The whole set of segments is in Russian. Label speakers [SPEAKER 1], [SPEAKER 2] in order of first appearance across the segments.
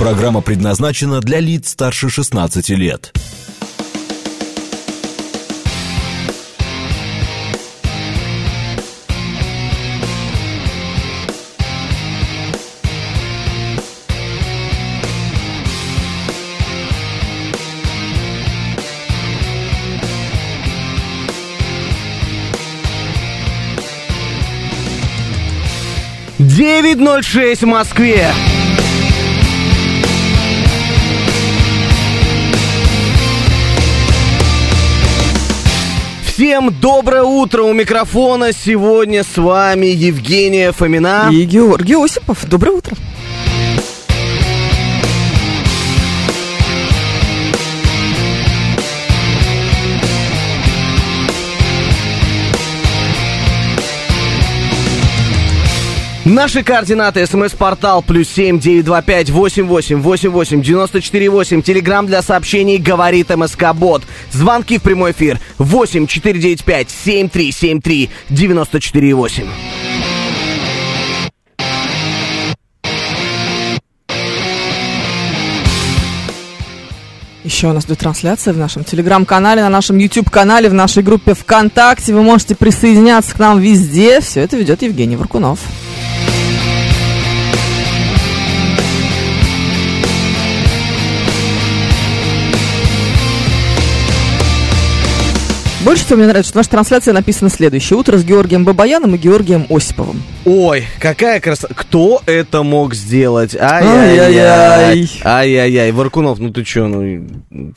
[SPEAKER 1] Программа предназначена для лиц старше 16 лет.
[SPEAKER 2] Девять ноль шесть в Москве. Всем доброе утро! У микрофона сегодня с вами Евгения Фомина.
[SPEAKER 3] И Георгий Осипов. Доброе утро.
[SPEAKER 2] Наши координаты. СМС-портал плюс семь девять два пять восемь восемь восемь восемь девяносто четыре восемь. Телеграмм для сообщений говорит МСК Бот. Звонки в прямой эфир восемь четыре девять пять семь три семь три девяносто четыре восемь.
[SPEAKER 3] Еще у нас идет трансляция в нашем телеграм-канале, на нашем YouTube-канале, в нашей группе ВКонтакте. Вы можете присоединяться к нам везде. Все это ведет Евгений Варкунов. Больше всего мне нравится, что наша трансляция написана следующее. Утро с Георгием Бабаяном и Георгием Осиповым.
[SPEAKER 2] Ой, какая красота. Кто это мог сделать?
[SPEAKER 3] Ай-яй-яй.
[SPEAKER 2] Ай-яй-яй. Ай-яй-яй. Варкунов, ну ты чё, ну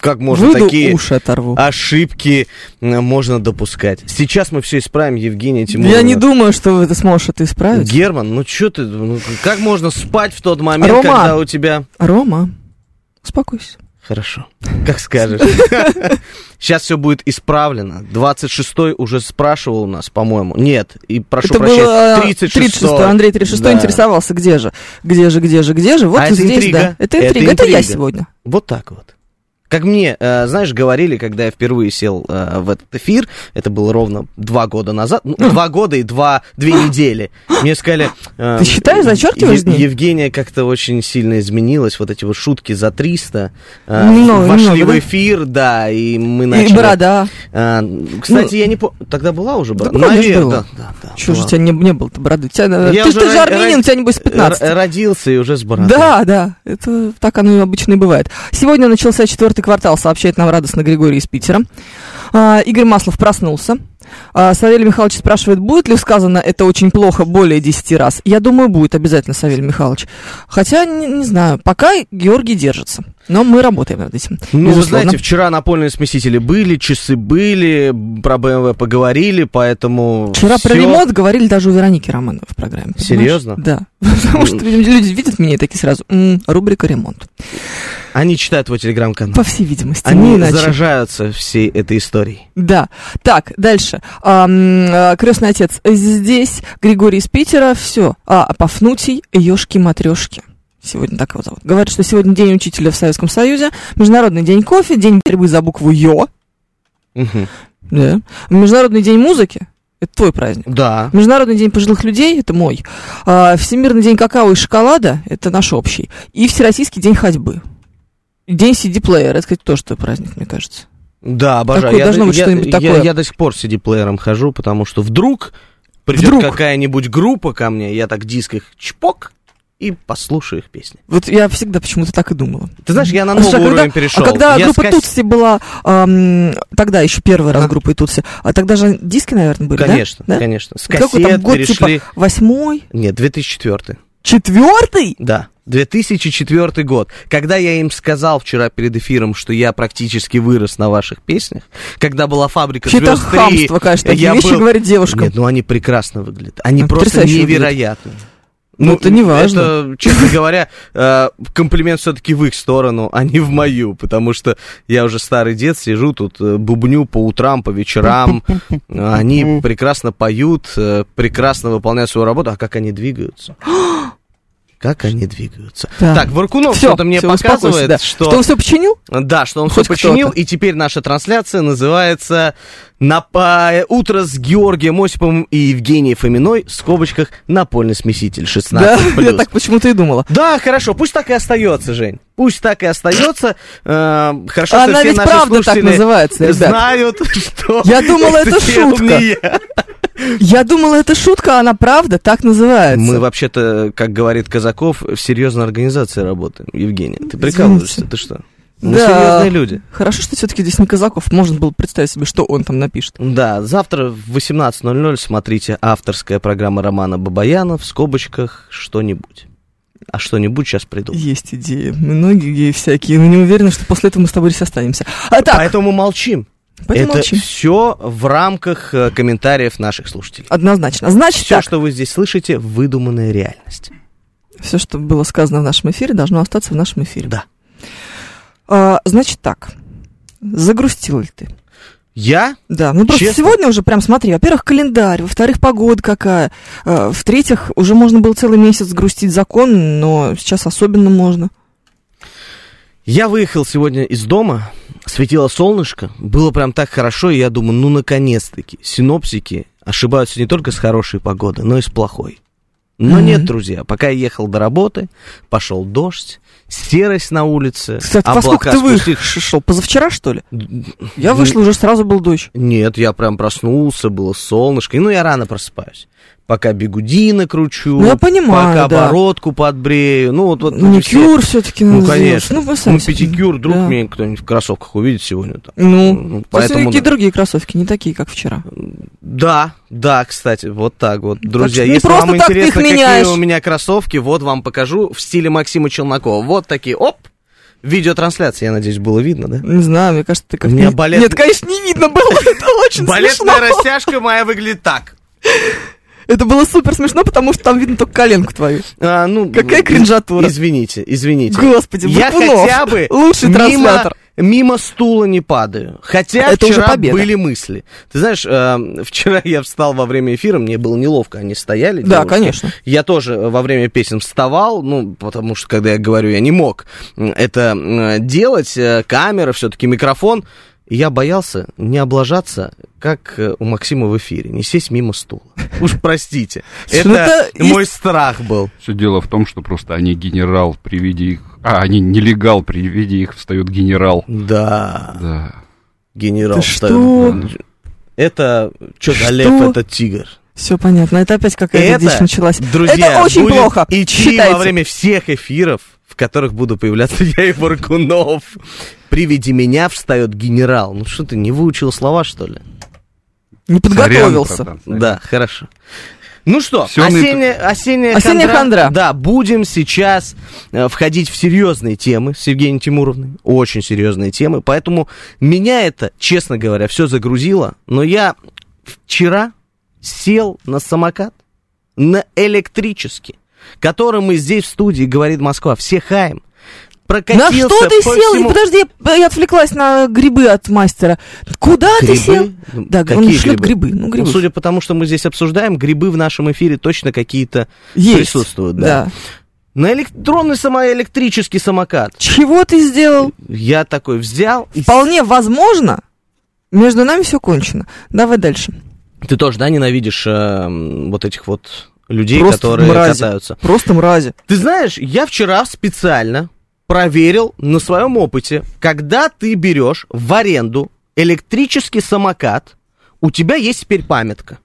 [SPEAKER 2] как можно
[SPEAKER 3] Выйду,
[SPEAKER 2] такие А,
[SPEAKER 3] уши оторву.
[SPEAKER 2] ошибки э, можно допускать? Сейчас мы все исправим, Евгения Тимуровна.
[SPEAKER 3] Я не думаю, что ты сможешь это исправить.
[SPEAKER 2] Герман, ну чё ты, ну, как можно спать в тот момент,
[SPEAKER 3] Рома.
[SPEAKER 2] когда у тебя...
[SPEAKER 3] Рома, успокойся.
[SPEAKER 2] Хорошо, как скажешь. Сейчас все будет исправлено. 26-й уже спрашивал у нас, по-моему. Нет, и прошу
[SPEAKER 3] это было
[SPEAKER 2] прощения,
[SPEAKER 3] 36
[SPEAKER 2] 36-й.
[SPEAKER 3] Андрей 36
[SPEAKER 2] Да.
[SPEAKER 3] интересовался, где же, где же, где же, где же. Вот
[SPEAKER 2] А это
[SPEAKER 3] здесь,
[SPEAKER 2] интрига.
[SPEAKER 3] да. Это
[SPEAKER 2] Это
[SPEAKER 3] интрига. Это, я
[SPEAKER 2] интрига.
[SPEAKER 3] сегодня.
[SPEAKER 2] Вот так вот. Как мне, э, знаешь, говорили, когда я впервые сел э, в этот эфир, это было ровно два года назад, ну, два года и два, две недели. Мне сказали... э,
[SPEAKER 3] Ты считаешь, зачеркиваешь
[SPEAKER 2] Е-
[SPEAKER 3] дни?
[SPEAKER 2] Евгения как-то очень сильно изменилась, вот эти вот шутки за 300 э,
[SPEAKER 3] Ну,
[SPEAKER 2] вошли
[SPEAKER 3] немного,
[SPEAKER 2] в
[SPEAKER 3] да.
[SPEAKER 2] эфир, да, и мы начали...
[SPEAKER 3] И борода.
[SPEAKER 2] Э, кстати, я не помню, тогда была уже
[SPEAKER 3] Да
[SPEAKER 2] борода?
[SPEAKER 3] была,
[SPEAKER 2] Навер-
[SPEAKER 3] была.
[SPEAKER 2] да, да, да,
[SPEAKER 3] Чего же
[SPEAKER 2] была.
[SPEAKER 3] у тебя не, не было-то бороды? У тебя, э,
[SPEAKER 2] Я
[SPEAKER 3] ты
[SPEAKER 2] уже
[SPEAKER 3] ты же
[SPEAKER 2] ра-
[SPEAKER 3] армянин,
[SPEAKER 2] ра-
[SPEAKER 3] у тебя небось 15.
[SPEAKER 2] Р- Родился и уже с бородой.
[SPEAKER 3] Да, да, это так оно и обычно и бывает. Сегодня начался четвертый квартал, сообщает нам радостно Григорий из Питера. А, Игорь Маслов проснулся. А, Савелий Михайлович спрашивает, будет ли сказано это очень плохо более 10 раз? Я думаю, будет обязательно, Савелий Михайлович. Хотя, не, не знаю, пока Георгий держится. Но мы работаем над этим.
[SPEAKER 2] Ну, вы
[SPEAKER 3] безусловно.
[SPEAKER 2] знаете, вчера напольные смесители были, часы были, про БМВ поговорили, поэтому...
[SPEAKER 3] Вчера про
[SPEAKER 2] всё.
[SPEAKER 3] ремонт говорили даже у Вероники Романовой в программе. понимаешь?
[SPEAKER 2] Серьезно?
[SPEAKER 3] Да. Потому что видимо, люди видят меня и такие сразу. «М, рубрика ремонт.
[SPEAKER 2] Они читают твой телеграм-канал.
[SPEAKER 3] По всей видимости. не
[SPEAKER 2] Они
[SPEAKER 3] иначе.
[SPEAKER 2] заражаются всей этой историей.
[SPEAKER 3] Да. Так, дальше. э, Крестный отец здесь, Григорий из Питера, все. А, Пафнутий, ешки матрешки. Сегодня так его зовут. Говорят, что сегодня день учителя в Советском Союзе, Международный день кофе, день борьбы за букву Ё,
[SPEAKER 2] Мгм.
[SPEAKER 3] да. Международный день музыки, это твой праздник.
[SPEAKER 2] Да.
[SPEAKER 3] Международный день пожилых людей, это мой. А, Всемирный день какао и шоколада, это наш общий. И Всероссийский день ходьбы. День CD-плеера, это, кстати, тоже твой праздник, мне кажется.
[SPEAKER 2] Да, обожаю.
[SPEAKER 3] Такое должно
[SPEAKER 2] до-
[SPEAKER 3] быть что-нибудь
[SPEAKER 2] я-
[SPEAKER 3] такое.
[SPEAKER 2] я до сих пор CD-плеером хожу, потому что вдруг придет
[SPEAKER 3] Вдруг.
[SPEAKER 2] какая-нибудь группа ко мне, я так диск их чпок и послушаю их песни.
[SPEAKER 3] Вот я всегда почему-то так и думала.
[SPEAKER 2] Ты знаешь, я на
[SPEAKER 3] А
[SPEAKER 2] новый
[SPEAKER 3] слушай, а
[SPEAKER 2] уровень
[SPEAKER 3] когда,
[SPEAKER 2] перешел.
[SPEAKER 3] А когда
[SPEAKER 2] Я
[SPEAKER 3] группа
[SPEAKER 2] с касс-
[SPEAKER 3] Тутси была, ам, тогда еще первый раз
[SPEAKER 2] А.
[SPEAKER 3] группа Тутси, а тогда же диски, наверное, были, да?
[SPEAKER 2] Конечно,
[SPEAKER 3] да?
[SPEAKER 2] конечно. С
[SPEAKER 3] Какой там
[SPEAKER 2] кассет
[SPEAKER 3] год,
[SPEAKER 2] перешли...
[SPEAKER 3] типа, восьмой,
[SPEAKER 2] Нет, 2004
[SPEAKER 3] четвертый?
[SPEAKER 2] Да, 2004 год. Когда я им сказал вчера перед эфиром, что я практически вырос на ваших песнях, когда была фабрика
[SPEAKER 3] Вообще это
[SPEAKER 2] звезд 3,
[SPEAKER 3] хамство, конечно, такие
[SPEAKER 2] я
[SPEAKER 3] вещи
[SPEAKER 2] был-
[SPEAKER 3] говорит девушка.
[SPEAKER 2] Нет, ну они прекрасно выглядят. Они
[SPEAKER 3] Ну,
[SPEAKER 2] просто
[SPEAKER 3] потрясающе выглядят.
[SPEAKER 2] невероятны.
[SPEAKER 3] Ну, это не важно.
[SPEAKER 2] это, честно говоря, э, комплимент все-таки в их сторону, а не в мою, потому что я уже старый дед, сижу тут, э, бубню по утрам, по вечерам. Они прекрасно поют, э, прекрасно выполняют свою работу, а как они двигаются? Как они двигаются?
[SPEAKER 3] Да.
[SPEAKER 2] Так, Варкунов
[SPEAKER 3] Все,
[SPEAKER 2] что-то мне показывает,
[SPEAKER 3] да.
[SPEAKER 2] что...
[SPEAKER 3] он все починил?
[SPEAKER 2] Да, что он
[SPEAKER 3] Хоть
[SPEAKER 2] все починил,
[SPEAKER 3] кто-то.
[SPEAKER 2] и теперь наша трансляция называется На па- утро с Георгием Осиповым и Евгением Фоминой в скобочках напольный смеситель 16+.
[SPEAKER 3] Да, я так почему-то и думала.
[SPEAKER 2] Да, хорошо, пусть так и остается, Жень. Пусть так и остается. Э, Хорошо, что
[SPEAKER 3] Она
[SPEAKER 2] все
[SPEAKER 3] ведь
[SPEAKER 2] наши
[SPEAKER 3] правда так
[SPEAKER 2] слушатели
[SPEAKER 3] называется, ребят.
[SPEAKER 2] знают, что...
[SPEAKER 3] Я думала, это
[SPEAKER 2] ты
[SPEAKER 3] шутка.
[SPEAKER 2] умнее.
[SPEAKER 3] Я думала, это шутка, а она правда так называется.
[SPEAKER 2] Мы вообще-то, как говорит Казаков, в серьезной организации работаем. Евгения, ты прикалываешься, ты что? Мы
[SPEAKER 3] Да.
[SPEAKER 2] серьезные люди.
[SPEAKER 3] Хорошо, что все-таки здесь не Казаков. Можно было представить себе, что он там напишет.
[SPEAKER 2] Да, завтра в 18.00 смотрите авторская программа Романа Бабаяна в скобочках «Что-нибудь». А что-нибудь сейчас приду.
[SPEAKER 3] Есть идеи. Многие всякие. Но не уверена, что после этого мы с тобой здесь останемся. А так,
[SPEAKER 2] Поэтому молчим.
[SPEAKER 3] поэтому
[SPEAKER 2] Это
[SPEAKER 3] молчим.
[SPEAKER 2] все в рамках э, комментариев наших слушателей.
[SPEAKER 3] Однозначно. Значит
[SPEAKER 2] Все,
[SPEAKER 3] А, так,
[SPEAKER 2] что вы здесь слышите, выдуманная реальность.
[SPEAKER 3] все, что было сказано в нашем эфире, должно остаться в нашем эфире.
[SPEAKER 2] Да.
[SPEAKER 3] А, значит так, загрустил ли ты?
[SPEAKER 2] Я?
[SPEAKER 3] Да, ну просто
[SPEAKER 2] Честно?
[SPEAKER 3] сегодня уже прям смотри, во-первых, календарь, во-вторых, погода какая, а, в-третьих, уже можно было целый месяц грустить закон, но сейчас особенно можно.
[SPEAKER 2] Я выехал сегодня из дома, светило солнышко, было прям так хорошо, и я думаю, ну наконец-таки, синоптики ошибаются не только с хорошей погоды, но и с плохой. Но
[SPEAKER 3] Мгм.
[SPEAKER 2] нет, друзья, пока я ехал до работы, пошел дождь, серость на улице,
[SPEAKER 3] Кстати, во
[SPEAKER 2] облака
[SPEAKER 3] сколько ты
[SPEAKER 2] спустились.
[SPEAKER 3] вышел? Позавчера, что ли?
[SPEAKER 2] Д-
[SPEAKER 3] Я
[SPEAKER 2] Ну,
[SPEAKER 3] вышла, уже сразу был дождь.
[SPEAKER 2] Нет, я прям проснулся, было солнышко, и, ну я рано просыпаюсь. Пока бигудины кручу,
[SPEAKER 3] Ну, я понимаю,
[SPEAKER 2] пока
[SPEAKER 3] да.
[SPEAKER 2] бородку подбрею, ну вот, вот эти
[SPEAKER 3] Маникюр все-таки
[SPEAKER 2] Ну, конечно.
[SPEAKER 3] Ну, вы
[SPEAKER 2] все- Ну,
[SPEAKER 3] сами себе.
[SPEAKER 2] пятикюр, вдруг
[SPEAKER 3] Да.
[SPEAKER 2] меня кто-нибудь в кроссовках увидит сегодня там.
[SPEAKER 3] Ну,
[SPEAKER 2] Ну,
[SPEAKER 3] поэтому...
[SPEAKER 2] поэтому...
[SPEAKER 3] какие другие кроссовки, не такие, как вчера.
[SPEAKER 2] Да, да, кстати, вот так вот, друзья.
[SPEAKER 3] что не
[SPEAKER 2] Если
[SPEAKER 3] просто
[SPEAKER 2] вам
[SPEAKER 3] так ты их
[SPEAKER 2] интересно, какие
[SPEAKER 3] меняешь.
[SPEAKER 2] у меня кроссовки, вот вам покажу в стиле Максима Челнокова. Вот такие, оп, видеотрансляция, я надеюсь, было видно, да?
[SPEAKER 3] Не знаю, мне кажется, ты как-то...
[SPEAKER 2] У меня
[SPEAKER 3] не-
[SPEAKER 2] балет-
[SPEAKER 3] Нет, конечно, не видно было, это очень
[SPEAKER 2] Балетная
[SPEAKER 3] смешно.
[SPEAKER 2] растяжка моя выглядит так.
[SPEAKER 3] Это было супер смешно, потому что там видно только коленку твою.
[SPEAKER 2] А, ну,
[SPEAKER 3] Какая кринжатура.
[SPEAKER 2] Извините, извините.
[SPEAKER 3] Господи,
[SPEAKER 2] Я
[SPEAKER 3] Бакунов.
[SPEAKER 2] хотя бы
[SPEAKER 3] Лучший
[SPEAKER 2] мимо,
[SPEAKER 3] транслятор.
[SPEAKER 2] мимо стула не падаю. Хотя
[SPEAKER 3] Это уже
[SPEAKER 2] вчера
[SPEAKER 3] победа.
[SPEAKER 2] были мысли. Ты знаешь, э, вчера я встал во время эфира, мне было неловко, они стояли.
[SPEAKER 3] Да,
[SPEAKER 2] девушки.
[SPEAKER 3] конечно.
[SPEAKER 2] Я тоже во время песен вставал, ну, потому что, когда я говорю, я не мог м, это м, делать. э, Камера, все-таки микрофон. И Я боялся не облажаться, как э, у Максима в эфире, не сесть мимо стула. Уж простите,
[SPEAKER 3] Слушай, ну
[SPEAKER 2] это
[SPEAKER 3] это
[SPEAKER 2] мой страх был.
[SPEAKER 4] Все дело в том, что просто они генерал при виде их... А, они нелегал при виде их встает генерал.
[SPEAKER 2] Да,
[SPEAKER 4] Да.
[SPEAKER 2] генерал.
[SPEAKER 3] Ты что?
[SPEAKER 2] Сталин. Это что за
[SPEAKER 3] Что?
[SPEAKER 2] лев, это тигр.
[SPEAKER 3] Все понятно. Это опять какая-то
[SPEAKER 2] Это,
[SPEAKER 3] дичь началась.
[SPEAKER 2] Друзья,
[SPEAKER 3] это очень
[SPEAKER 2] будет
[SPEAKER 3] плохо.
[SPEAKER 2] идти
[SPEAKER 3] Считайте.
[SPEAKER 2] во время всех эфиров, в которых буду появляться я и Варкунов. При виде меня встает генерал. Ну что ты, не выучил слова, что ли?
[SPEAKER 3] Не подготовился.
[SPEAKER 4] Сорян, братан.
[SPEAKER 2] Да, хорошо. Ну что,
[SPEAKER 4] Всё на
[SPEAKER 2] осенняя, осенняя,
[SPEAKER 3] Осенняя хандра.
[SPEAKER 2] Да, будем сейчас э, входить в серьезные темы с Евгением Тимуровной. Очень серьезные темы. Поэтому меня это, честно говоря, все загрузило. Но я вчера сел на самокат, на электрический, который мы здесь в студии, говорит Москва, все хаем.
[SPEAKER 3] На
[SPEAKER 2] Прокатился
[SPEAKER 3] что ты
[SPEAKER 2] по
[SPEAKER 3] сел?
[SPEAKER 2] всему-
[SPEAKER 3] Подожди, я- я отвлеклась на грибы от мастера. Куда ты
[SPEAKER 2] Грибы?
[SPEAKER 3] сел?
[SPEAKER 2] Ну,
[SPEAKER 3] Да, он
[SPEAKER 2] какие
[SPEAKER 3] шлет грибы. Ну, грибы.
[SPEAKER 2] судя по тому, что мы здесь обсуждаем, грибы в нашем эфире точно какие-то
[SPEAKER 3] Есть.
[SPEAKER 2] присутствуют. Да. На электронный самоэлектрический самокат.
[SPEAKER 3] Чего ты сделал?
[SPEAKER 2] Я такой взял. и-
[SPEAKER 3] Вполне возможно, между нами все кончено. Давай дальше.
[SPEAKER 2] Ты тоже, да, ненавидишь э, м, вот этих вот людей,
[SPEAKER 3] Просто
[SPEAKER 2] которые
[SPEAKER 3] мрази.
[SPEAKER 2] катаются.
[SPEAKER 3] Просто мрази.
[SPEAKER 2] Ты знаешь, я вчера специально проверил на своем опыте, когда ты берешь в аренду электрический самокат, у тебя есть теперь памятка.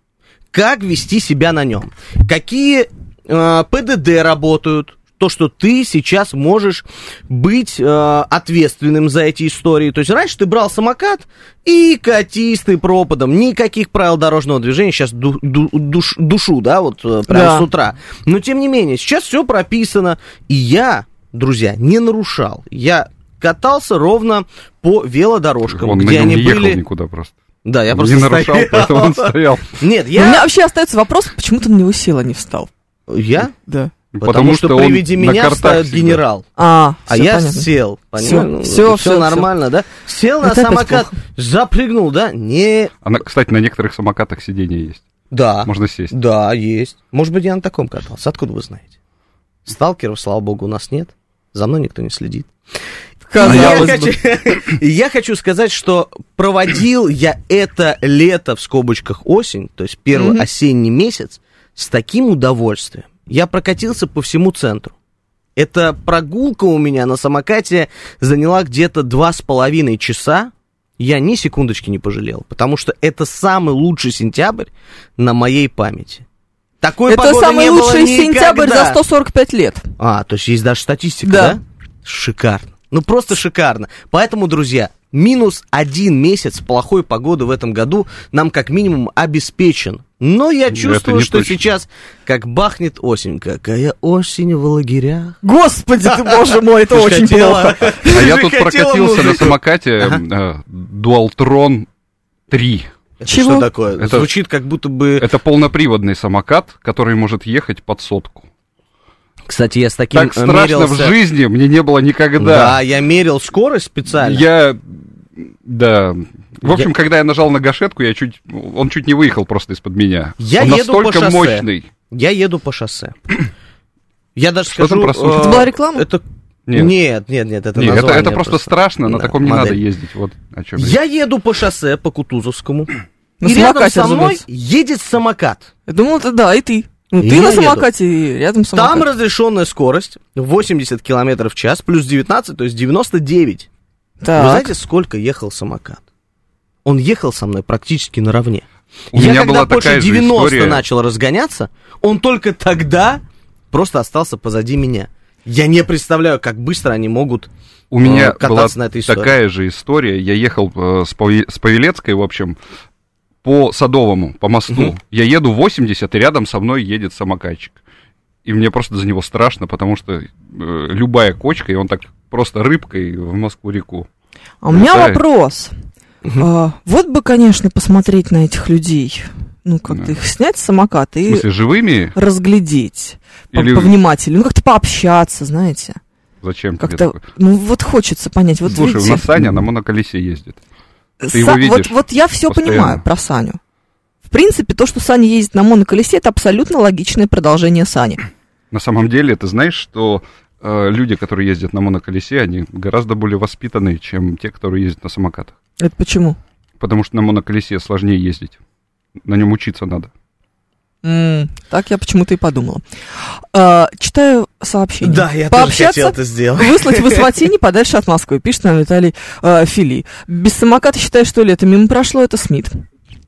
[SPEAKER 2] Как вести себя на нем? Какие э, ПДД работают? То, что ты сейчас можешь быть э, ответственным за эти истории. То есть раньше ты брал самокат и катись ты пропадом. Никаких правил дорожного движения сейчас ду- ду- душ- душу, да, вот э, прям
[SPEAKER 3] Да.
[SPEAKER 2] с утра. Но тем не менее, сейчас все прописано. И я, друзья, не нарушал. Я катался ровно по велодорожкам,
[SPEAKER 4] Он на
[SPEAKER 2] где
[SPEAKER 4] нем
[SPEAKER 2] они
[SPEAKER 4] не ехал
[SPEAKER 2] были.
[SPEAKER 4] никуда просто.
[SPEAKER 2] Да, я
[SPEAKER 4] не
[SPEAKER 2] просто
[SPEAKER 4] нарушал,
[SPEAKER 2] стоял.
[SPEAKER 4] поэтому он стоял.
[SPEAKER 2] Нет,
[SPEAKER 3] У меня
[SPEAKER 2] я...
[SPEAKER 3] вообще остается вопрос, почему ты на него сел, а не встал?
[SPEAKER 2] Я?
[SPEAKER 3] Да.
[SPEAKER 2] Потому, что, при
[SPEAKER 4] он
[SPEAKER 2] виде
[SPEAKER 4] на
[SPEAKER 2] меня
[SPEAKER 4] картах
[SPEAKER 2] встает
[SPEAKER 4] всегда.
[SPEAKER 2] генерал.
[SPEAKER 3] А,
[SPEAKER 2] А
[SPEAKER 3] всё
[SPEAKER 2] я
[SPEAKER 3] понятно.
[SPEAKER 2] сел,
[SPEAKER 3] Всё,
[SPEAKER 2] понимаешь?
[SPEAKER 3] всё, всё, всё.
[SPEAKER 2] нормально, да? Сел на
[SPEAKER 3] Это опять
[SPEAKER 2] самокат,
[SPEAKER 3] плохо.
[SPEAKER 2] запрыгнул, да? Не,
[SPEAKER 4] А на- кстати, на некоторых самокатах сиденье есть.
[SPEAKER 2] да,
[SPEAKER 4] Можно сесть.
[SPEAKER 2] да, есть. Может быть, я на таком катался, откуда вы знаете? Сталкеров, слава богу, у нас нет, за мной никто не следит. Я
[SPEAKER 3] Казалось бы.
[SPEAKER 2] хочу, я хочу сказать, что проводил я это лето в скобочках осень, то есть первый
[SPEAKER 3] Мгм.
[SPEAKER 2] осенний месяц, с таким удовольствием. Я прокатился по всему центру. Эта прогулка у меня на самокате заняла где-то два с половиной часа. Я ни секундочки не пожалел, потому что это самый лучший сентябрь на моей памяти. Такой
[SPEAKER 3] Это
[SPEAKER 2] погоды
[SPEAKER 3] самый
[SPEAKER 2] не было
[SPEAKER 3] лучший сентябрь за
[SPEAKER 2] никогда.
[SPEAKER 3] 145 лет.
[SPEAKER 2] А, то есть есть даже статистика,
[SPEAKER 3] Да.
[SPEAKER 2] да? Шикарно. Ну просто шикарно. Поэтому, друзья, минус один месяц плохой погоды в этом году нам как минимум обеспечен. Но я
[SPEAKER 4] Это
[SPEAKER 2] чувствую,
[SPEAKER 4] не
[SPEAKER 2] что
[SPEAKER 4] точно.
[SPEAKER 2] сейчас как бахнет осень. Какая осень в лагерях.
[SPEAKER 3] Господи ты, боже мой, это
[SPEAKER 2] Ты ж
[SPEAKER 3] очень
[SPEAKER 2] хотела.
[SPEAKER 3] плохо.
[SPEAKER 2] Ты
[SPEAKER 4] А я
[SPEAKER 2] же
[SPEAKER 4] тут
[SPEAKER 2] хотела
[SPEAKER 4] прокатился на
[SPEAKER 2] музыку.
[SPEAKER 4] самокате э, Дуалтрон 3.
[SPEAKER 2] Это
[SPEAKER 3] Чего?
[SPEAKER 2] Что такое?
[SPEAKER 4] Это-
[SPEAKER 2] Звучит как будто бы...
[SPEAKER 4] Это полноприводный самокат, который может ехать под сотку.
[SPEAKER 2] Кстати, я с таким
[SPEAKER 4] Так
[SPEAKER 2] э,
[SPEAKER 4] страшно в
[SPEAKER 2] мерился.
[SPEAKER 4] жизни мне не было
[SPEAKER 2] Да,
[SPEAKER 4] никогда.
[SPEAKER 2] я мерил скорость специально.
[SPEAKER 4] я... Да. В
[SPEAKER 2] Я-
[SPEAKER 4] общем, когда я нажал на гашетку, я чуть, он чуть не выехал просто из-под меня.
[SPEAKER 2] Я
[SPEAKER 4] он
[SPEAKER 2] еду по
[SPEAKER 4] настолько
[SPEAKER 2] шоссе.
[SPEAKER 4] мощный.
[SPEAKER 2] Я еду по шоссе. Я даже
[SPEAKER 4] Что там
[SPEAKER 2] скажу...
[SPEAKER 4] про слушать?
[SPEAKER 2] э,
[SPEAKER 3] Это была реклама?
[SPEAKER 2] Это
[SPEAKER 4] Нет.
[SPEAKER 2] Нет, нет, нет, это
[SPEAKER 4] Не, это,
[SPEAKER 2] название
[SPEAKER 4] это просто, страшно, на
[SPEAKER 2] Да,
[SPEAKER 4] таком не надо
[SPEAKER 2] модель.
[SPEAKER 4] ездить. Вот о чем
[SPEAKER 2] Я еду по шоссе, по Кутузовскому,
[SPEAKER 3] На
[SPEAKER 2] и рядом
[SPEAKER 3] самокате,
[SPEAKER 2] со мной
[SPEAKER 3] разумеется.
[SPEAKER 2] едет самокат.
[SPEAKER 3] Я думал, это да, и ты. Ну,
[SPEAKER 2] И
[SPEAKER 3] ты
[SPEAKER 2] я
[SPEAKER 3] на
[SPEAKER 2] еду.
[SPEAKER 3] самокате, и рядом самокат.
[SPEAKER 2] Там разрешенная скорость 80 километров в час, плюс 19, то есть 99. Вы
[SPEAKER 3] Так.
[SPEAKER 2] знаете, сколько ехал самокат? Он ехал со мной практически наравне.
[SPEAKER 4] У
[SPEAKER 2] я
[SPEAKER 4] меня
[SPEAKER 2] когда
[SPEAKER 4] была
[SPEAKER 2] больше
[SPEAKER 4] такая же
[SPEAKER 2] 90
[SPEAKER 4] история.
[SPEAKER 2] начал разгоняться, он только тогда просто остался позади меня. Я не представляю, как быстро они могут...
[SPEAKER 4] У меня
[SPEAKER 2] кататься
[SPEAKER 4] была
[SPEAKER 2] на этой истории.
[SPEAKER 4] такая же история. Я ехал э, с, Паве- с Павелецкой, в общем, по Садовому, по мосту. Я еду 80, и рядом со мной едет самокатчик. И мне просто за него страшно, потому что э, любая кочка, и он так просто рыбкой в Москву-реку.
[SPEAKER 3] А у меня
[SPEAKER 4] Да.
[SPEAKER 3] вопрос. А, Вот бы, конечно, посмотреть на этих людей. Ну, как-то
[SPEAKER 4] Да.
[SPEAKER 3] их снять с самоката
[SPEAKER 2] Ну,
[SPEAKER 4] В
[SPEAKER 3] и
[SPEAKER 4] смысле, живыми?
[SPEAKER 3] разглядеть по-
[SPEAKER 4] Или
[SPEAKER 3] повнимательнее. Ну, как-то пообщаться, знаете.
[SPEAKER 4] зачем тебе
[SPEAKER 3] Как-то,
[SPEAKER 4] такое?
[SPEAKER 3] ну, вот хочется понять. Вот
[SPEAKER 4] Слушай,
[SPEAKER 3] видите,
[SPEAKER 4] у нас Саня на моноколесе ездит. ты
[SPEAKER 3] Са-
[SPEAKER 4] его
[SPEAKER 3] вот,
[SPEAKER 4] видишь
[SPEAKER 3] вот я все
[SPEAKER 4] постоянно.
[SPEAKER 3] понимаю про Саню. В принципе, то, что Саня ездит на моноколесе, это абсолютно логичное продолжение Сани.
[SPEAKER 4] На самом деле, ты знаешь, что э, люди, которые ездят на моноколесе, они гораздо более воспитанные, чем те, которые ездят на самокатах.
[SPEAKER 3] Это почему?
[SPEAKER 4] Потому что на моноколесе сложнее ездить. На нем учиться надо.
[SPEAKER 3] М, так я почему-то и подумала. А, читаю сообщение.
[SPEAKER 2] я
[SPEAKER 3] Пообщаться?
[SPEAKER 2] сделать.
[SPEAKER 3] Выслать в Исватине подальше от Москвы, пишет нам Виталий э, Фили. Без самоката считаю, что лето мимо прошло, это Смит.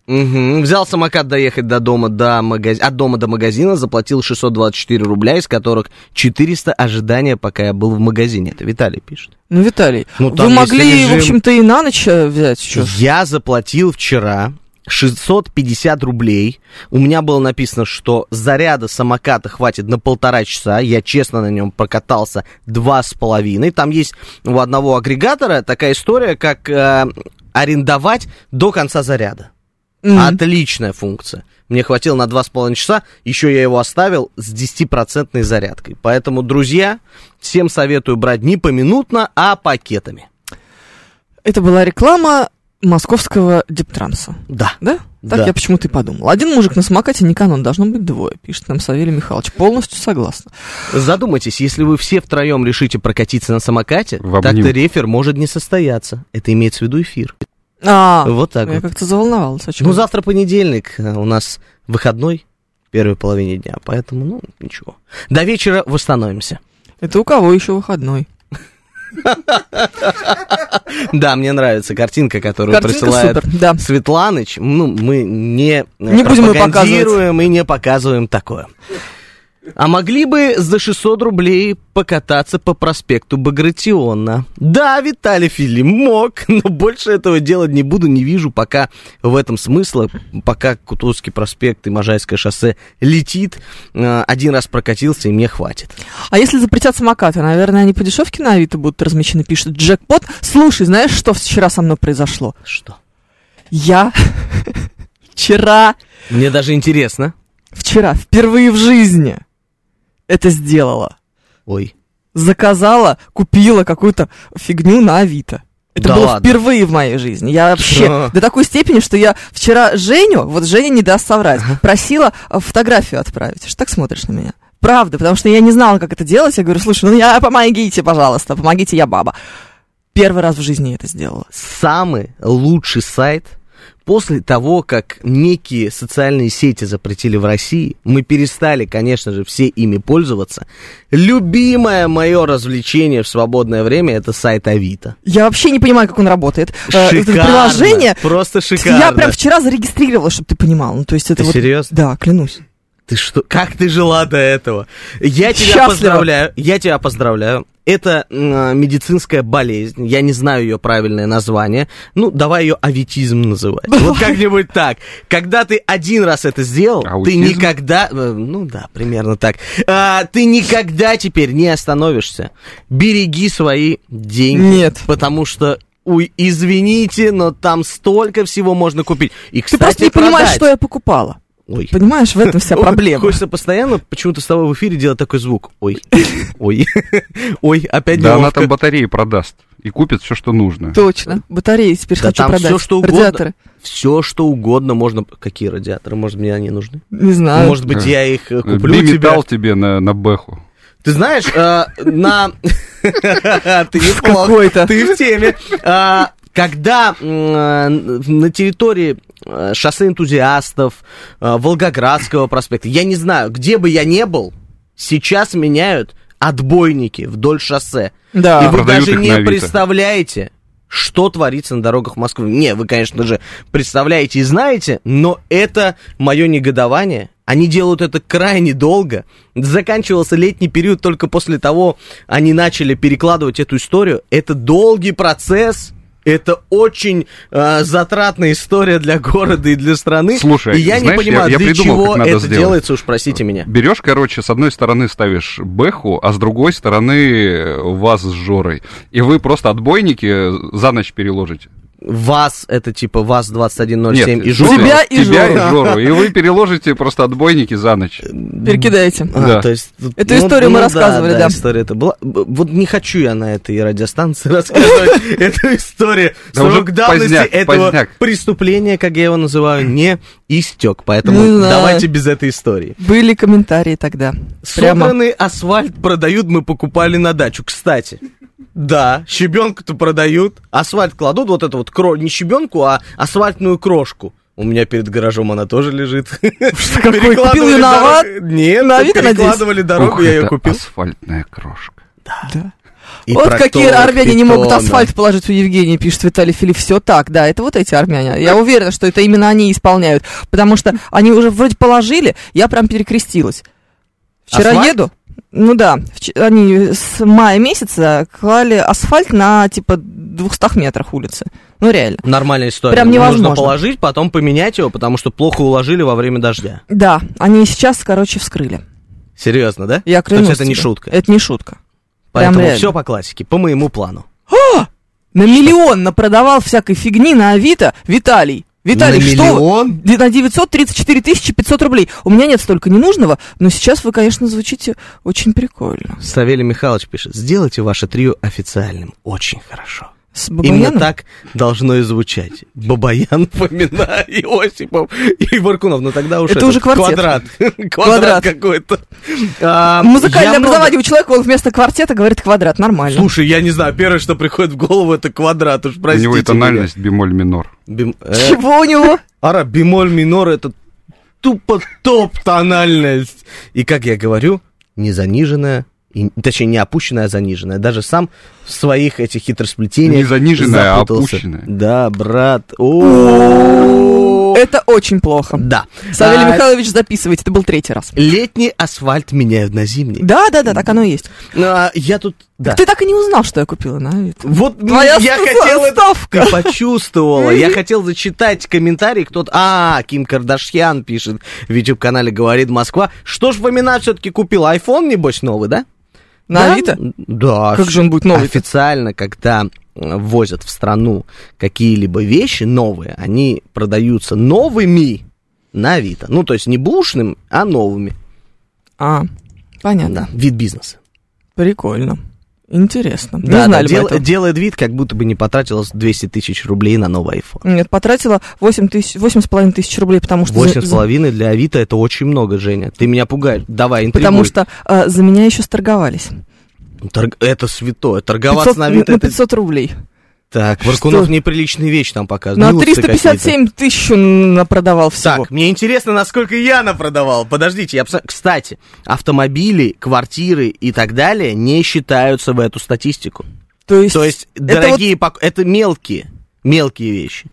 [SPEAKER 2] Мгм. Взял самокат доехать до дома до магаз... от дома до магазина, заплатил 624 рубля, из которых 400 ожидания, пока я был в магазине. Это Виталий пишет.
[SPEAKER 3] Ну, Виталий,
[SPEAKER 2] Ну,
[SPEAKER 3] вы
[SPEAKER 2] там есть
[SPEAKER 3] могли,
[SPEAKER 2] режим.
[SPEAKER 3] в общем-то, и на ночь э, взять что
[SPEAKER 2] Я заплатил вчера 650 рублей. У меня было написано, что заряда самоката хватит на полтора часа. Я честно на нем прокатался два с половиной. Там есть у одного агрегатора такая история, как э, арендовать до конца заряда. А Отличная функция. Мне хватило на 2,5 часа, еще я его оставил с 10% зарядкой. Поэтому, друзья, всем советую брать не поминутно, а пакетами.
[SPEAKER 3] Это была реклама московского диптранса.
[SPEAKER 2] Да.
[SPEAKER 3] Да? Так
[SPEAKER 2] Да.
[SPEAKER 3] я почему-то и подумал. Один мужик на самокате не канон, должно быть двое, пишет нам Савелий Михайлович. Полностью согласна.
[SPEAKER 2] Задумайтесь, если вы все втроем решите прокатиться на самокате,
[SPEAKER 4] В обнимку.
[SPEAKER 2] так-то рефер может не состояться. Это имеется в виду эфир.
[SPEAKER 3] А,
[SPEAKER 2] вот так
[SPEAKER 3] я
[SPEAKER 2] вот.
[SPEAKER 3] как-то заволновалась. о чём
[SPEAKER 2] Ну,
[SPEAKER 3] это?
[SPEAKER 2] завтра понедельник, э, у нас выходной в первой половине дня, поэтому, ну, ничего. До вечера восстановимся.
[SPEAKER 3] Это у кого еще выходной?
[SPEAKER 2] Да, мне нравится картинка, которую присылает
[SPEAKER 3] супер, да.
[SPEAKER 2] Светланыч, ну, мы не,
[SPEAKER 3] Не будем ее показывать.
[SPEAKER 2] пропагандируем и не показываем такое. А могли бы за 600 рублей покататься по проспекту Багратиона? Да, Виталий Филим мог, но больше этого делать не буду, не вижу пока в этом смысла, пока Кутузовский проспект и Можайское шоссе летит. Э, Один раз прокатился, и мне хватит.
[SPEAKER 3] А если запретят самокаты, наверное, они по дешевке на Авито будут размещены, пишет Джекпот. Слушай, знаешь, что вчера со мной произошло?
[SPEAKER 2] Что?
[SPEAKER 3] Я вчера,
[SPEAKER 2] Мне даже интересно.
[SPEAKER 3] вчера, впервые в жизни это сделала.
[SPEAKER 2] Ой.
[SPEAKER 3] Заказала, купила какую-то фигню на Авито. Это
[SPEAKER 2] Да
[SPEAKER 3] было
[SPEAKER 2] ладно?
[SPEAKER 3] впервые в моей жизни. Я вообще
[SPEAKER 2] Да.
[SPEAKER 3] до такой степени, что я вчера Женю, вот Женя не даст соврать, просила э, фотографию отправить. Что так смотришь на меня? Правда, потому что я не знала, как это делать. Я говорю, слушай, ну я помогите, пожалуйста, помогите, я баба. первый раз в жизни это сделала.
[SPEAKER 2] Самый лучший сайт После того, как некие социальные сети запретили в России, мы перестали, конечно же, все ими пользоваться. Любимое мое развлечение в свободное время это сайт Авито.
[SPEAKER 3] Я вообще не понимаю, как он работает. Э, вот Это
[SPEAKER 2] Шикарно,
[SPEAKER 3] приложение.
[SPEAKER 2] Просто шикарно.
[SPEAKER 3] Я прям вчера зарегистрировала, чтобы ты понимал. Ну, то есть
[SPEAKER 2] Ты
[SPEAKER 3] это вот...
[SPEAKER 2] серьезно?
[SPEAKER 3] Да, клянусь.
[SPEAKER 2] Ты что? Как ты жила до этого? Я тебя
[SPEAKER 3] Счастлива.
[SPEAKER 2] поздравляю. Я тебя поздравляю. Это м, медицинская болезнь. Я не знаю ее правильное название. Ну, давай ее авитизм называть. Вот как-нибудь так. Когда ты один раз это сделал, ты
[SPEAKER 4] Аутизм?
[SPEAKER 2] никогда... э, Ну да, примерно так. А, ты никогда теперь не остановишься. Береги свои деньги.
[SPEAKER 3] Нет.
[SPEAKER 2] Потому что... Ой, извините, но там столько всего можно купить. И,
[SPEAKER 3] Ты
[SPEAKER 2] кстати,
[SPEAKER 3] просто не понимаешь,
[SPEAKER 2] продать.
[SPEAKER 3] что я покупала.
[SPEAKER 2] Ой.
[SPEAKER 3] Понимаешь, в этом вся
[SPEAKER 2] Ой,
[SPEAKER 3] проблема.
[SPEAKER 2] Хочется постоянно почему-то с тобой в эфире делать такой звук. Ой, ой, ой, опять
[SPEAKER 4] Да она
[SPEAKER 2] неловко.
[SPEAKER 4] там батареи продаст и купит все, что нужно.
[SPEAKER 3] Точно. Батареи теперь
[SPEAKER 2] Да
[SPEAKER 3] хочу
[SPEAKER 2] там
[SPEAKER 3] продать.
[SPEAKER 2] все что угодно.
[SPEAKER 3] Радиаторы.
[SPEAKER 2] Все, что угодно можно... Какие радиаторы? Может, мне они нужны?
[SPEAKER 3] Не знаю.
[SPEAKER 2] Может быть,
[SPEAKER 4] Да.
[SPEAKER 2] я их э, куплю у тебя?
[SPEAKER 4] Биметалл тебе на, на бэху.
[SPEAKER 2] Ты знаешь, э, на... Ты неплох.
[SPEAKER 3] Какой-то.
[SPEAKER 2] Ты в теме. А, Когда м, на территории э, шоссе энтузиастов, э, Волгоградского проспекта, я не знаю, где бы я не был, сейчас меняют отбойники вдоль шоссе.
[SPEAKER 3] Да.
[SPEAKER 2] И вы
[SPEAKER 4] А, Продают
[SPEAKER 2] даже
[SPEAKER 4] их на
[SPEAKER 2] не
[SPEAKER 4] Авито.
[SPEAKER 2] представляете, что творится на дорогах Москвы. Не, вы, конечно же, представляете и знаете, но это мое негодование. Они делают это крайне долго. Заканчивался летний период только после того, они начали перекладывать эту историю. Это долгий процесс. Это очень э, затратная история для города и для страны.
[SPEAKER 4] Слушай,
[SPEAKER 2] и я
[SPEAKER 4] знаешь,
[SPEAKER 2] не
[SPEAKER 4] я-
[SPEAKER 2] понимаю,
[SPEAKER 4] я
[SPEAKER 2] для
[SPEAKER 4] придумал,
[SPEAKER 2] чего
[SPEAKER 4] как надо
[SPEAKER 2] это
[SPEAKER 4] сделать.
[SPEAKER 2] делается, уж простите меня.
[SPEAKER 4] Берешь, короче, с одной стороны ставишь бэху, а с другой стороны вас с Жорой. И вы просто отбойники за ночь переложите.
[SPEAKER 2] ВАЗ, это типа ВАЗ-2107
[SPEAKER 4] Нет,
[SPEAKER 2] и Жора.
[SPEAKER 3] Тебя и
[SPEAKER 4] тебя
[SPEAKER 3] Жору.
[SPEAKER 4] и Жору. И вы переложите просто отбойники за ночь.
[SPEAKER 3] Перекидаете.
[SPEAKER 2] А,
[SPEAKER 4] Да.
[SPEAKER 2] то есть, тут-
[SPEAKER 3] Эту историю мы рассказывали, да.
[SPEAKER 2] история это была. Б- Вот не хочу я на этой радиостанции рассказывать эту историю.
[SPEAKER 4] Да уже
[SPEAKER 2] Срок давности
[SPEAKER 4] поздняк,
[SPEAKER 2] этого
[SPEAKER 4] поздняк.
[SPEAKER 2] преступления, как я его называю, не истек. Поэтому
[SPEAKER 3] Не знаю.
[SPEAKER 2] давайте без этой истории.
[SPEAKER 3] Были комментарии тогда. Прямо.
[SPEAKER 2] Собранный асфальт продают, мы покупали на дачу. Кстати, да, щебенку-то продают, асфальт кладут, вот эту вот, кро... не щебенку, а асфальтную крошку. У меня перед гаражом она тоже лежит.
[SPEAKER 3] Купил
[SPEAKER 2] Перекладывали
[SPEAKER 3] ее на
[SPEAKER 2] дорог-
[SPEAKER 3] Ават?
[SPEAKER 2] Нет,
[SPEAKER 3] На Авито, надеюсь?
[SPEAKER 2] перекладывали дорогу,
[SPEAKER 4] Ух,
[SPEAKER 2] я ее
[SPEAKER 4] это
[SPEAKER 2] купил.
[SPEAKER 4] асфальтная крошка.
[SPEAKER 3] Да.
[SPEAKER 2] И
[SPEAKER 3] вот
[SPEAKER 2] проктолог
[SPEAKER 3] какие армяне не могут
[SPEAKER 2] питона.
[SPEAKER 3] асфальт положить у Евгения, пишет Виталий Филипп. Все так, да, это вот эти армяне. Я уверена, что это именно они исполняют. Потому что они уже вроде положили, я прям перекрестилась. Вчера
[SPEAKER 2] Асфальт?
[SPEAKER 3] еду. Ну да, вч- они с мая месяца клали асфальт на типа 200 метрах улицы. Ну реально.
[SPEAKER 2] Нормальная история. Ну,
[SPEAKER 3] Прям невозможно.
[SPEAKER 2] Нужно положить, потом поменять его, потому что плохо уложили во время дождя.
[SPEAKER 3] Да, они сейчас, короче, вскрыли.
[SPEAKER 2] Серьезно, да?
[SPEAKER 3] Я
[SPEAKER 2] То есть
[SPEAKER 3] клянусь
[SPEAKER 2] это не
[SPEAKER 3] тебе.
[SPEAKER 2] шутка.
[SPEAKER 3] Это не шутка. прям
[SPEAKER 2] Поэтому
[SPEAKER 3] реально.
[SPEAKER 2] все по классике, по моему плану.
[SPEAKER 3] На миллион напродавал всякой фигни на Авито Виталий. Виталий,
[SPEAKER 2] На
[SPEAKER 3] что? вы?
[SPEAKER 2] миллион?
[SPEAKER 3] Ди- На 934 тысячи 500 рублей. У меня нет столько ненужного, но сейчас вы, конечно, звучите очень прикольно.
[SPEAKER 2] Савелий Михайлович пишет, сделайте ваше трио официальным. Очень хорошо.
[SPEAKER 3] С
[SPEAKER 2] Именно
[SPEAKER 3] Бабаяном?
[SPEAKER 2] так должно и звучать. Бабаян, Фомина, Иосипов и Варкунов. Но тогда уж
[SPEAKER 3] Это
[SPEAKER 2] этот
[SPEAKER 3] уже квартет.
[SPEAKER 2] Квадрат.
[SPEAKER 3] Квадрат.
[SPEAKER 2] Квадрат какой-то. А,
[SPEAKER 3] Музыкальное
[SPEAKER 2] я много-
[SPEAKER 3] образование у человека, он вместо квартета говорит квадрат. Нормально.
[SPEAKER 2] Слушай, я не знаю, первое, что приходит в голову, это квадрат, уж простите.
[SPEAKER 4] У него и
[SPEAKER 2] меня.
[SPEAKER 4] тональность бемоль минор.
[SPEAKER 2] Бим- э,
[SPEAKER 3] Чего у него?
[SPEAKER 2] Ара, А бемоль минор это тупо топ тональность. И как я говорю, не заниженная, и, точнее не опущенная, а заниженная. Даже сам в своих этих хитросплетениях
[SPEAKER 4] Не заниженная, а
[SPEAKER 2] запутался.
[SPEAKER 4] опущенная.
[SPEAKER 2] Да, брат. О,
[SPEAKER 3] Это очень плохо.
[SPEAKER 2] Да.
[SPEAKER 3] Савелий
[SPEAKER 2] А,
[SPEAKER 3] Михайлович, записывайте. Это был третий раз.
[SPEAKER 2] Летний асфальт меняют на зимний.
[SPEAKER 3] Да, да, да, так оно и есть.
[SPEAKER 2] А, Я тут... Да.
[SPEAKER 3] Ты так и не узнал, что я купила на Авито.
[SPEAKER 2] Вот
[SPEAKER 3] Твоя
[SPEAKER 2] я
[SPEAKER 3] ст-
[SPEAKER 2] хотел это
[SPEAKER 3] ставка.
[SPEAKER 2] Ты почувствовала. Я хотел зачитать комментарий. Кто-то... А, Ким Кардашьян пишет в YouTube-канале «Говорит Москва». Что ж, Фомина все-таки купил? Айфон, небось, новый, да?
[SPEAKER 3] На
[SPEAKER 2] Да?
[SPEAKER 3] Авито?
[SPEAKER 2] Да.
[SPEAKER 3] Как же он будет новый?
[SPEAKER 2] Официально, когда э, ввозят в страну какие-либо вещи новые, они продаются новыми на Авито. Ну, то есть не бушным, а новыми.
[SPEAKER 3] А, понятно.
[SPEAKER 2] Да, вид бизнеса.
[SPEAKER 3] Прикольно. Интересно. Не
[SPEAKER 2] Да, да,
[SPEAKER 3] знали бы
[SPEAKER 2] дел-
[SPEAKER 3] этого.
[SPEAKER 2] делает вид, как будто бы не потратилось 200 тысяч рублей на новый iPhone.
[SPEAKER 3] Нет, потратила 8 тысяч, восемь с половиной тысяч рублей, потому что... за-
[SPEAKER 2] Восемь с
[SPEAKER 3] за-
[SPEAKER 2] половиной для Авито это очень много, Женя. Ты меня пугаешь. Давай, интригуй.
[SPEAKER 3] Потому что э, за меня еще сторговались.
[SPEAKER 2] Торг- Это святое. Торговаться
[SPEAKER 3] 500
[SPEAKER 2] на Авито
[SPEAKER 3] на
[SPEAKER 2] это...
[SPEAKER 3] 500 рублей.
[SPEAKER 2] Так, Варкунов неприличная вещь там показывает.
[SPEAKER 3] На
[SPEAKER 2] Милусы
[SPEAKER 3] 357 тысяч он напродавал всего.
[SPEAKER 2] Так, мне интересно, насколько я напродавал. Подождите, я посмотрю. Кстати, автомобили, квартиры и так далее не считаются в эту статистику.
[SPEAKER 3] то есть,
[SPEAKER 2] То есть,
[SPEAKER 3] это
[SPEAKER 2] дорогие, пок- это мелкие, мелкие вещи.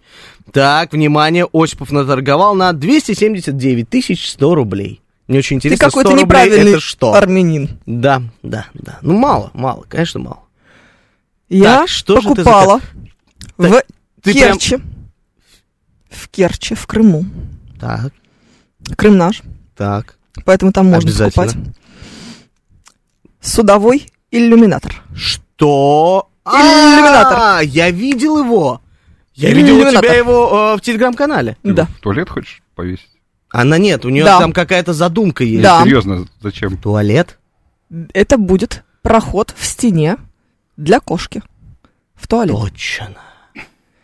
[SPEAKER 2] Так, внимание, Осипов наторговал на 279 тысяч 100 рублей. Мне очень
[SPEAKER 3] вот ты
[SPEAKER 2] интересно,
[SPEAKER 3] какой-то
[SPEAKER 2] 100 рублей
[SPEAKER 3] неправильный
[SPEAKER 2] это что?
[SPEAKER 3] армянин.
[SPEAKER 2] Да, да, да. Ну, мало, мало, конечно, мало.
[SPEAKER 3] Я
[SPEAKER 2] Так, что же ты
[SPEAKER 3] покупала в
[SPEAKER 2] Ты прям-
[SPEAKER 3] Керчи. В Керчи, в Крыму.
[SPEAKER 2] Так,
[SPEAKER 3] Крым наш,
[SPEAKER 2] так.
[SPEAKER 3] поэтому там можно
[SPEAKER 2] Обязательно.
[SPEAKER 3] покупать. Судовой иллюминатор.
[SPEAKER 2] Что?
[SPEAKER 3] Иллюминатор.
[SPEAKER 2] А, я видел его. Я видел у тебя
[SPEAKER 3] Иллюминатор.
[SPEAKER 2] его э, в телеграм-канале.
[SPEAKER 4] Ты
[SPEAKER 3] Да.
[SPEAKER 4] в Туалет хочешь повесить?
[SPEAKER 2] Она нет, у нее
[SPEAKER 3] Да.
[SPEAKER 2] там какая-то задумка есть.
[SPEAKER 3] Да.
[SPEAKER 4] Серьезно, зачем?
[SPEAKER 2] Туалет?
[SPEAKER 3] Это будет проход в стене для кошки. В туалет.
[SPEAKER 2] Точно.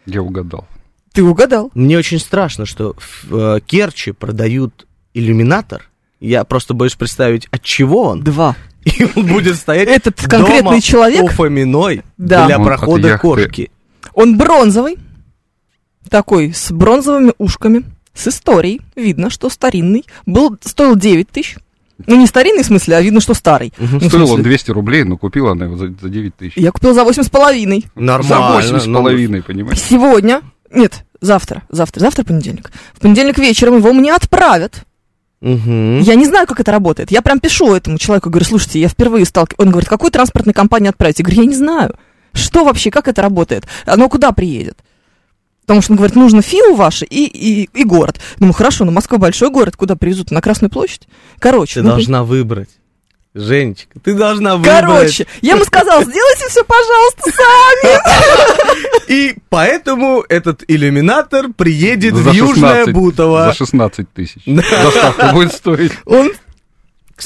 [SPEAKER 4] Я угадал.
[SPEAKER 3] Ты угадал.
[SPEAKER 2] Мне очень страшно, что в э, Керчи продают иллюминатор. Я просто боюсь представить, от чего он.
[SPEAKER 3] Два.
[SPEAKER 2] И он будет стоять
[SPEAKER 3] Этот конкретный
[SPEAKER 2] дома
[SPEAKER 3] человек-
[SPEAKER 2] Уфаминой
[SPEAKER 3] Да.
[SPEAKER 2] для
[SPEAKER 4] Он от
[SPEAKER 2] прохода
[SPEAKER 4] яхты.
[SPEAKER 2] корки.
[SPEAKER 3] Он бронзовый, такой, с бронзовыми ушками, с историей. Видно, что старинный. Был, стоил 9 тысяч. Ну, не старинный в смысле, а видно, что старый.
[SPEAKER 2] Мгм.
[SPEAKER 3] Ну, в
[SPEAKER 4] Стоил он
[SPEAKER 3] смысле,
[SPEAKER 4] 200 рублей, но купила она его за, за 9 тысяч.
[SPEAKER 3] Я купил за восемь с половиной.
[SPEAKER 4] За
[SPEAKER 2] Нормально.
[SPEAKER 4] 8 с
[SPEAKER 2] ну,
[SPEAKER 4] половиной, понимаешь?
[SPEAKER 3] Сегодня, нет, завтра, завтра, завтра понедельник. В понедельник вечером его мне отправят.
[SPEAKER 2] мгм.
[SPEAKER 3] Я не знаю, как это работает. Я прям пишу этому человеку, говорю, слушайте, я впервые сталкиваюсь. Он говорит, какой транспортной компании отправить? Я говорю, я не знаю. Что вообще, как это работает? Оно куда приедет? Потому что он говорит, нужно ФИУ ваше и, и, и город. Думаю, хорошо, но Москва большой город, куда привезут? На Красную площадь? Короче.
[SPEAKER 2] Ты
[SPEAKER 3] ну,
[SPEAKER 2] должна выбрать. Женечка, ты должна
[SPEAKER 3] блин,
[SPEAKER 2] выбрать.
[SPEAKER 3] Короче, я ему сказала, сделайте все, пожалуйста, сами.
[SPEAKER 2] И поэтому этот иллюминатор приедет
[SPEAKER 4] За
[SPEAKER 2] в Южное
[SPEAKER 4] 16
[SPEAKER 2] Бутово.
[SPEAKER 4] За 16 тысяч.
[SPEAKER 2] Да.
[SPEAKER 4] Доставка будет стоить.
[SPEAKER 2] Он...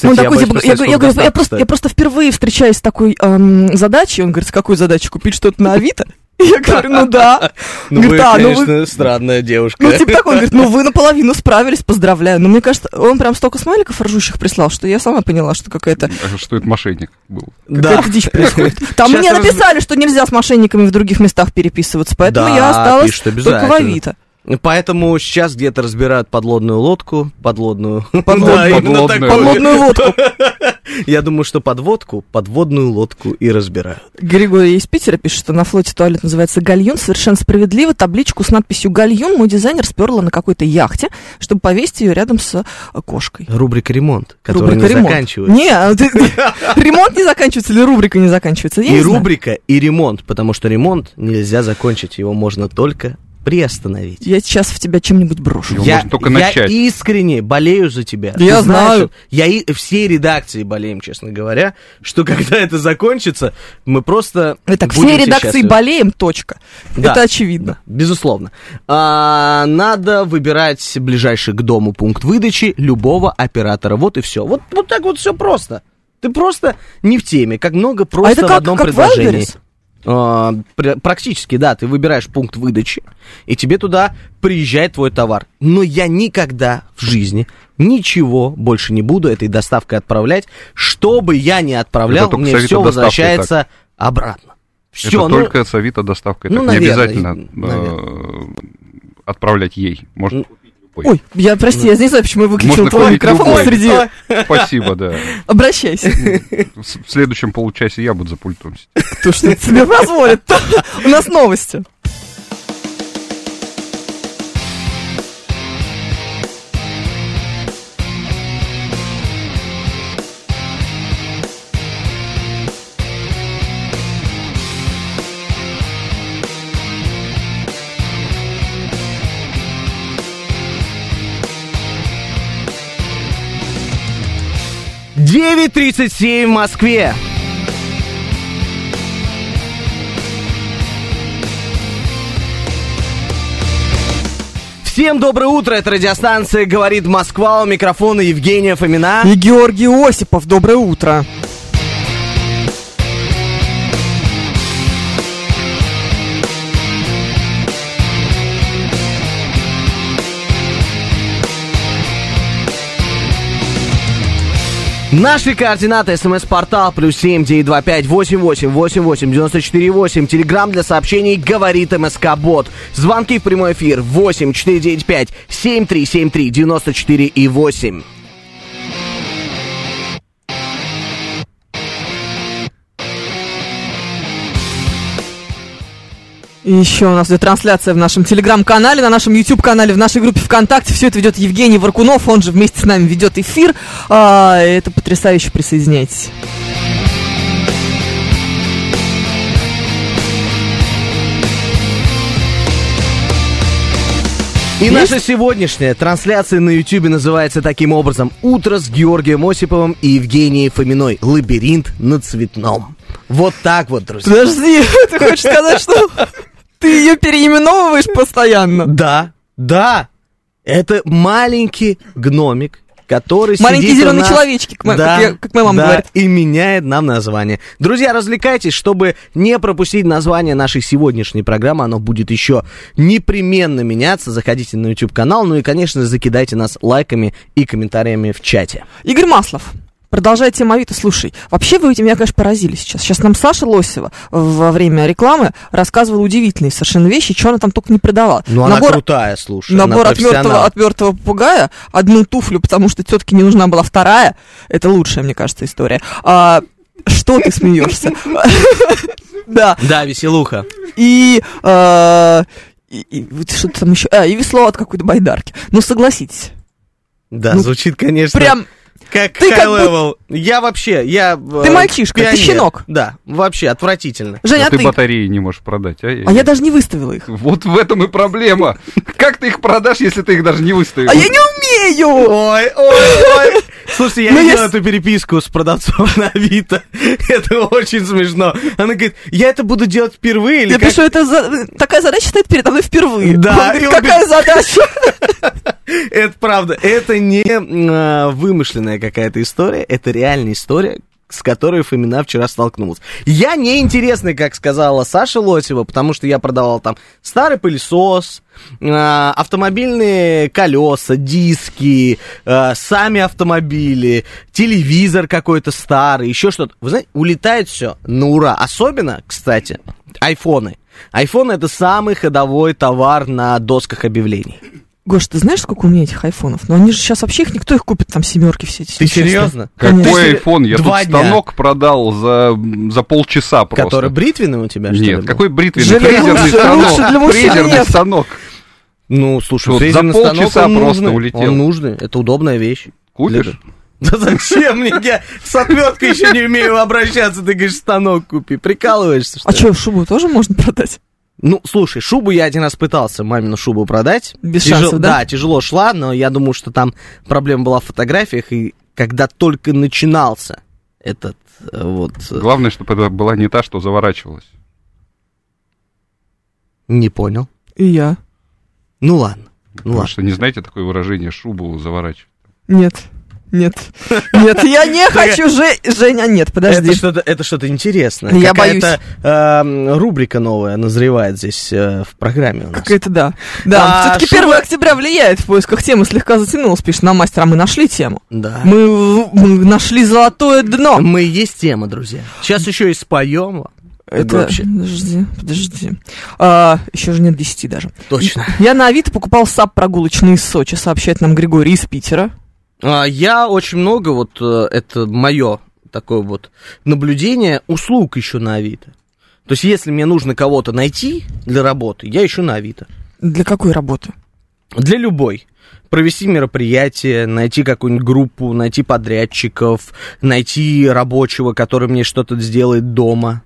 [SPEAKER 3] Он
[SPEAKER 2] я
[SPEAKER 3] такой,
[SPEAKER 2] боюсь
[SPEAKER 3] типа,
[SPEAKER 2] представить,
[SPEAKER 3] я, говорю,
[SPEAKER 2] сколько
[SPEAKER 3] я говорю, я
[SPEAKER 2] доставка
[SPEAKER 3] просто, я
[SPEAKER 2] стоит.
[SPEAKER 3] просто впервые встречаюсь с такой эм, задачей. Он говорит, с какой задачей? Купить что-то на Авито? Я говорю, ну да.
[SPEAKER 2] Ну,
[SPEAKER 3] Говорит,
[SPEAKER 2] вы,
[SPEAKER 3] «А, ну вы-
[SPEAKER 2] конечно, странная девушка.
[SPEAKER 3] Ну, типа так, он говорит, ну вы наполовину справились, поздравляю. Но мне кажется, он прям столько смайликов ржущих прислал, что я сама поняла, что какая-то
[SPEAKER 4] А Что это мошенник был?
[SPEAKER 2] да.
[SPEAKER 3] какая-то дичь происходит. Там
[SPEAKER 2] Сейчас
[SPEAKER 3] мне
[SPEAKER 2] раз-
[SPEAKER 3] написали, что нельзя с мошенниками в других местах переписываться, поэтому
[SPEAKER 2] Да,
[SPEAKER 3] я осталась
[SPEAKER 2] пишут
[SPEAKER 3] только в
[SPEAKER 2] обязательно.
[SPEAKER 3] Авито.
[SPEAKER 2] Поэтому сейчас где-то разбирают подлодную лодку, подлодную...
[SPEAKER 4] Подлодную.
[SPEAKER 2] Да, именно
[SPEAKER 4] Подлодную.
[SPEAKER 2] такую.
[SPEAKER 3] Подлодную лодку.
[SPEAKER 2] Я думаю, что подводку, подводную лодку и разбирают.
[SPEAKER 3] Григорий из Питера пишет, что на флоте туалет называется «Гальюн». Совершенно справедливо. Табличку с надписью «Гальюн» мой дизайнер сперла на какой-то яхте, чтобы повесить ее рядом с э, кошкой.
[SPEAKER 2] Рубрика «Ремонт», которая
[SPEAKER 3] рубрика
[SPEAKER 2] не
[SPEAKER 3] ремонт.
[SPEAKER 2] заканчивается.
[SPEAKER 3] Не, а ты- ремонт не заканчивается или рубрика не заканчивается? Я
[SPEAKER 2] И
[SPEAKER 3] не знаю.
[SPEAKER 2] рубрика, и ремонт, потому что ремонт нельзя закончить, его можно только приостановить.
[SPEAKER 3] Я сейчас в тебя чем-нибудь брошу.
[SPEAKER 4] Его можно только
[SPEAKER 2] я
[SPEAKER 4] начать.
[SPEAKER 2] искренне болею за тебя.
[SPEAKER 3] Я
[SPEAKER 2] Ты знаешь
[SPEAKER 3] знаю.
[SPEAKER 2] это? Я и всей редакции болеем, честно говоря, что когда это закончится, мы просто.
[SPEAKER 3] Итак,
[SPEAKER 2] будем
[SPEAKER 3] все редакции
[SPEAKER 2] счастливы.
[SPEAKER 3] болеем, точка.
[SPEAKER 2] э, Да.
[SPEAKER 3] Это очевидно.
[SPEAKER 2] Да, безусловно. А, надо выбирать ближайший к дому пункт выдачи любого оператора. Вот и все. Вот, вот так вот все просто. Ты просто не в теме, как много просто
[SPEAKER 3] а это
[SPEAKER 2] в
[SPEAKER 3] как,
[SPEAKER 2] одном
[SPEAKER 3] как
[SPEAKER 2] предложении.
[SPEAKER 3] Wildberries?
[SPEAKER 2] А, пр- практически, да, ты выбираешь пункт выдачи, и тебе туда приезжает твой товар. Но я никогда в жизни ничего больше не буду этой доставкой отправлять. Что бы я ни отправлял,
[SPEAKER 4] Это только
[SPEAKER 2] мне
[SPEAKER 4] с Авито
[SPEAKER 2] все
[SPEAKER 4] доставкой
[SPEAKER 2] возвращается обратно. ну,
[SPEAKER 4] Это
[SPEAKER 2] Все,
[SPEAKER 4] только с Авито доставкой.
[SPEAKER 2] ну,
[SPEAKER 4] так не
[SPEAKER 2] наверное,
[SPEAKER 4] обязательно э, отправлять ей. Может,
[SPEAKER 2] Ну,
[SPEAKER 4] купить любой.
[SPEAKER 3] Ой, я, прости, я не знаю, почему я выключил
[SPEAKER 4] Можно
[SPEAKER 3] твой
[SPEAKER 4] купить
[SPEAKER 3] микрофон
[SPEAKER 4] любой.
[SPEAKER 3] среди...
[SPEAKER 4] Спасибо, да.
[SPEAKER 3] Обращайся.
[SPEAKER 4] С- В следующем получасе я буду за пультом. сидеть.
[SPEAKER 3] То, что это себе позволит. У нас новости.
[SPEAKER 2] девять 9.37 в Москве. Всем доброе утро, это радиостанция «Говорит Москва», у микрофона Евгения Фомина.
[SPEAKER 3] И Георгий Осипов, доброе утро.
[SPEAKER 2] Наши координаты. СМС-портал плюс семь девять два пять восемь восемь восемь восемь девяносто четыре восемь. Телеграмм для сообщений говорит МСК Бот. Звонки в прямой эфир восемь четыре девять пять семь три семь три девяносто четыре и восемь.
[SPEAKER 3] И еще у нас идет трансляция в нашем телеграм-канале, на нашем YouTube-канале, в нашей группе ВКонтакте. Все это ведет Евгений Варкунов, он же вместе с нами ведет эфир. А, это потрясающе, присоединяйтесь.
[SPEAKER 2] И наша сегодняшняя трансляция на Ютубе называется таким образом «Утро с Георгием Осиповым и Евгенией Фоминой. Лабиринт на цветном». Вот так вот, друзья.
[SPEAKER 3] Подожди, ты хочешь сказать, что ты ее переименовываешь постоянно?
[SPEAKER 2] Да, да. Это маленький гномик, который
[SPEAKER 3] Маленькие
[SPEAKER 2] сидит у
[SPEAKER 3] зеленые
[SPEAKER 2] нас-
[SPEAKER 3] человечки, как моя- как я- как моя мама
[SPEAKER 2] да,
[SPEAKER 3] говорит.
[SPEAKER 2] и меняет нам название. Друзья, развлекайтесь, чтобы не пропустить название нашей сегодняшней программы. Оно будет еще непременно меняться. Заходите на YouTube-канал, ну и, конечно, закидайте нас лайками и комментариями в чате.
[SPEAKER 3] Игорь Маслов. Продолжай тему Авито. Слушай, вообще вы меня, конечно, поразили сейчас. Сейчас нам Саша Лосева во время рекламы рассказывала удивительные совершенно вещи, что она там только не продавала.
[SPEAKER 2] Ну, она
[SPEAKER 3] Набор-
[SPEAKER 2] крутая, слушай. она
[SPEAKER 3] Набор от мертвого,
[SPEAKER 2] профессионал.
[SPEAKER 3] от мертвого попугая, одну туфлю, потому что тетке не нужна была вторая. Это лучшая, мне кажется, история. А, что ты смеешься? Да.
[SPEAKER 2] Да, веселуха.
[SPEAKER 3] И, э, и- и вот что-то там еще. А, и весло от какой-то байдарки. Ну, согласитесь.
[SPEAKER 2] Да,
[SPEAKER 3] Ну,
[SPEAKER 2] звучит, конечно,
[SPEAKER 3] Прям
[SPEAKER 2] как
[SPEAKER 3] ты как будто-
[SPEAKER 2] high-level. Я вообще, я... Ты
[SPEAKER 3] мальчишка, ты щенок.
[SPEAKER 2] Да, вообще отвратительно.
[SPEAKER 3] Женя,
[SPEAKER 4] А
[SPEAKER 3] а
[SPEAKER 4] ты
[SPEAKER 3] ты?
[SPEAKER 4] батареи не можешь продать, а?
[SPEAKER 3] А я даже не выставила их.
[SPEAKER 4] Вот в этом и проблема. Как ты их продашь, если ты их даже не выставил?
[SPEAKER 3] А я не умею!
[SPEAKER 2] Ой, ой, ой. Слушайте, я
[SPEAKER 3] Ну,
[SPEAKER 2] видел
[SPEAKER 3] я с-
[SPEAKER 2] эту переписку с продавцом на Авито. Это очень смешно. Она говорит, я это буду делать впервые или
[SPEAKER 3] Я
[SPEAKER 2] как?
[SPEAKER 3] пишу, это за- такая задача стоит передо мной впервые.
[SPEAKER 2] Да,
[SPEAKER 3] Он говорит,
[SPEAKER 2] и он
[SPEAKER 3] какая задача?
[SPEAKER 2] Это правда. Это не м, а, вымышленная какая-то история, это реальная история, с которой Фомина вчера столкнулась. Я неинтересный, как сказала Саша Лосева, потому что я продавал там старый пылесос, а, автомобильные колеса, диски, а, сами автомобили, телевизор какой-то старый, еще что-то. Вы знаете, улетает все на ура. Особенно, кстати, айфоны. Айфоны это самый ходовой товар на досках объявлений.
[SPEAKER 3] Гош, ты знаешь, сколько у меня этих айфонов? Но они же сейчас вообще их никто их купит, там семерки все эти.
[SPEAKER 2] Ты
[SPEAKER 3] если честно.
[SPEAKER 2] серьезно?
[SPEAKER 3] Конечно.
[SPEAKER 4] Какой iPhone? Я
[SPEAKER 2] Два
[SPEAKER 4] тут
[SPEAKER 2] дня.
[SPEAKER 4] станок продал за, за полчаса просто.
[SPEAKER 2] Который бритвенный у тебя, что ли,
[SPEAKER 4] Нет,
[SPEAKER 2] был?
[SPEAKER 4] какой бритвенный?
[SPEAKER 3] Железо
[SPEAKER 4] Фрезерный
[SPEAKER 3] лучше- лучше для
[SPEAKER 4] станок.
[SPEAKER 3] мужчин
[SPEAKER 4] Фрезерный
[SPEAKER 3] нет.
[SPEAKER 4] станок.
[SPEAKER 2] Ну, слушай,
[SPEAKER 4] Вот за
[SPEAKER 2] фрезерный станок,
[SPEAKER 4] полчаса
[SPEAKER 2] он
[SPEAKER 4] просто
[SPEAKER 2] нужный.
[SPEAKER 4] улетел.
[SPEAKER 2] Он нужный, это удобная вещь.
[SPEAKER 4] Купишь?
[SPEAKER 2] Да зачем мне? Я с отверткой еще не умею обращаться. Ты говоришь, станок купи. Прикалываешься, что
[SPEAKER 3] А
[SPEAKER 2] ли?
[SPEAKER 3] что, шубу тоже можно продать?
[SPEAKER 2] Ну, слушай, шубу я один раз пытался мамину шубу продать.
[SPEAKER 3] Без
[SPEAKER 2] Тяжел-
[SPEAKER 3] шансов, да?
[SPEAKER 2] Да, тяжело шла, но я думаю, что там проблема была в фотографиях. И когда только начинался этот э, вот... э,
[SPEAKER 4] Главное, чтобы это была не та, что заворачивалась.
[SPEAKER 2] Не понял.
[SPEAKER 3] И я.
[SPEAKER 2] Ну ладно. Ну
[SPEAKER 4] Потому
[SPEAKER 2] ладно.
[SPEAKER 4] что не знаете такое выражение «шубу заворачивать».
[SPEAKER 3] Нет. Нет. Нет, я не хочу. Же- Женя, нет, подожди. Ну,
[SPEAKER 2] Это что-то, это что-то интересное.
[SPEAKER 3] Я
[SPEAKER 2] Какая-то, эм, рубрика новая назревает здесь э, в программе у нас.
[SPEAKER 3] Какая-то да. Да,
[SPEAKER 2] А,
[SPEAKER 3] все-таки
[SPEAKER 2] шуба-
[SPEAKER 3] 1 октября влияет в поисках темы. Слегка затянулась, пишет на мастера. Мы нашли тему.
[SPEAKER 2] Да. Мы...
[SPEAKER 3] Мы, мы нашли золотое дно.
[SPEAKER 2] и есть тема, друзья. Сейчас еще и споем.
[SPEAKER 3] Это...
[SPEAKER 2] вообще.
[SPEAKER 3] Подожди, подожди. А, еще же нет 10 даже.
[SPEAKER 2] Точно.
[SPEAKER 3] Я на Авито покупал сап прогулочный из Сочи, сообщает нам Григорий из Питера.
[SPEAKER 2] А, я очень много, вот э, это мое такое вот наблюдение, услуг еще на Авито. То есть, если мне нужно кого-то найти для работы, я ищу на Авито.
[SPEAKER 3] Для какой работы?
[SPEAKER 2] Для любой. Провести мероприятие, найти какую-нибудь группу, найти подрядчиков, найти рабочего, который мне что-то сделает дома.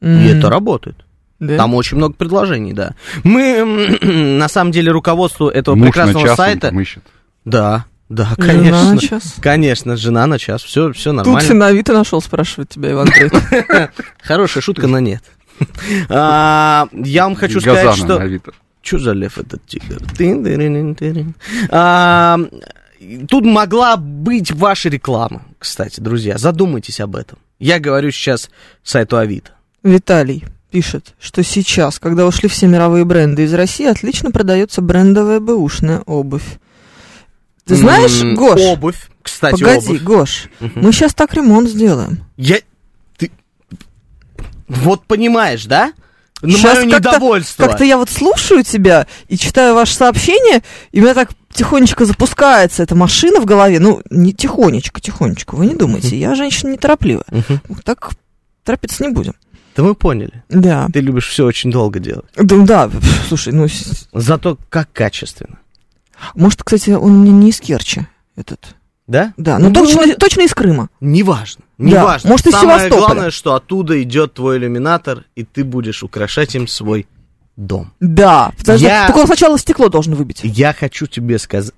[SPEAKER 2] И
[SPEAKER 3] М,
[SPEAKER 2] это работает.
[SPEAKER 3] да.
[SPEAKER 2] Там очень много предложений, да. Мы, м, на самом деле, руководству этого
[SPEAKER 4] Муж на
[SPEAKER 2] прекрасного
[SPEAKER 4] час он
[SPEAKER 2] сайта...
[SPEAKER 4] там ищет.
[SPEAKER 2] Да, да,
[SPEAKER 3] Жена
[SPEAKER 2] конечно.
[SPEAKER 3] на час.
[SPEAKER 2] Конечно, жена на час, все, все
[SPEAKER 3] Тут ты
[SPEAKER 2] нормально.
[SPEAKER 3] на Авито нашел, спрашивает тебя Иван Третий.
[SPEAKER 2] Хорошая шутка, но нет. А, Я вам хочу сказать,
[SPEAKER 4] Газана
[SPEAKER 2] что...
[SPEAKER 4] на Авито.
[SPEAKER 2] Чё за лев этот тигр? Тын-дырын-тырын. А, Тут могла быть ваша реклама, кстати, друзья. Задумайтесь об этом. Я говорю сейчас сайту Авито.
[SPEAKER 3] Виталий пишет, что сейчас, когда ушли все мировые бренды из России, отлично продается брендовая бэушная обувь. Ты знаешь,
[SPEAKER 2] М,
[SPEAKER 3] Гош,
[SPEAKER 2] Обувь, кстати,
[SPEAKER 3] Погоди,
[SPEAKER 2] обувь.
[SPEAKER 3] Гош,
[SPEAKER 2] Мгм.
[SPEAKER 3] мы сейчас так ремонт сделаем.
[SPEAKER 2] Я... Ты... Вот понимаешь, да? На
[SPEAKER 3] Щас
[SPEAKER 2] мое
[SPEAKER 3] как-то-
[SPEAKER 2] недовольство.
[SPEAKER 3] Как-то я вот слушаю тебя и читаю ваше сообщение, и у меня так тихонечко запускается эта машина в голове. Ну, не тихонечко, тихонечко, вы не думайте, я женщина неторопливая.
[SPEAKER 2] Мгм.
[SPEAKER 3] Так торопиться не будем.
[SPEAKER 2] Да мы поняли.
[SPEAKER 3] Да.
[SPEAKER 2] Ты любишь все очень долго делать.
[SPEAKER 3] Да, да, слушай, ну, с-
[SPEAKER 2] Зато как качественно.
[SPEAKER 3] может, кстати, он мне не из Керчи, этот.
[SPEAKER 2] Да?
[SPEAKER 3] Да, ну,
[SPEAKER 2] Ну,
[SPEAKER 3] точно, точно из Крыма.
[SPEAKER 2] Неважно.
[SPEAKER 3] Да,
[SPEAKER 2] Неважно.
[SPEAKER 3] может, из
[SPEAKER 2] Самое
[SPEAKER 3] Севастополя.
[SPEAKER 2] главное, что оттуда идет твой иллюминатор, и ты будешь украшать им свой дом.
[SPEAKER 3] Да, подожди,
[SPEAKER 2] Я-
[SPEAKER 3] только он сначала стекло должен выбить.
[SPEAKER 2] Я хочу тебе сказать...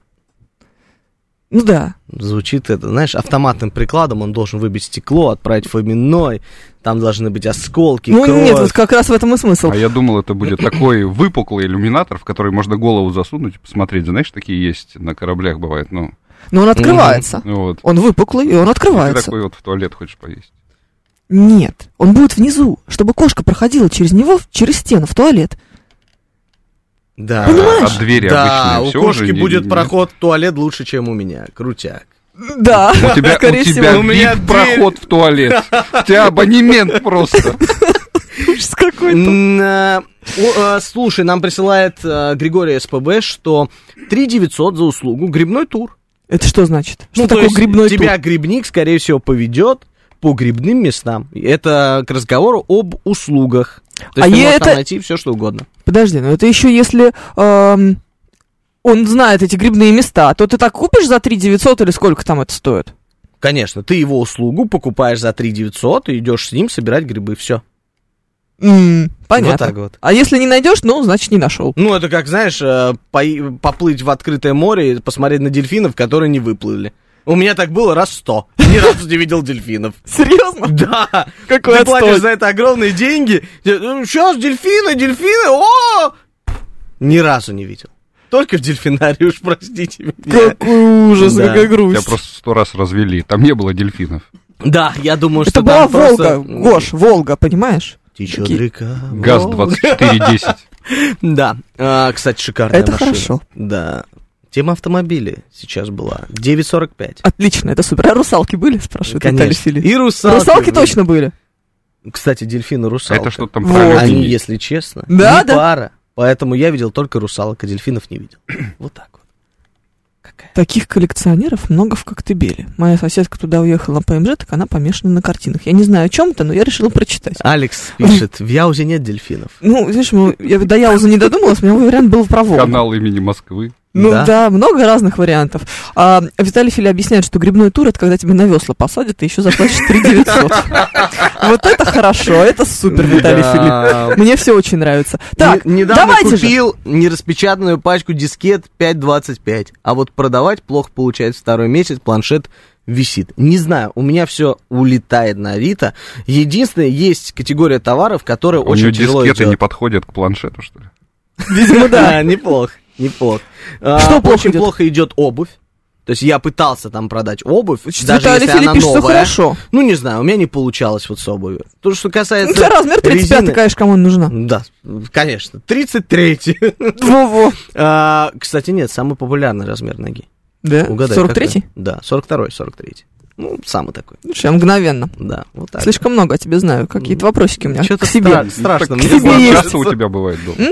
[SPEAKER 3] Ну да.
[SPEAKER 2] Звучит это, знаешь, автоматным прикладом он должен выбить стекло, отправить фоминой, там должны быть осколки,
[SPEAKER 3] ну
[SPEAKER 2] кровь.
[SPEAKER 3] нет, вот как раз в этом и смысл.
[SPEAKER 4] А я думал, это будет такой выпуклый иллюминатор, в который можно голову засунуть и посмотреть. Знаешь, такие есть на кораблях бывает. Ну,
[SPEAKER 3] Но он открывается.
[SPEAKER 4] ну вот.
[SPEAKER 3] Он выпуклый, и он
[SPEAKER 4] Ты
[SPEAKER 3] открывается.
[SPEAKER 4] такой вот в туалет хочешь поесть.
[SPEAKER 3] Нет, он будет внизу, чтобы кошка проходила через него, в- через стену, в туалет.
[SPEAKER 2] Да.
[SPEAKER 3] Понимаешь?
[SPEAKER 4] От двери
[SPEAKER 2] Да,
[SPEAKER 4] обычные.
[SPEAKER 2] у
[SPEAKER 4] Всё
[SPEAKER 2] кошки
[SPEAKER 4] уже не-
[SPEAKER 2] будет
[SPEAKER 4] не-
[SPEAKER 2] проход в туалет лучше, чем у меня. Крутяк.
[SPEAKER 3] Да,
[SPEAKER 4] У тебя, у
[SPEAKER 3] скорее
[SPEAKER 4] тебя
[SPEAKER 3] всего.
[SPEAKER 2] У меня
[SPEAKER 4] VIP
[SPEAKER 2] дверь.
[SPEAKER 4] проход в туалет. У тебя абонемент просто.
[SPEAKER 3] Ужас какой-то.
[SPEAKER 2] М, э, о, э, Слушай, нам присылает э, Григорий СПБ, что 3 900 за услугу грибной тур.
[SPEAKER 3] Это что значит?
[SPEAKER 2] Ну,
[SPEAKER 3] Что
[SPEAKER 2] то
[SPEAKER 3] такое
[SPEAKER 2] есть
[SPEAKER 3] грибной тур?
[SPEAKER 2] тебя грибник, скорее всего, поведет по грибным местам. И Это к разговору об услугах. То есть
[SPEAKER 3] А
[SPEAKER 2] ты
[SPEAKER 3] е-
[SPEAKER 2] можешь там
[SPEAKER 3] это-
[SPEAKER 2] найти все, что угодно.
[SPEAKER 3] Подожди, ну это еще если эм, он знает эти грибные места, то ты так купишь за 3 900 или сколько там это стоит?
[SPEAKER 2] Конечно, ты его услугу покупаешь за 3 900 и идешь с ним собирать грибы, все.
[SPEAKER 3] М, понятно.
[SPEAKER 2] Вот так вот.
[SPEAKER 3] А если не найдешь, ну, значит, не нашел.
[SPEAKER 2] Ну, это как, знаешь, э, пои- поплыть в открытое море и посмотреть на дельфинов, которые не выплыли. У меня так было раз сто. Ни разу не видел дельфинов.
[SPEAKER 3] Серьезно?
[SPEAKER 2] Да.
[SPEAKER 3] Какой
[SPEAKER 2] Ты платишь
[SPEAKER 3] отстой.
[SPEAKER 2] за это огромные деньги. Сейчас дельфины, дельфины, о! Ни разу не видел. Только в дельфинарии, уж простите меня.
[SPEAKER 3] Какой ужас,
[SPEAKER 2] Да.
[SPEAKER 3] какая грусть.
[SPEAKER 4] Тебя просто сто раз развели. Там не было дельфинов.
[SPEAKER 2] Да, я думаю, что
[SPEAKER 3] Это была
[SPEAKER 2] там просто-
[SPEAKER 3] Волга, Гош, Волга, понимаешь?
[SPEAKER 2] Течет
[SPEAKER 3] Такие.
[SPEAKER 2] река.
[SPEAKER 4] ГАЗ
[SPEAKER 2] Волга.
[SPEAKER 4] 2410.
[SPEAKER 2] Да. А, Кстати, шикарная
[SPEAKER 3] Это
[SPEAKER 2] машина.
[SPEAKER 3] хорошо.
[SPEAKER 2] Да. Тема автомобилей сейчас была. 9.45.
[SPEAKER 3] Отлично, это супер. А русалки были, спрашивает Наталья Филипп.
[SPEAKER 2] И русалки.
[SPEAKER 3] Русалки
[SPEAKER 2] блин.
[SPEAKER 3] точно были.
[SPEAKER 2] Кстати, дельфины русалка.
[SPEAKER 4] Это что там
[SPEAKER 3] Вот.
[SPEAKER 4] про
[SPEAKER 2] Они,
[SPEAKER 4] людей.
[SPEAKER 2] если честно,
[SPEAKER 3] Да,
[SPEAKER 2] не
[SPEAKER 3] да.
[SPEAKER 2] пара. Поэтому я видел только русалок, а дельфинов не видел. Вот так вот. Какая?
[SPEAKER 3] Таких коллекционеров много в Коктебеле. Моя соседка туда уехала на ПМЖ, так она помешана на картинах. Я не знаю о чем-то, но я решила прочитать.
[SPEAKER 2] Алекс пишет, в Яузе нет дельфинов.
[SPEAKER 3] Ну, видишь, мы- я до Яуза не додумалась, у меня вариант был про Волгу.
[SPEAKER 4] Канал имени Москвы.
[SPEAKER 3] Ну
[SPEAKER 2] Да.
[SPEAKER 3] да. много разных вариантов. А, Виталий Фили объясняет, что грибной тур это когда тебя на весла посадят и еще заплатишь 3 900. Вот это хорошо, это супер, Виталий Филипп.
[SPEAKER 2] Филипп.
[SPEAKER 3] Мне все очень нравится. Так,
[SPEAKER 2] недавно
[SPEAKER 3] давайте же.
[SPEAKER 2] купил нераспечатанную пачку дискет 5.25, а вот продавать плохо получается второй месяц, планшет висит. Не знаю, у меня все улетает на Авито. Единственное, есть категория товаров, которые
[SPEAKER 4] А У
[SPEAKER 2] очень
[SPEAKER 4] нее
[SPEAKER 2] тяжело
[SPEAKER 4] дискеты не
[SPEAKER 2] идет.
[SPEAKER 4] подходят к планшету, что ли?
[SPEAKER 2] Видимо, да, неплохо, неплохо. А,
[SPEAKER 3] Что плохо
[SPEAKER 2] Очень
[SPEAKER 3] идет?
[SPEAKER 2] плохо идет обувь. То есть я пытался там продать обувь, даже
[SPEAKER 3] Виталий
[SPEAKER 2] если
[SPEAKER 3] Филипп
[SPEAKER 2] она
[SPEAKER 3] пишет, что
[SPEAKER 2] новая.
[SPEAKER 3] хорошо.
[SPEAKER 2] Ну, не знаю, у меня не получалось вот с обувью. То, что
[SPEAKER 3] Ну,
[SPEAKER 2] касается...
[SPEAKER 3] тебя размер 35,
[SPEAKER 2] резины-
[SPEAKER 3] конечно, кому она нужна.
[SPEAKER 2] Да, конечно. 33.
[SPEAKER 3] Во-во.
[SPEAKER 2] А, Кстати, нет, самый популярный размер ноги.
[SPEAKER 3] Да,
[SPEAKER 2] Угадай,
[SPEAKER 3] 43-й?
[SPEAKER 2] какой? Да, 42 43 Ну, самый такой,
[SPEAKER 3] Слушай, я мгновенно.
[SPEAKER 2] да. Вот так.
[SPEAKER 3] Слишком много о тебе знаю. Какие-то вопросики у меня
[SPEAKER 2] Чё-то
[SPEAKER 3] к себе.
[SPEAKER 2] стра- страшно.
[SPEAKER 4] Так
[SPEAKER 2] мне
[SPEAKER 3] тебе
[SPEAKER 4] Сколько
[SPEAKER 2] кажется.
[SPEAKER 4] часа у тебя бывает дома?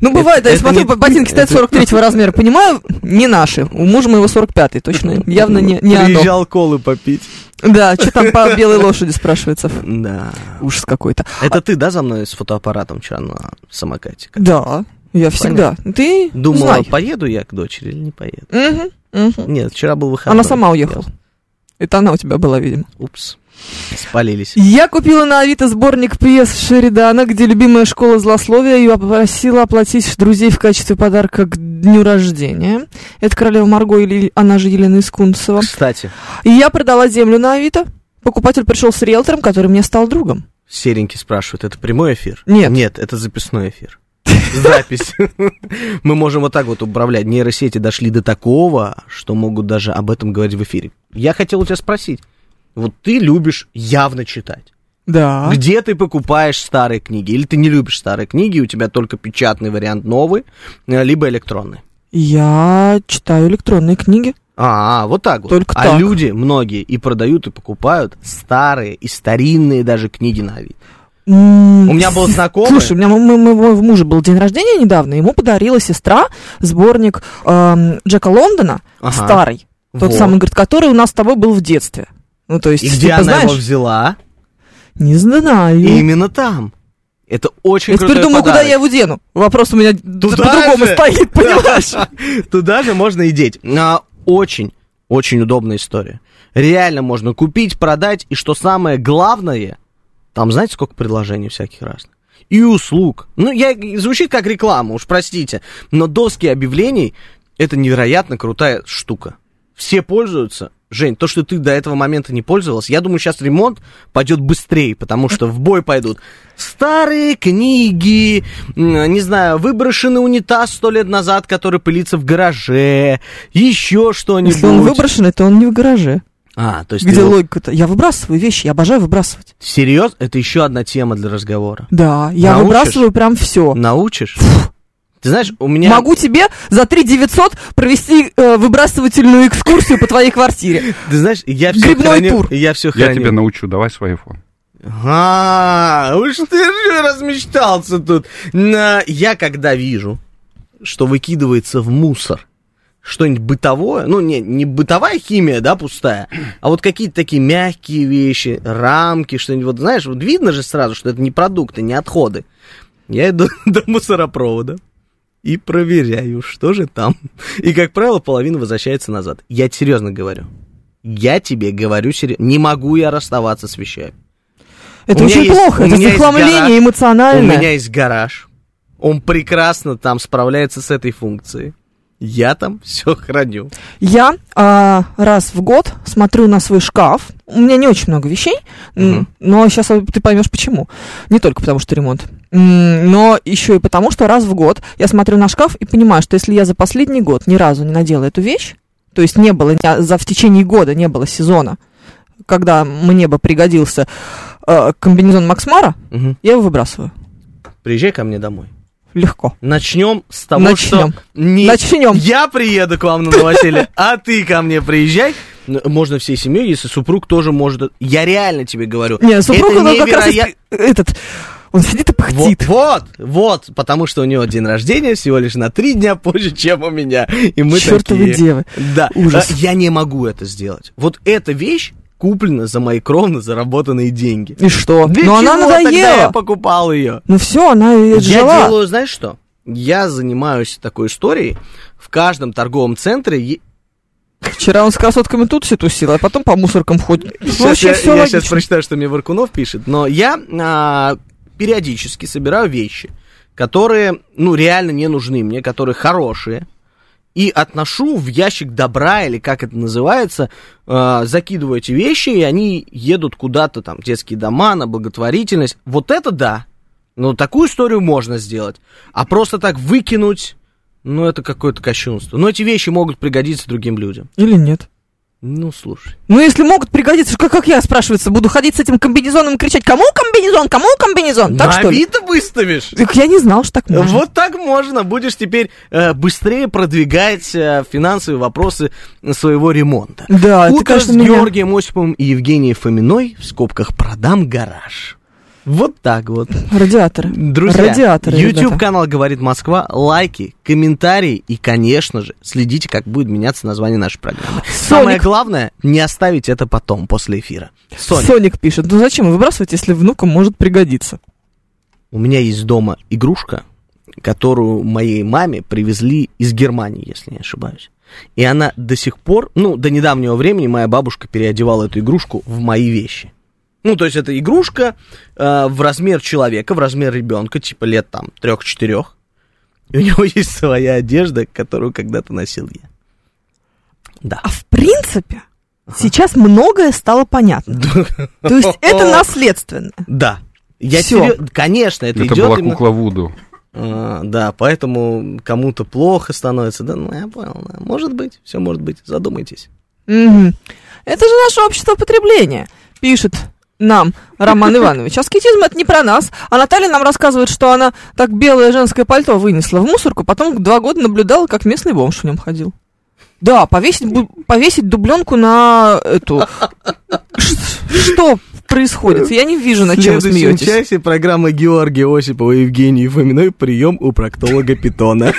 [SPEAKER 3] Ну, бывает, да, я
[SPEAKER 2] это
[SPEAKER 3] смотрю,
[SPEAKER 2] не-
[SPEAKER 3] по- ботинки стоят 43-го размера. Понимаю, не наши. У мужа моего 45-й, точно. Явно не, не оно.
[SPEAKER 2] Приезжал колы попить.
[SPEAKER 3] Да, что там по белой лошади спрашивается.
[SPEAKER 2] Да.
[SPEAKER 3] Ужас какой-то.
[SPEAKER 2] Это ты, да, за мной с фотоаппаратом вчера на самокате?
[SPEAKER 3] Да, я всегда. Ты
[SPEAKER 2] Думала,
[SPEAKER 3] знай.
[SPEAKER 2] поеду я к дочери или не поеду?
[SPEAKER 3] Мгм, мгм.
[SPEAKER 2] Нет, вчера был выходной.
[SPEAKER 3] Она сама уехала.
[SPEAKER 2] Ясно.
[SPEAKER 3] Это она у тебя была, видимо.
[SPEAKER 2] Упс. Спалились.
[SPEAKER 3] Я купила на Авито сборник пьес Шеридана, где любимая школа злословия, и попросила оплатить друзей в качестве подарка к дню рождения. Это королева Марго, или она же Елена Искунцева.
[SPEAKER 2] Кстати,
[SPEAKER 3] И я продала землю на Авито. Покупатель пришел с риэлтором, который мне стал другом.
[SPEAKER 2] Серенький спрашивает, это прямой эфир?
[SPEAKER 3] Нет.
[SPEAKER 2] Нет, это записной эфир. Запись. Мы можем вот так вот управлять. Нейросети дошли до такого, что могут даже об этом говорить в эфире. Я хотел у тебя спросить. Вот ты любишь явно читать.
[SPEAKER 3] Да.
[SPEAKER 2] Где ты покупаешь старые книги? Или ты не любишь старые книги, у тебя только печатный вариант новый, э, либо электронный?
[SPEAKER 3] Я читаю электронные книги.
[SPEAKER 2] А, вот так вот.
[SPEAKER 3] Только
[SPEAKER 2] а
[SPEAKER 3] так.
[SPEAKER 2] люди многие и продают, и покупают старые и старинные даже книги на Авито.
[SPEAKER 3] У
[SPEAKER 2] У меня
[SPEAKER 3] меня
[SPEAKER 2] был знакомый...
[SPEAKER 3] Слушай, у меня мо- мо- моего мужа был день рождения недавно, ему подарила сестра сборник эм, Джека Лондона,
[SPEAKER 2] Ага.
[SPEAKER 3] старый, тот
[SPEAKER 2] Вот.
[SPEAKER 3] самый, говорит, который у нас с тобой был в детстве. Ну, то есть,
[SPEAKER 2] И
[SPEAKER 3] ты
[SPEAKER 2] где она
[SPEAKER 3] познаешь?
[SPEAKER 2] его взяла?
[SPEAKER 3] Не знаю.
[SPEAKER 2] И Именно там. Это очень
[SPEAKER 3] Я теперь
[SPEAKER 2] крутой
[SPEAKER 3] думаю, куда
[SPEAKER 2] подарок.
[SPEAKER 3] я его дену. Вопрос у меня д-
[SPEAKER 2] Туда
[SPEAKER 3] по-другому
[SPEAKER 2] же.
[SPEAKER 3] стоит, понимаешь?
[SPEAKER 2] Туда же можно и деть. А, Очень, очень удобная история. Реально можно купить, продать, и что самое главное, там знаете, сколько предложений всяких разных? И услуг. Ну, я, звучит как реклама, уж простите, но доски объявлений – это невероятно крутая штука. Все пользуются. Жень, то, что ты до этого момента не пользовалась, я думаю, сейчас ремонт пойдет быстрее, потому что в бой пойдут старые книги, м, не знаю, выброшенный унитаз сто лет назад, который пылится в гараже, еще что-нибудь.
[SPEAKER 3] Если он выброшенный, то он не в гараже.
[SPEAKER 2] А, то есть
[SPEAKER 3] Где
[SPEAKER 2] ты его-
[SPEAKER 3] логика-то? Я выбрасываю вещи, я обожаю выбрасывать.
[SPEAKER 2] Серьез? Это еще одна тема для разговора.
[SPEAKER 3] Да, я
[SPEAKER 2] Научишь?
[SPEAKER 3] выбрасываю прям все.
[SPEAKER 2] Научишь? Ты знаешь, у меня...
[SPEAKER 3] Могу тебе за 3 900 провести э, выбрасывательную экскурсию по твоей квартире.
[SPEAKER 2] Ты знаешь, я все
[SPEAKER 3] Грибной
[SPEAKER 2] храню...
[SPEAKER 3] тур.
[SPEAKER 2] Я все
[SPEAKER 4] Я
[SPEAKER 2] храню.
[SPEAKER 4] тебя научу, давай свой iPhone.
[SPEAKER 2] А, уж ты же размечтался тут. На- Я когда вижу, что выкидывается в мусор что-нибудь бытовое, ну, не, не бытовая химия, да, пустая, а вот какие-то такие мягкие вещи, рамки, что-нибудь, вот знаешь, вот видно же сразу, что это не продукты, не отходы. Я иду до мусоропровода и проверяю, что же там. И, как правило, половина возвращается назад. Я серьезно говорю. Я тебе говорю серьезно. Не могу я расставаться с вещами.
[SPEAKER 3] Это
[SPEAKER 2] У меня
[SPEAKER 3] очень
[SPEAKER 2] есть-
[SPEAKER 3] плохо,
[SPEAKER 2] у
[SPEAKER 3] это
[SPEAKER 2] меня есть гараж.
[SPEAKER 3] захламление
[SPEAKER 2] У
[SPEAKER 3] эмоциональное.
[SPEAKER 2] меня есть гараж. Он прекрасно там справляется с этой функцией. Я там все храню.
[SPEAKER 3] Я а, раз в год смотрю на свой шкаф. У меня не очень много вещей, м,
[SPEAKER 2] Мгм.
[SPEAKER 3] но сейчас ты поймешь почему. Не только потому, что ремонт, М, но еще и потому, что раз в год я смотрю на шкаф и понимаю, что если я за последний год ни разу не надела эту вещь, то есть не было ни- за в течение года не было сезона, когда мне бы пригодился э, комбинезон Максмара, я его выбрасываю
[SPEAKER 2] Приезжай ко мне домой.
[SPEAKER 3] легко.
[SPEAKER 2] Начнем с того,
[SPEAKER 3] Начнем.
[SPEAKER 2] что... Не...
[SPEAKER 3] Начнем.
[SPEAKER 2] Я приеду к вам на новоселье, а ты ко мне приезжай. Ну, Можно всей семьей, если супруг тоже может... Я реально тебе говорю.
[SPEAKER 3] Не, супруг
[SPEAKER 2] это
[SPEAKER 3] он ну, как раз
[SPEAKER 2] невероятно-
[SPEAKER 3] исп- этот, он сидит и
[SPEAKER 2] Во-
[SPEAKER 3] пыхтит.
[SPEAKER 2] Вот, вот, потому что у него день рождения всего лишь на три дня позже, чем у меня. И мы
[SPEAKER 3] Чёртовы
[SPEAKER 2] такие.
[SPEAKER 3] девы.
[SPEAKER 2] Да.
[SPEAKER 3] Ужас.
[SPEAKER 2] А, Я не могу это сделать. Вот эта вещь куплена за мои кровно заработанные деньги.
[SPEAKER 3] И что?
[SPEAKER 2] Для
[SPEAKER 3] Но она
[SPEAKER 2] чего тогда я
[SPEAKER 3] надоела.
[SPEAKER 2] покупал ее?
[SPEAKER 3] Ну все, она и
[SPEAKER 2] Я
[SPEAKER 3] жила.
[SPEAKER 2] делаю, знаешь что? Я занимаюсь такой историей. В каждом торговом центре... е-
[SPEAKER 3] Вчера он с красотками тут все тусил, а потом по мусоркам ходит. Ну,
[SPEAKER 2] Сейчас
[SPEAKER 3] Вообще
[SPEAKER 2] я,
[SPEAKER 3] все
[SPEAKER 2] я
[SPEAKER 3] логично.
[SPEAKER 2] сейчас прочитаю, что мне Варкунов пишет. Но я а, периодически собираю вещи, которые, ну, реально не нужны мне, которые хорошие. И отношу в ящик добра, или как это называется, а, закидываю эти вещи, и они едут куда-то там, в детские дома, на благотворительность. Вот это да. Ну, такую историю можно сделать. А просто так выкинуть, ну, это какое-то кощунство. Но эти вещи могут пригодиться другим людям.
[SPEAKER 3] Или нет?
[SPEAKER 2] Ну, слушай.
[SPEAKER 3] Ну, если могут пригодиться, как, как я, спрашивается, буду ходить с этим комбинезоном и кричать, кому комбинезон, кому комбинезон? Так
[SPEAKER 2] На
[SPEAKER 3] что ли?
[SPEAKER 2] Авито выставишь?
[SPEAKER 3] Так я не знал, что так можно.
[SPEAKER 2] Вот так можно. Будешь теперь э, быстрее продвигать э, финансовые вопросы своего ремонта.
[SPEAKER 3] Да, это,
[SPEAKER 2] Утро
[SPEAKER 3] конечно,
[SPEAKER 2] с
[SPEAKER 3] а меня-
[SPEAKER 2] Георгием Осиповым и Евгением Фоминой в скобках «Продам гараж». Вот так вот.
[SPEAKER 3] Радиаторы.
[SPEAKER 2] Друзья,
[SPEAKER 3] Радиаторы, ребята.
[SPEAKER 2] YouTube-канал «Говорит Москва», лайки, комментарии и, конечно же, следите, как будет меняться название нашей программы. Самое
[SPEAKER 3] Соник.
[SPEAKER 2] главное, не оставить это потом, после эфира. Соня,
[SPEAKER 3] Соник пишет, ну зачем выбрасывать, если внукам может пригодиться?
[SPEAKER 2] У меня есть дома игрушка, которую моей маме привезли из Германии, если не ошибаюсь. И она до сих пор, ну, до недавнего времени моя бабушка переодевала эту игрушку в мои вещи. Ну, то есть это игрушка э, в размер человека, в размер ребенка, типа лет там трех-четырех. И у него есть своя одежда, которую когда-то носил я. Да.
[SPEAKER 3] А в принципе, сейчас многое стало понятно. То есть это наследственно.
[SPEAKER 2] Да. Я
[SPEAKER 3] Всё.
[SPEAKER 2] серьё- Конечно, это,
[SPEAKER 4] Это
[SPEAKER 2] идет
[SPEAKER 4] была
[SPEAKER 2] именно-
[SPEAKER 4] кукла Вуду.
[SPEAKER 2] А, да, поэтому кому-то плохо становится. Да, ну я понял, да. может быть, все может быть, задумайтесь.
[SPEAKER 3] Мгм. Это же наше общество потребления, пишет нам Роман Иванович. Аскетизм это не про нас. А Наталья нам рассказывает, что она так белое женское пальто вынесла в мусорку, потом два года наблюдала, как местный бомж в нем ходил. Да, повесить, бу- повесить дубленку на эту... Ш- Что происходит? Я не вижу, над Ну, чем вы
[SPEAKER 2] следующем
[SPEAKER 3] смеетесь.
[SPEAKER 2] часе программа Георгия Осипова и Евгений Фоминой «Прием у проктолога Питона».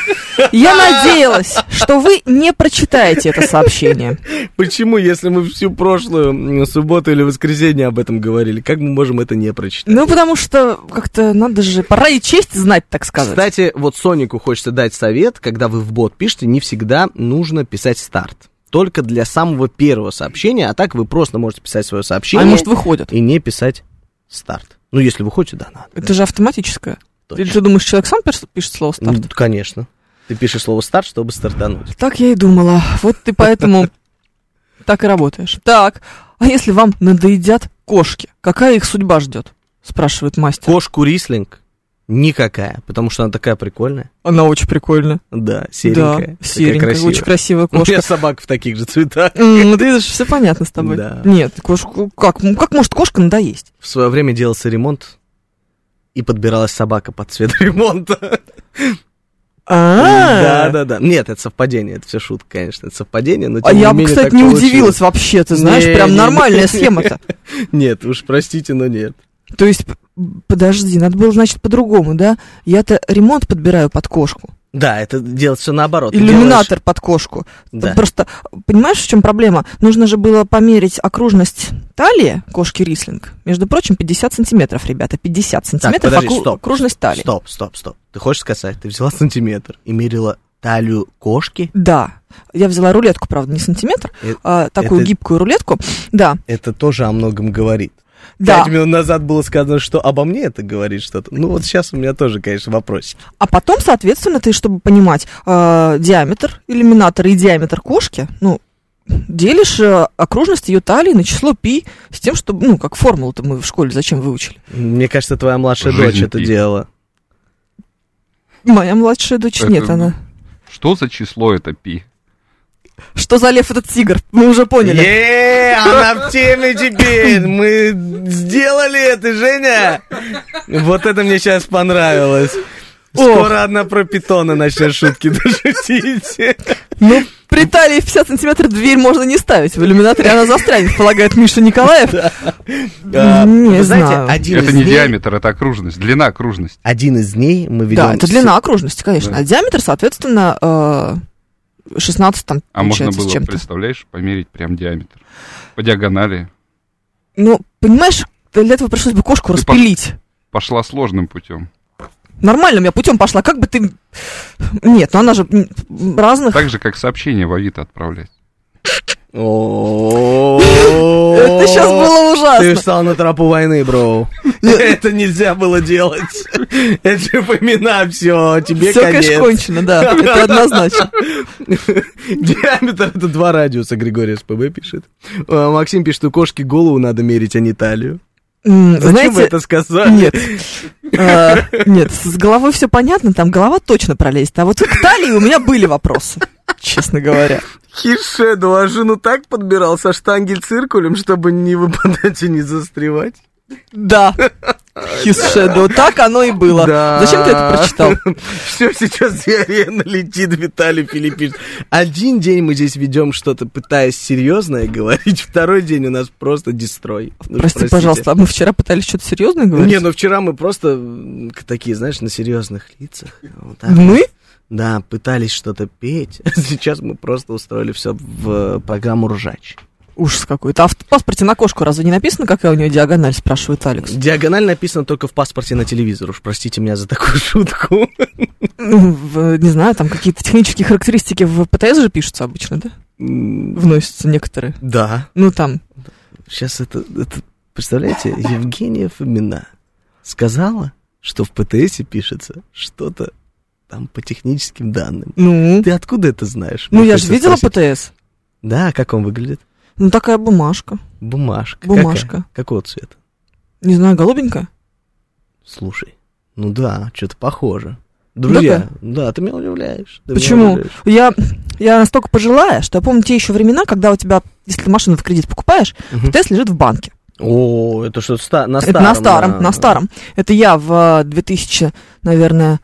[SPEAKER 3] Я надеялась, что вы не прочитаете это сообщение.
[SPEAKER 2] Почему, если мы всю прошлую м, субботу или воскресенье об этом говорили, как мы можем это не прочитать?
[SPEAKER 3] Ну, потому что как-то надо же... Пора и честь знать, так сказать.
[SPEAKER 2] Кстати, вот Сонику хочется дать совет, когда вы в бот пишете, не всегда нужно писать старт. Только для самого первого сообщения, а так вы просто можете писать свое
[SPEAKER 3] А
[SPEAKER 2] сообщение
[SPEAKER 3] может, выходят?
[SPEAKER 2] и не писать старт. Ну, если вы хотите, да, надо.
[SPEAKER 3] Это же автоматическое.
[SPEAKER 2] Точно.
[SPEAKER 3] Или ты думаешь, человек сам пиш- пишет слово «старт»?
[SPEAKER 2] Ну, конечно. Ты пишешь слово старт, чтобы стартануть.
[SPEAKER 3] Так я и думала. Вот ты поэтому так и работаешь. Так, а если вам надоедят кошки, какая их судьба ждет? Спрашивает мастер.
[SPEAKER 2] Кошку рислинг никакая, потому что она такая прикольная.
[SPEAKER 3] Она очень прикольная.
[SPEAKER 2] Да, серенькая.
[SPEAKER 3] да, серенькая,
[SPEAKER 2] красивая.
[SPEAKER 3] очень красивая
[SPEAKER 2] У меня
[SPEAKER 3] кошка.
[SPEAKER 2] собак в таких же цветах.
[SPEAKER 3] М, Ну, ты видишь, все понятно с тобой.
[SPEAKER 2] Да.
[SPEAKER 3] Нет, кошку... Как? Ну, как может кошка надоесть?
[SPEAKER 2] В свое время делался ремонт, и подбиралась собака под цвет ремонта. Да,
[SPEAKER 3] А,
[SPEAKER 2] да, да. Нет, это совпадение, это все шутка, конечно, это совпадение, но
[SPEAKER 3] А
[SPEAKER 2] тем не
[SPEAKER 3] я бы,
[SPEAKER 2] менее
[SPEAKER 3] кстати,
[SPEAKER 2] так
[SPEAKER 3] не
[SPEAKER 2] получилось.
[SPEAKER 3] удивилась вообще, ты знаешь,
[SPEAKER 2] Не,
[SPEAKER 3] прям
[SPEAKER 2] не, не.
[SPEAKER 3] нормальная схема-то.
[SPEAKER 2] Нет, уж простите, но нет.
[SPEAKER 3] То есть, п- подожди, надо было, значит, по-другому, да? Я-то ремонт подбираю под кошку,
[SPEAKER 2] Да, это делать все наоборот. Ты
[SPEAKER 3] иллюминатор под кошку.
[SPEAKER 2] делаешь- Да.
[SPEAKER 3] Просто, понимаешь, в чем проблема? Нужно же было померить окружность талии кошки Рислинг. Между прочим, 50 сантиметров, ребята, 50 сантиметров
[SPEAKER 2] подожди,
[SPEAKER 3] оку-
[SPEAKER 2] стоп.
[SPEAKER 3] окружность талии.
[SPEAKER 2] Стоп, стоп, стоп. Ты хочешь сказать, ты взяла сантиметр и мерила талию кошки?
[SPEAKER 3] Да, я взяла рулетку, правда, не сантиметр,
[SPEAKER 2] Э,
[SPEAKER 3] а такую
[SPEAKER 2] это-
[SPEAKER 3] гибкую рулетку. Да,
[SPEAKER 2] Это тоже о многом говорит.
[SPEAKER 3] да.
[SPEAKER 2] Пять минут назад было сказано, что обо мне это говорит что-то. Ну вот сейчас у меня тоже, конечно, вопросик.
[SPEAKER 3] А потом, соответственно, ты, чтобы понимать э, диаметр иллюминатора и диаметр кошки, ну, делишь э, окружность ее талии на число пи с тем, чтобы, ну, как формулу-то мы в школе зачем выучили.
[SPEAKER 2] Мне кажется, твоя младшая
[SPEAKER 4] Жизнь
[SPEAKER 2] дочь это
[SPEAKER 4] пи.
[SPEAKER 2] делала.
[SPEAKER 3] Моя младшая дочь,
[SPEAKER 4] Это-
[SPEAKER 2] ну.
[SPEAKER 3] нет, она...
[SPEAKER 4] Что за число это пи?
[SPEAKER 3] Что за лев этот тигр? Мы уже поняли.
[SPEAKER 2] Е, она в теме теперь. Мы сделали это, Женя. Вот это мне сейчас понравилось. Скоро одна про питона начнет шутки дошутить.
[SPEAKER 3] Ну, при талии в 50 сантиметров дверь можно не ставить. В иллюминаторе она застрянет, полагает Миша Николаев.
[SPEAKER 2] А,
[SPEAKER 3] Не
[SPEAKER 2] вы знаете,
[SPEAKER 3] знаю.
[SPEAKER 2] один
[SPEAKER 4] это
[SPEAKER 2] из
[SPEAKER 4] не
[SPEAKER 2] дней-
[SPEAKER 4] диаметр, это окружность, длина окружности.
[SPEAKER 2] Один из дней мы ведем...
[SPEAKER 3] Да, это длина окружности, конечно.
[SPEAKER 4] Да.
[SPEAKER 3] А диаметр, соответственно, э, 16 там
[SPEAKER 4] А можно
[SPEAKER 3] получается с
[SPEAKER 4] было,
[SPEAKER 3] чем-то.
[SPEAKER 4] представляешь, померить прям диаметр. По диагонали.
[SPEAKER 3] Ну, понимаешь, для этого пришлось бы кошку
[SPEAKER 4] Ты
[SPEAKER 3] распилить.
[SPEAKER 4] Пошла сложным путем.
[SPEAKER 3] Нормальным я путем пошла, как бы ты... Нет, ну она же м, разных...
[SPEAKER 4] Так же, как сообщение в Авито отправлять.
[SPEAKER 2] Это
[SPEAKER 3] Это сейчас было
[SPEAKER 2] Ты
[SPEAKER 3] ужасно.
[SPEAKER 2] встал на тропу войны, бро. Это нельзя было делать. Это же времена, все, тебе
[SPEAKER 3] Все, конечно,
[SPEAKER 2] конец.
[SPEAKER 3] кончено, да, это однозначно.
[SPEAKER 2] Диаметр это два радиуса, Григорий СПБ пишет. А, Максим пишет, у кошки голову надо мерить, а не талию.
[SPEAKER 3] М,
[SPEAKER 2] Зачем вы
[SPEAKER 3] Знаете,
[SPEAKER 2] это сказали?
[SPEAKER 3] Нет. Э, Нет, с головой все понятно, там голова точно пролезет. А вот к талии у меня были вопросы, честно говоря.
[SPEAKER 2] Хишеду, а жену так подбирал со штанги циркулем, чтобы не выпадать и не застревать.
[SPEAKER 3] Да. His Shadow. Так оно и было.
[SPEAKER 2] Да.
[SPEAKER 3] Зачем ты это прочитал?
[SPEAKER 2] Все сейчас диарея налетит, Виталий Филиппич. Один день мы здесь ведем что-то, пытаясь серьезное говорить, второй день у нас просто дестрой. Ну,
[SPEAKER 3] Прости,
[SPEAKER 2] простите.
[SPEAKER 3] пожалуйста, а мы вчера пытались что-то серьезное
[SPEAKER 2] Не,
[SPEAKER 3] говорить?
[SPEAKER 2] ну вчера мы просто м, к- такие, знаешь, на серьезных лицах. вот так вот.
[SPEAKER 3] Мы?
[SPEAKER 2] Да, пытались что-то петь. Сейчас мы просто устроили все в э, программу «Ржач».
[SPEAKER 3] Ужас какой-то. А в паспорте на кошку разве не написано, какая у нее диагональ, спрашивает Алекс.
[SPEAKER 2] Диагональ написано только в паспорте на телевизор. Уж простите меня за такую шутку.
[SPEAKER 3] Ну, в- Не знаю, там какие-то технические характеристики в ПТС же пишутся обычно, да?
[SPEAKER 2] М,
[SPEAKER 3] Вносятся некоторые.
[SPEAKER 2] Да,
[SPEAKER 3] Ну, там,
[SPEAKER 2] Сейчас это, это- представляете, Евгения Фомина сказала, что в ПТСе пишется что-то там по техническим данным.
[SPEAKER 3] ну...
[SPEAKER 2] Ты откуда это знаешь?
[SPEAKER 3] Ну,
[SPEAKER 2] Мне
[SPEAKER 3] я же
[SPEAKER 2] хочется
[SPEAKER 3] видела
[SPEAKER 2] спросить.
[SPEAKER 3] ПТС.
[SPEAKER 2] Да, как он выглядит?
[SPEAKER 3] Ну, такая бумажка.
[SPEAKER 2] Бумажка.
[SPEAKER 3] Бумажка.
[SPEAKER 2] Какая? Какого цвета?
[SPEAKER 3] Не знаю, голубенькая?
[SPEAKER 2] Слушай, ну да, что-то похоже. Друзья, да, ты меня удивляешь. ты меня
[SPEAKER 3] Почему?
[SPEAKER 2] удивляешь.
[SPEAKER 3] Я, я настолько пожилая, что я помню те еще времена, когда у тебя, если ты машину в кредит покупаешь,
[SPEAKER 2] Мгм.
[SPEAKER 3] ТЭС лежит в банке.
[SPEAKER 2] О, это что-то ста- на старом.
[SPEAKER 3] Это на старом,
[SPEAKER 2] да.
[SPEAKER 3] на старом. Это я в э, 2000, наверное,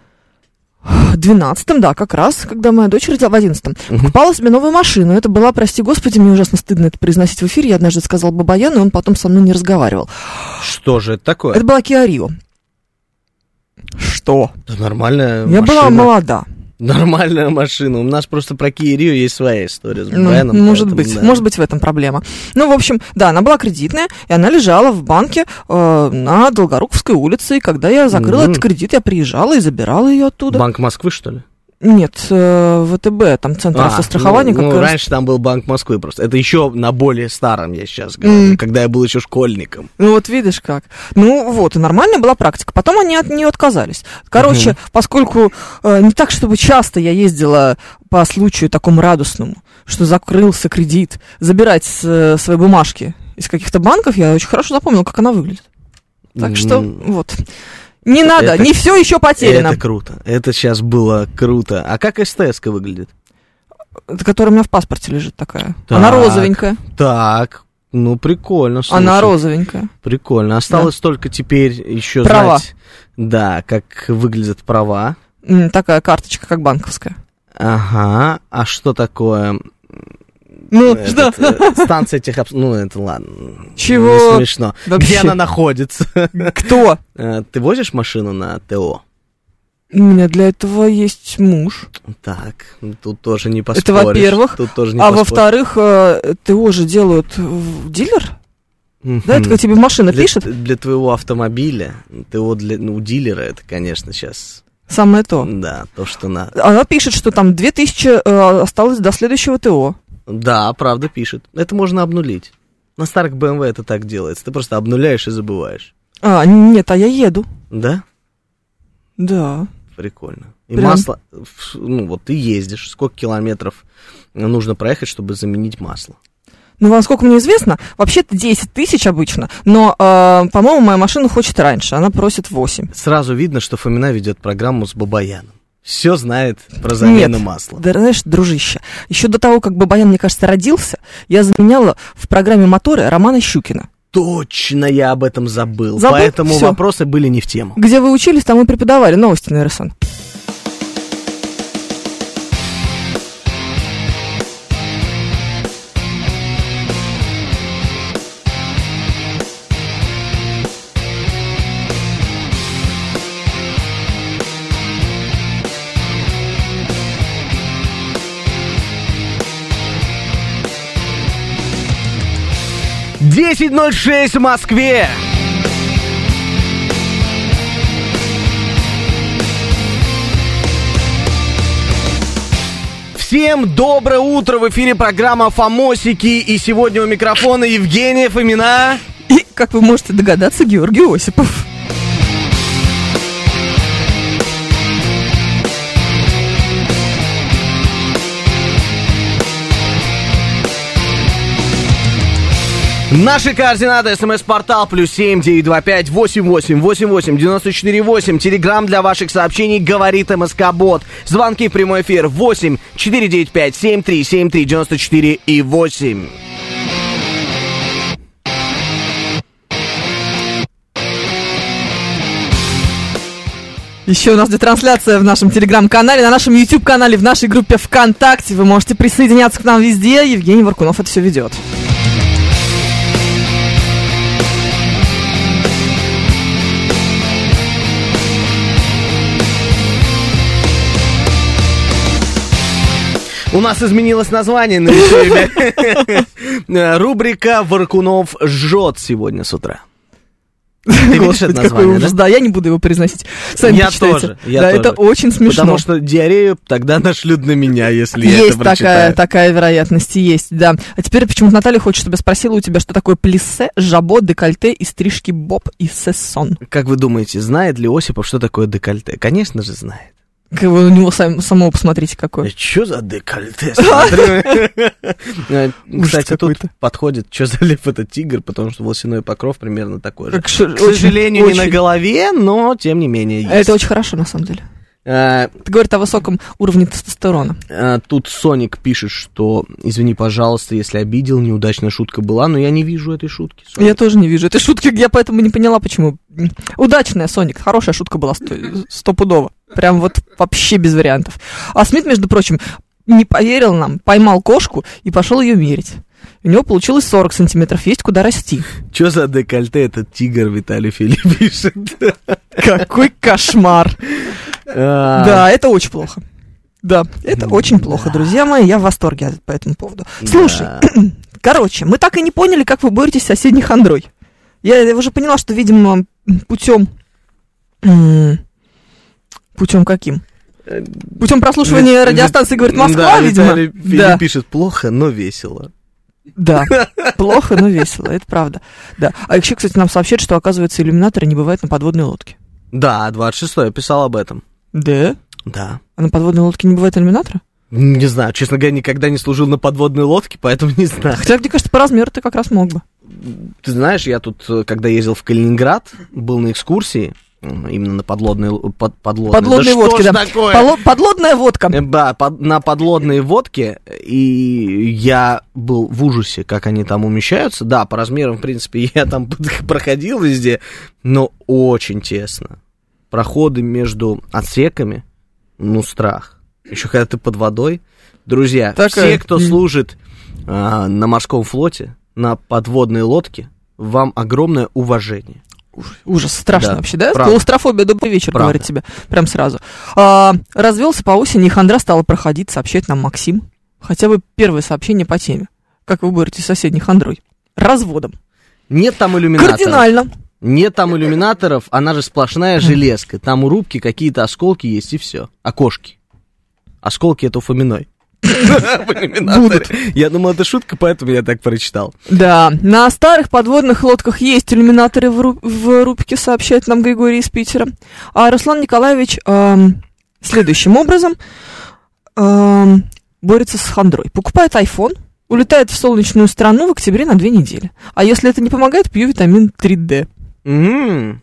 [SPEAKER 3] 12-м, да, как раз, когда моя дочь родила, в 11-м, покупала себе новую машину. Это была, прости господи, мне ужасно стыдно это произносить в эфире. Я однажды сказал Бабаян, и он потом со мной не разговаривал.
[SPEAKER 2] Что же это такое?
[SPEAKER 3] Это была Kia Rio. Что?
[SPEAKER 2] Да Нормальная
[SPEAKER 3] Я была
[SPEAKER 2] машина.
[SPEAKER 3] молода.
[SPEAKER 2] Нормальная машина. У нас просто про Kia Rio есть своя история с
[SPEAKER 3] Ну,
[SPEAKER 2] Брайаном.
[SPEAKER 3] может
[SPEAKER 2] поэтому,
[SPEAKER 3] быть,
[SPEAKER 2] да.
[SPEAKER 3] может быть в этом проблема. Ну, в общем, да, она была кредитная, и она лежала в банке э, на Долгоруковской улице, и когда я закрыла
[SPEAKER 2] Мгм.
[SPEAKER 3] этот кредит, я приезжала и забирала ее оттуда.
[SPEAKER 2] Банк Москвы, что ли?
[SPEAKER 3] Нет, э, ВТБ, там центр
[SPEAKER 2] А,
[SPEAKER 3] автострахования,
[SPEAKER 2] ну, ну,
[SPEAKER 3] как раз.
[SPEAKER 2] раньше там был Банк Москвы просто. Это еще на более старом я сейчас говорю,
[SPEAKER 3] М.
[SPEAKER 2] когда я был еще школьником.
[SPEAKER 3] Ну вот видишь как. Ну вот, и нормальная была практика. Потом они от нее отказались. Короче, поскольку э, не так, чтобы часто я ездила по случаю такому радостному, что закрылся кредит, забирать с, э, свои бумажки из каких-то банков, я очень хорошо запомнила, как она выглядит. Так что
[SPEAKER 2] М.
[SPEAKER 3] вот. Не надо,
[SPEAKER 2] Это-
[SPEAKER 3] не все еще потеряно.
[SPEAKER 2] Это круто. Это сейчас было круто. А как стс выглядит?
[SPEAKER 3] Это Которая у меня в паспорте лежит такая.
[SPEAKER 2] Так.
[SPEAKER 3] Она розовенькая.
[SPEAKER 2] Так, ну прикольно. слушай.
[SPEAKER 3] Она розовенькая.
[SPEAKER 2] Прикольно. Осталось только теперь еще
[SPEAKER 3] Права.
[SPEAKER 2] знать, да, как выглядят права.
[SPEAKER 3] М, Такая карточка, как банковская.
[SPEAKER 2] Ага. А что такое?
[SPEAKER 3] Ну,
[SPEAKER 2] Этот,
[SPEAKER 3] что?
[SPEAKER 2] э, Станция техоб... Ну, это ладно. Не
[SPEAKER 3] Чего?
[SPEAKER 2] смешно.
[SPEAKER 3] Вообще.
[SPEAKER 2] Где она находится?
[SPEAKER 3] Кто?
[SPEAKER 2] Э, Ты возишь машину на ТО?
[SPEAKER 3] У меня для этого есть муж.
[SPEAKER 2] Так, тут тоже не поспоришь.
[SPEAKER 3] во-первых.
[SPEAKER 2] Тут тоже не
[SPEAKER 3] а
[SPEAKER 2] поспоришь.
[SPEAKER 3] во-вторых, э, ТО же делают в- дилер,
[SPEAKER 2] Мгм.
[SPEAKER 3] да? Это когда тебе машина
[SPEAKER 2] для,
[SPEAKER 3] пишет,
[SPEAKER 2] для твоего автомобиля, ТО для, ну, у дилера, это, конечно, сейчас,
[SPEAKER 3] самое то.
[SPEAKER 2] да, то, что надо.
[SPEAKER 3] Она пишет, что там 2000 э, осталось до следующего ТО.
[SPEAKER 2] Да, правда пишет. Это можно обнулить. На старых BMW это так делается. Ты просто обнуляешь и забываешь.
[SPEAKER 3] А, нет, а я еду.
[SPEAKER 2] Да?
[SPEAKER 3] Да.
[SPEAKER 2] Прикольно. И
[SPEAKER 3] Прям.
[SPEAKER 2] масло, ф- ну, вот ты ездишь, сколько километров нужно проехать, чтобы заменить масло?
[SPEAKER 3] Ну, насколько мне известно, вообще-то 10 тысяч обычно, но, э, по-моему, моя машина хочет раньше, она просит 8.
[SPEAKER 2] Сразу видно, что Фомина ведет программу с Бабаяном. Все знает про замену масла.
[SPEAKER 3] Да, знаешь, дружище, еще до того, как Бабаян, мне кажется, родился, я заменяла в программе «Моторы» Романа Щукина.
[SPEAKER 2] Точно, я об этом забыл.
[SPEAKER 3] Забыл?
[SPEAKER 2] Поэтому
[SPEAKER 3] Всё.
[SPEAKER 2] вопросы были не в тему.
[SPEAKER 3] Где вы учились, там и преподавали новости на РСН.
[SPEAKER 2] Десять ноль шесть в Москве. Всем доброе утро! В эфире программа «Фомосики» и сегодня у микрофона Евгения Фомина.
[SPEAKER 3] И, как вы можете догадаться, Георгий Осипов.
[SPEAKER 2] Наши координаты смс-портал плюс семь девять два пять восемь восемь восемь восемь девяносто четыре восемь. Телеграмм для ваших сообщений говорит МСК Бот. Звонки в прямой эфир восемь четыре девять пять семь три семь три девяносто четыре и восемь.
[SPEAKER 3] Еще у нас идет трансляция в нашем телеграм-канале, на нашем YouTube-канале, в нашей группе ВКонтакте. Вы можете присоединяться к нам везде. Евгений Варкунов это все ведет.
[SPEAKER 2] У нас изменилось название на YouTube. Э, Рубрика «Варкунов жжет» сегодня с утра. видишь это
[SPEAKER 3] какой
[SPEAKER 2] название,
[SPEAKER 3] ужас. Да, я не буду его произносить. Сами
[SPEAKER 2] Я
[SPEAKER 3] почитайте.
[SPEAKER 2] тоже, я
[SPEAKER 3] да,
[SPEAKER 2] тоже.
[SPEAKER 3] это очень смешно.
[SPEAKER 2] Потому что диарею тогда нашлют на меня, если я это
[SPEAKER 3] есть такая,
[SPEAKER 2] прочитаю.
[SPEAKER 3] такая вероятность, есть, да. А теперь почему-то Наталья хочет, чтобы я спросила у тебя, что такое плиссе, жабо, декольте и стрижки боб и сессон.
[SPEAKER 2] Как вы думаете, знает ли Осипов, что такое декольте? Конечно же, знает.
[SPEAKER 3] Как вы У него сам- самого посмотрите какое.
[SPEAKER 2] Что за декольте? Смотрю.
[SPEAKER 3] Ужас
[SPEAKER 2] Кстати, тут
[SPEAKER 3] какой-то.
[SPEAKER 2] подходит, что за лев это тигр, потому что волосяной покров примерно такой же.
[SPEAKER 3] Как ш-
[SPEAKER 2] К
[SPEAKER 3] очень-
[SPEAKER 2] сожалению, не
[SPEAKER 3] очень-
[SPEAKER 2] на голове, но тем не менее есть.
[SPEAKER 3] Это очень хорошо, на самом деле.
[SPEAKER 2] А,
[SPEAKER 3] Это говорит о высоком уровне тестостерона.
[SPEAKER 2] а, Тут Соник пишет, что извини, пожалуйста, если обидел, неудачная шутка была, но я не вижу этой шутки. Соник.
[SPEAKER 3] Я тоже не вижу этой шутки, я поэтому не поняла, почему. Удачная, Соник, хорошая шутка была сто- стопудово. Прям вот вообще без вариантов. А Смит, между прочим, не поверил нам, поймал кошку и пошел ее мерить. У него получилось 40 сантиметров, есть куда расти.
[SPEAKER 2] Что за декольте этот тигр Виталий Филипп пишет?
[SPEAKER 3] Какой кошмар!
[SPEAKER 2] А,
[SPEAKER 3] Да, это очень плохо. Да, это очень плохо, друзья мои, я в восторге от- по этому поводу. Слушай, короче, мы так и не поняли, как вы боретесь с соседней хандрой. Я, я уже поняла, что, видимо, путем... Путем каким?
[SPEAKER 2] Э,
[SPEAKER 3] Путем прослушивания радиостанции «Говорит Москва»,
[SPEAKER 2] Да,
[SPEAKER 3] видимо?
[SPEAKER 2] Виталий
[SPEAKER 3] Да.
[SPEAKER 2] Филипп пишет плохо, но весело.
[SPEAKER 3] Да, плохо, но весело, это правда. Да. А еще, кстати, нам сообщают, что, оказывается, иллюминаторы не бывает на подводной лодке.
[SPEAKER 2] Да, 26-й, я писал об этом.
[SPEAKER 3] Да?
[SPEAKER 2] Да.
[SPEAKER 3] А на подводной лодке не бывает иллюминатора?
[SPEAKER 2] Не знаю, честно говоря, никогда не служил на подводной лодке, поэтому не знаю.
[SPEAKER 3] Хотя, мне кажется, по размеру ты как раз мог бы.
[SPEAKER 2] Ты знаешь, я тут, э, когда ездил в Калининград, был на экскурсии, м, именно на подлодной... л- Под, подлодной. да
[SPEAKER 3] Подлодные водки,
[SPEAKER 2] что ж
[SPEAKER 3] да.
[SPEAKER 2] такое?
[SPEAKER 3] Поло- Подлодная водка.
[SPEAKER 2] Э, Да, под- на подлодной водке, и я был в ужасе, как они там умещаются. Да, по размерам, в принципе, я там под- проходил везде, но очень тесно. Проходы между отсеками, ну, страх. Еще когда ты под водой. Друзья,
[SPEAKER 3] Такая,
[SPEAKER 2] все, кто
[SPEAKER 3] э, м.
[SPEAKER 2] служит а, на морском флоте, на подводной лодке, вам огромное уважение.
[SPEAKER 3] Уж- Ужас, страшно
[SPEAKER 2] Да,
[SPEAKER 3] вообще, да?
[SPEAKER 2] правда.
[SPEAKER 3] Клаустрофобия, добрый вечер,
[SPEAKER 2] Правда.
[SPEAKER 3] говорит тебе, прям сразу. А, развелся по осени, и хандра стала проходить, сообщает нам Максим. Хотя бы первое сообщение по теме. Как вы боретесь с соседней хандрой? Разводом.
[SPEAKER 2] Нет там иллюминатора.
[SPEAKER 3] Кардинально.
[SPEAKER 2] Нет там иллюминаторов, она же сплошная железка. Там у рубки какие-то осколки есть и все. Окошки. Осколки это у Фоминой. В иллюминаторе. Я думал, это шутка, поэтому я так прочитал.
[SPEAKER 3] Да, на старых подводных лодках есть иллюминаторы в, ру- в рубке, сообщает нам Григорий из Питера. А Руслан Николаевич эм, следующим образом эм, борется с хандрой. Покупает iPhone, улетает в солнечную страну в октябре на две недели. А если это не помогает, пью витамин 3D.
[SPEAKER 2] Мгм.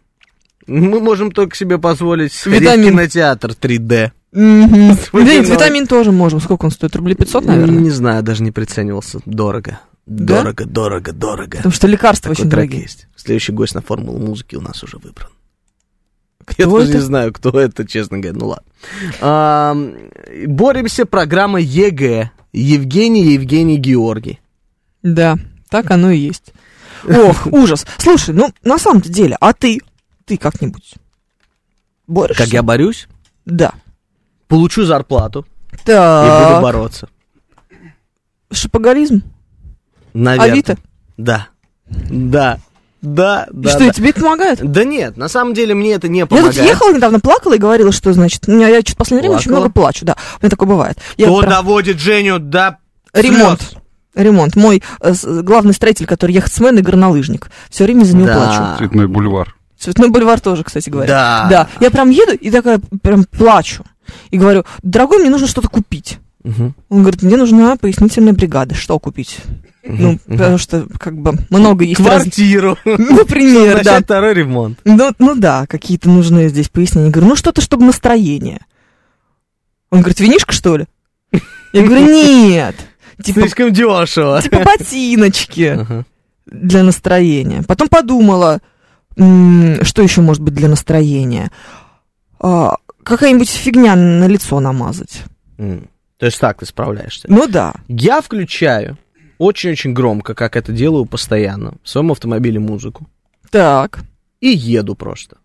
[SPEAKER 2] Мы можем только себе позволить сходить в
[SPEAKER 3] Витамин.
[SPEAKER 2] кинотеатр 3D.
[SPEAKER 3] Мгм.
[SPEAKER 2] Смотри,
[SPEAKER 3] Блин,
[SPEAKER 2] ну,
[SPEAKER 3] витамин тоже можем. Сколько он стоит? Рублей 500, наверное?
[SPEAKER 2] Не знаю, даже не приценивался. Дорого.
[SPEAKER 3] Да?
[SPEAKER 2] Дорого, дорого, дорого.
[SPEAKER 3] Потому что лекарства
[SPEAKER 2] Такой
[SPEAKER 3] очень
[SPEAKER 2] трек
[SPEAKER 3] дорогие.
[SPEAKER 2] есть. Следующий гость на формулу музыки у нас уже выбран. Я
[SPEAKER 3] Кто
[SPEAKER 2] даже не
[SPEAKER 3] это?
[SPEAKER 2] знаю, кто Ну, это, честно говоря. Ну ладно. Ам, Боремся, программа ЕГЭ. Евгений, Евгений, Георгий.
[SPEAKER 3] Да, так оно и есть. Ох, ужас. Слушай, ну на самом-то деле, а ты? Ты как-нибудь борешься?
[SPEAKER 2] Как я борюсь?
[SPEAKER 3] Да.
[SPEAKER 2] Получу зарплату А, и буду
[SPEAKER 3] Так,
[SPEAKER 2] бороться.
[SPEAKER 3] шопоголизм?
[SPEAKER 2] Наверное.
[SPEAKER 3] Авито?
[SPEAKER 2] Да. Да. Да,
[SPEAKER 3] И
[SPEAKER 2] да,
[SPEAKER 3] что, и
[SPEAKER 2] да.
[SPEAKER 3] тебе это помогает?
[SPEAKER 2] Да нет, на самом деле мне это не
[SPEAKER 3] Я тут
[SPEAKER 2] помогает.
[SPEAKER 3] ехала недавно, плакала и говорила, что, значит, у меня- я что-то в последнее время очень
[SPEAKER 2] Плакала?
[SPEAKER 3] много плачу, да, у меня такое бывает. Я
[SPEAKER 2] Кто
[SPEAKER 3] прям-
[SPEAKER 2] доводит Женю до
[SPEAKER 3] Ремонт.
[SPEAKER 2] слез?
[SPEAKER 3] Ремонт. Мой э, с- главный строитель, который яхтсмен и горнолыжник, все время за него плачу.
[SPEAKER 2] Да.
[SPEAKER 4] Цветной бульвар.
[SPEAKER 3] Цветной бульвар тоже, кстати говоря.
[SPEAKER 2] Да.
[SPEAKER 3] Да. Я прям еду и такая прям плачу. И говорю, дорогой, мне нужно что-то купить.
[SPEAKER 2] Мгм.
[SPEAKER 3] Он говорит, мне нужна пояснительная бригада. Что купить? Ну,
[SPEAKER 2] э,
[SPEAKER 3] потому что, как бы, много есть раз-
[SPEAKER 2] Квартиру.
[SPEAKER 3] Например, да.
[SPEAKER 2] Начать второй ремонт.
[SPEAKER 3] Ну, ну да, какие-то нужны здесь пояснения. Я говорю, ну что-то, чтобы настроение. Он говорит, винишка, что ли? Я говорю, нет. Типа,
[SPEAKER 2] Слишком дешево.
[SPEAKER 3] типа ботиночки
[SPEAKER 2] Ага.
[SPEAKER 3] для настроения. Потом подумала, м, что еще может быть для настроения. А, Какая-нибудь фигня на лицо намазать.
[SPEAKER 2] М. То есть так ты справляешься.
[SPEAKER 3] Ну да.
[SPEAKER 2] Я включаю очень-очень громко, как это делаю постоянно, в своем автомобиле музыку.
[SPEAKER 3] Так.
[SPEAKER 2] И еду просто.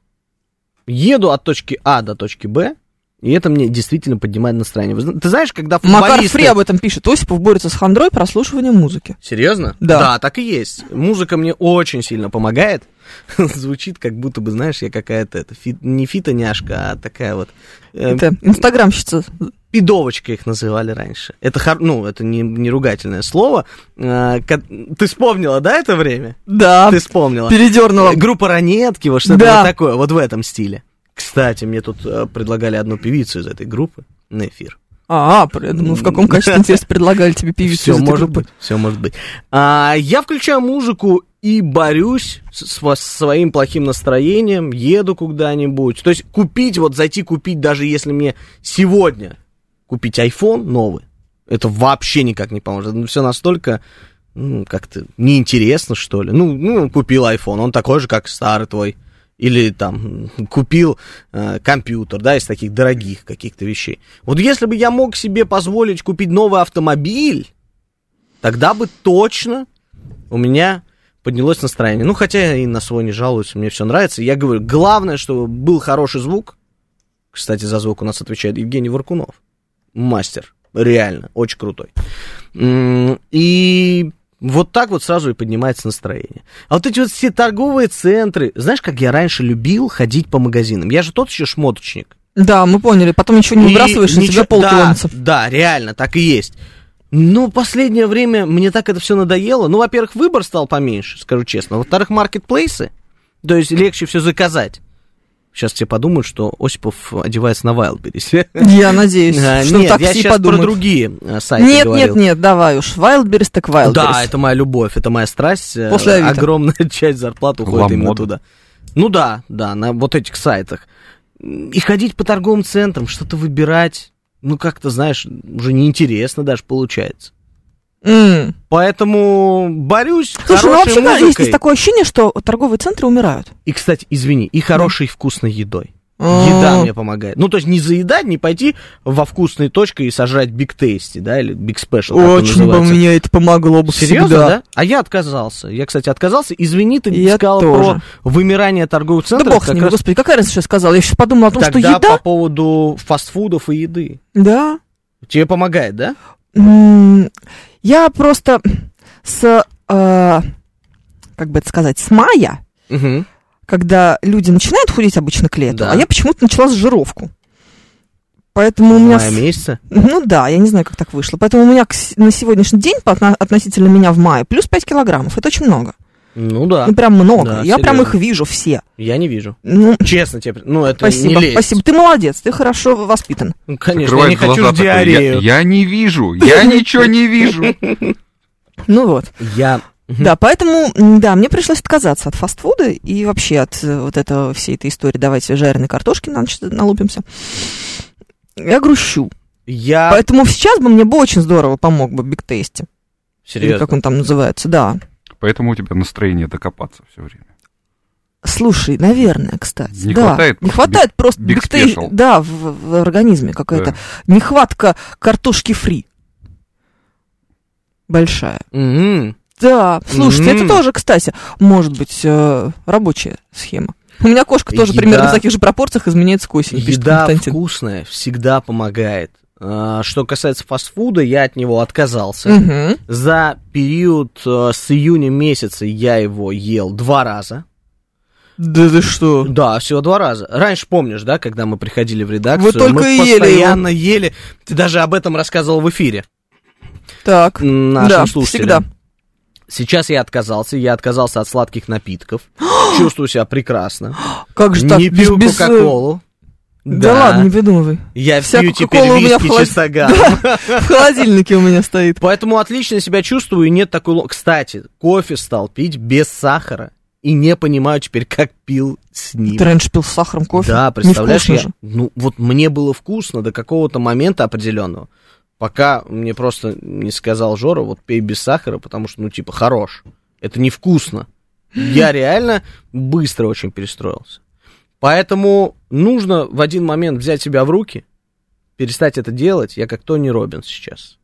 [SPEAKER 2] Еду от точки А до точки Б, и это мне действительно поднимает настроение. Вы зна- Ты знаешь, когда
[SPEAKER 3] Макар
[SPEAKER 2] футболисты...
[SPEAKER 3] Фри об этом пишет. Осипов борется с хандрой прослушиванием музыки.
[SPEAKER 2] Серьезно?
[SPEAKER 3] Да.
[SPEAKER 2] Да, так и есть. Музыка мне очень сильно помогает. Звучит, как будто бы, знаешь, я какая-то это, фит- не фитоняшка, а такая вот... э,
[SPEAKER 3] Это инстаграмщица.
[SPEAKER 2] Пидовочка их называли раньше. Это, хор... ну, это не, не ругательное слово. Э, ко- Ты вспомнила, да, это время?
[SPEAKER 3] Да.
[SPEAKER 2] Ты вспомнила.
[SPEAKER 3] Передернула.
[SPEAKER 2] Э, Группа Ранетки, вот что-то
[SPEAKER 3] ну, Да.
[SPEAKER 2] вот такое, вот в этом стиле. Кстати, мне тут э, предлагали одну певицу из этой группы на эфир.
[SPEAKER 3] А, я думала, в каком качестве, интересно, предлагали тебе певицу
[SPEAKER 2] Все
[SPEAKER 3] из этой
[SPEAKER 2] может
[SPEAKER 3] группы.
[SPEAKER 2] быть. Все может быть. А, я включаю музыку и борюсь с, с во- своим плохим настроением, еду куда-нибудь. То есть купить, вот зайти купить, даже если мне сегодня купить iPhone новый, это вообще никак не поможет. все настолько ну, как-то неинтересно, что ли. Ну, ну, купил iPhone, он такой же, как старый твой. или там купил э, компьютер, да, из таких дорогих каких-то вещей. Вот если бы я мог себе позволить купить новый автомобиль, тогда бы точно у меня поднялось настроение. Ну, хотя я и на свой не жалуюсь, мне все нравится. Я говорю, главное, чтобы был хороший звук. Кстати, за звук у нас отвечает Евгений Варкунов. Мастер. Реально, очень крутой. М, И вот так вот сразу и поднимается настроение. А вот эти вот все торговые центры. Знаешь, как я раньше любил ходить по магазинам? Я же тот еще шмоточник.
[SPEAKER 3] Да, мы поняли. Потом ничего не
[SPEAKER 2] И
[SPEAKER 3] выбрасываешь, и
[SPEAKER 2] ничего-
[SPEAKER 3] тебя полки
[SPEAKER 2] да,
[SPEAKER 3] ломятся.
[SPEAKER 2] Да, реально, так и есть. Но последнее время мне так это все надоело. Ну, во-первых, выбор стал поменьше, скажу честно. Во-вторых, маркетплейсы, то есть легче все заказать. Сейчас все подумают, что Осипов одевается на Wildberries.
[SPEAKER 3] Я надеюсь,
[SPEAKER 2] А,
[SPEAKER 3] что
[SPEAKER 2] Нет,
[SPEAKER 3] так
[SPEAKER 2] я
[SPEAKER 3] все и
[SPEAKER 2] сейчас про
[SPEAKER 3] подумают.
[SPEAKER 2] другие э, сайты
[SPEAKER 3] Нет,
[SPEAKER 2] говорил.
[SPEAKER 3] нет, нет, давай уж. Wildberries так Wildberries.
[SPEAKER 2] Да, это моя любовь, это моя страсть. Э,
[SPEAKER 3] После Авито.
[SPEAKER 2] Огромная часть зарплаты уходит
[SPEAKER 4] Ламода.
[SPEAKER 2] именно туда. Ну да, да, на вот этих сайтах. И ходить по торговым центрам, что-то выбирать, ну как-то, знаешь, уже неинтересно даже получается.
[SPEAKER 3] М.
[SPEAKER 2] Поэтому борюсь с
[SPEAKER 3] Слушай, ну
[SPEAKER 2] хорошей
[SPEAKER 3] вообще да, есть
[SPEAKER 2] музыкой.
[SPEAKER 3] есть такое ощущение, что торговые центры умирают.
[SPEAKER 2] И, кстати, извини, и хорошей вкусной едой.
[SPEAKER 3] А.
[SPEAKER 2] Еда мне помогает. Ну, то есть не заедать, не пойти во вкусные точки и сожрать Биг Тейсти, да, или Биг Спешл, как он
[SPEAKER 3] Очень бы
[SPEAKER 2] называется.
[SPEAKER 3] мне это помогло бы
[SPEAKER 2] Серьезно,
[SPEAKER 3] всегда.
[SPEAKER 2] да? А я отказался. Я, кстати, отказался. Извини, ты
[SPEAKER 3] Я
[SPEAKER 2] сказал про
[SPEAKER 3] тоже.
[SPEAKER 2] вымирание торговых
[SPEAKER 3] Да
[SPEAKER 2] центров.
[SPEAKER 3] бог с
[SPEAKER 2] как
[SPEAKER 3] ним,
[SPEAKER 2] раз
[SPEAKER 3] господи, какая разница, что я сказала? Я сейчас подумала о том, что
[SPEAKER 2] Тогда
[SPEAKER 3] еда...
[SPEAKER 2] по поводу фастфудов и еды.
[SPEAKER 3] Да.
[SPEAKER 2] Тебе помогает, да?
[SPEAKER 3] М, Я просто с... э, Как бы это сказать? С мая
[SPEAKER 2] Угу.
[SPEAKER 3] когда люди начинают худеть обычно к лету,
[SPEAKER 2] Да.
[SPEAKER 3] а я почему-то начала с жировку. Поэтому у меня... с-
[SPEAKER 2] месяца.
[SPEAKER 3] Ну да, я не знаю, как так вышло. Поэтому у меня к с- на сегодняшний день по отно- относительно меня в мае плюс 5 килограммов. Это очень много.
[SPEAKER 2] Ну да,
[SPEAKER 3] Ну прям много.
[SPEAKER 2] Да,
[SPEAKER 3] я прям
[SPEAKER 2] серьезно.
[SPEAKER 3] их вижу все.
[SPEAKER 2] я не вижу.
[SPEAKER 3] Ну,
[SPEAKER 2] Честно тебе, ну это
[SPEAKER 3] спасибо,
[SPEAKER 2] не лезть.
[SPEAKER 3] спасибо. Ты молодец, ты хорошо воспитан.
[SPEAKER 2] Ну, конечно, я
[SPEAKER 4] Закрывает
[SPEAKER 2] не хочу
[SPEAKER 4] глаза
[SPEAKER 2] ж
[SPEAKER 4] такой, я-
[SPEAKER 2] диарею.
[SPEAKER 4] я не вижу, я ничего не вижу.
[SPEAKER 3] Ну вот.
[SPEAKER 2] Я...
[SPEAKER 3] Да, поэтому, м, да, мне пришлось отказаться от фастфуда и вообще от э, вот этого, всей этой истории «давайте жареной картошки на ночь налупимся». Я грущу.
[SPEAKER 4] А
[SPEAKER 2] Я...
[SPEAKER 3] Поэтому сейчас бы мне бы очень здорово помог бы Биг Тейсти. Или
[SPEAKER 2] Серьезно.
[SPEAKER 3] как он там называется, да.
[SPEAKER 4] Поэтому у тебя настроение докопаться все время.
[SPEAKER 3] Слушай, наверное, кстати.
[SPEAKER 4] Не
[SPEAKER 3] да.
[SPEAKER 4] хватает
[SPEAKER 3] Не
[SPEAKER 4] просто
[SPEAKER 3] хватает просто
[SPEAKER 4] Big
[SPEAKER 3] бигтей-
[SPEAKER 4] Special.
[SPEAKER 3] Да, в, в организме какая-то
[SPEAKER 4] Да.
[SPEAKER 3] нехватка картошки фри. Большая.
[SPEAKER 2] Мгм.
[SPEAKER 3] Да, слушайте,
[SPEAKER 2] М.
[SPEAKER 3] это тоже, кстати, может быть, э, рабочая схема. У меня кошка тоже
[SPEAKER 2] Еда.
[SPEAKER 3] примерно в таких же пропорциях изменяется к осени, пишет
[SPEAKER 2] Еда
[SPEAKER 3] Константин.
[SPEAKER 2] вкусная всегда помогает. А, Что касается фастфуда, я от него отказался.
[SPEAKER 3] Мгм.
[SPEAKER 2] За период э, с июня месяца я его ел два раза.
[SPEAKER 3] Да ты что?
[SPEAKER 2] Да, всего два раза. Раньше помнишь, да, когда мы приходили в редакцию,
[SPEAKER 3] Вы только
[SPEAKER 2] мы
[SPEAKER 3] и ели
[SPEAKER 2] постоянно ели. Ты даже об этом рассказывал в эфире
[SPEAKER 3] Так,
[SPEAKER 2] нашим
[SPEAKER 3] да,
[SPEAKER 2] слушателям.
[SPEAKER 3] всегда.
[SPEAKER 2] Сейчас я отказался, я отказался от сладких напитков. Чувствую себя прекрасно.
[SPEAKER 3] Как же так?
[SPEAKER 2] Не пью
[SPEAKER 3] без- без, э,
[SPEAKER 2] кока-колу.
[SPEAKER 3] Да ладно, не придумывай.
[SPEAKER 2] Я
[SPEAKER 3] вся
[SPEAKER 2] пью теперь
[SPEAKER 3] Кока-Кола у меня в
[SPEAKER 2] виски
[SPEAKER 3] холод-
[SPEAKER 2] чистоган.
[SPEAKER 3] В холодильнике у меня стоит.
[SPEAKER 2] Поэтому отлично себя чувствую, и нет такой... ло- Кстати, кофе стал пить без сахара. И не понимаю теперь, как пил с ним.
[SPEAKER 3] Ты раньше пил с сахаром кофе?
[SPEAKER 2] Да, представляешь,
[SPEAKER 3] Невкусно
[SPEAKER 2] я-
[SPEAKER 3] же.
[SPEAKER 2] ну вот мне было вкусно до какого-то момента определенного, пока мне просто не сказал Жора, вот пей без сахара, потому что, ну, типа, хорош, это невкусно. Я реально быстро очень перестроился. Поэтому нужно в один момент взять себя в руки, перестать это делать. Я как Тони Робинс сейчас.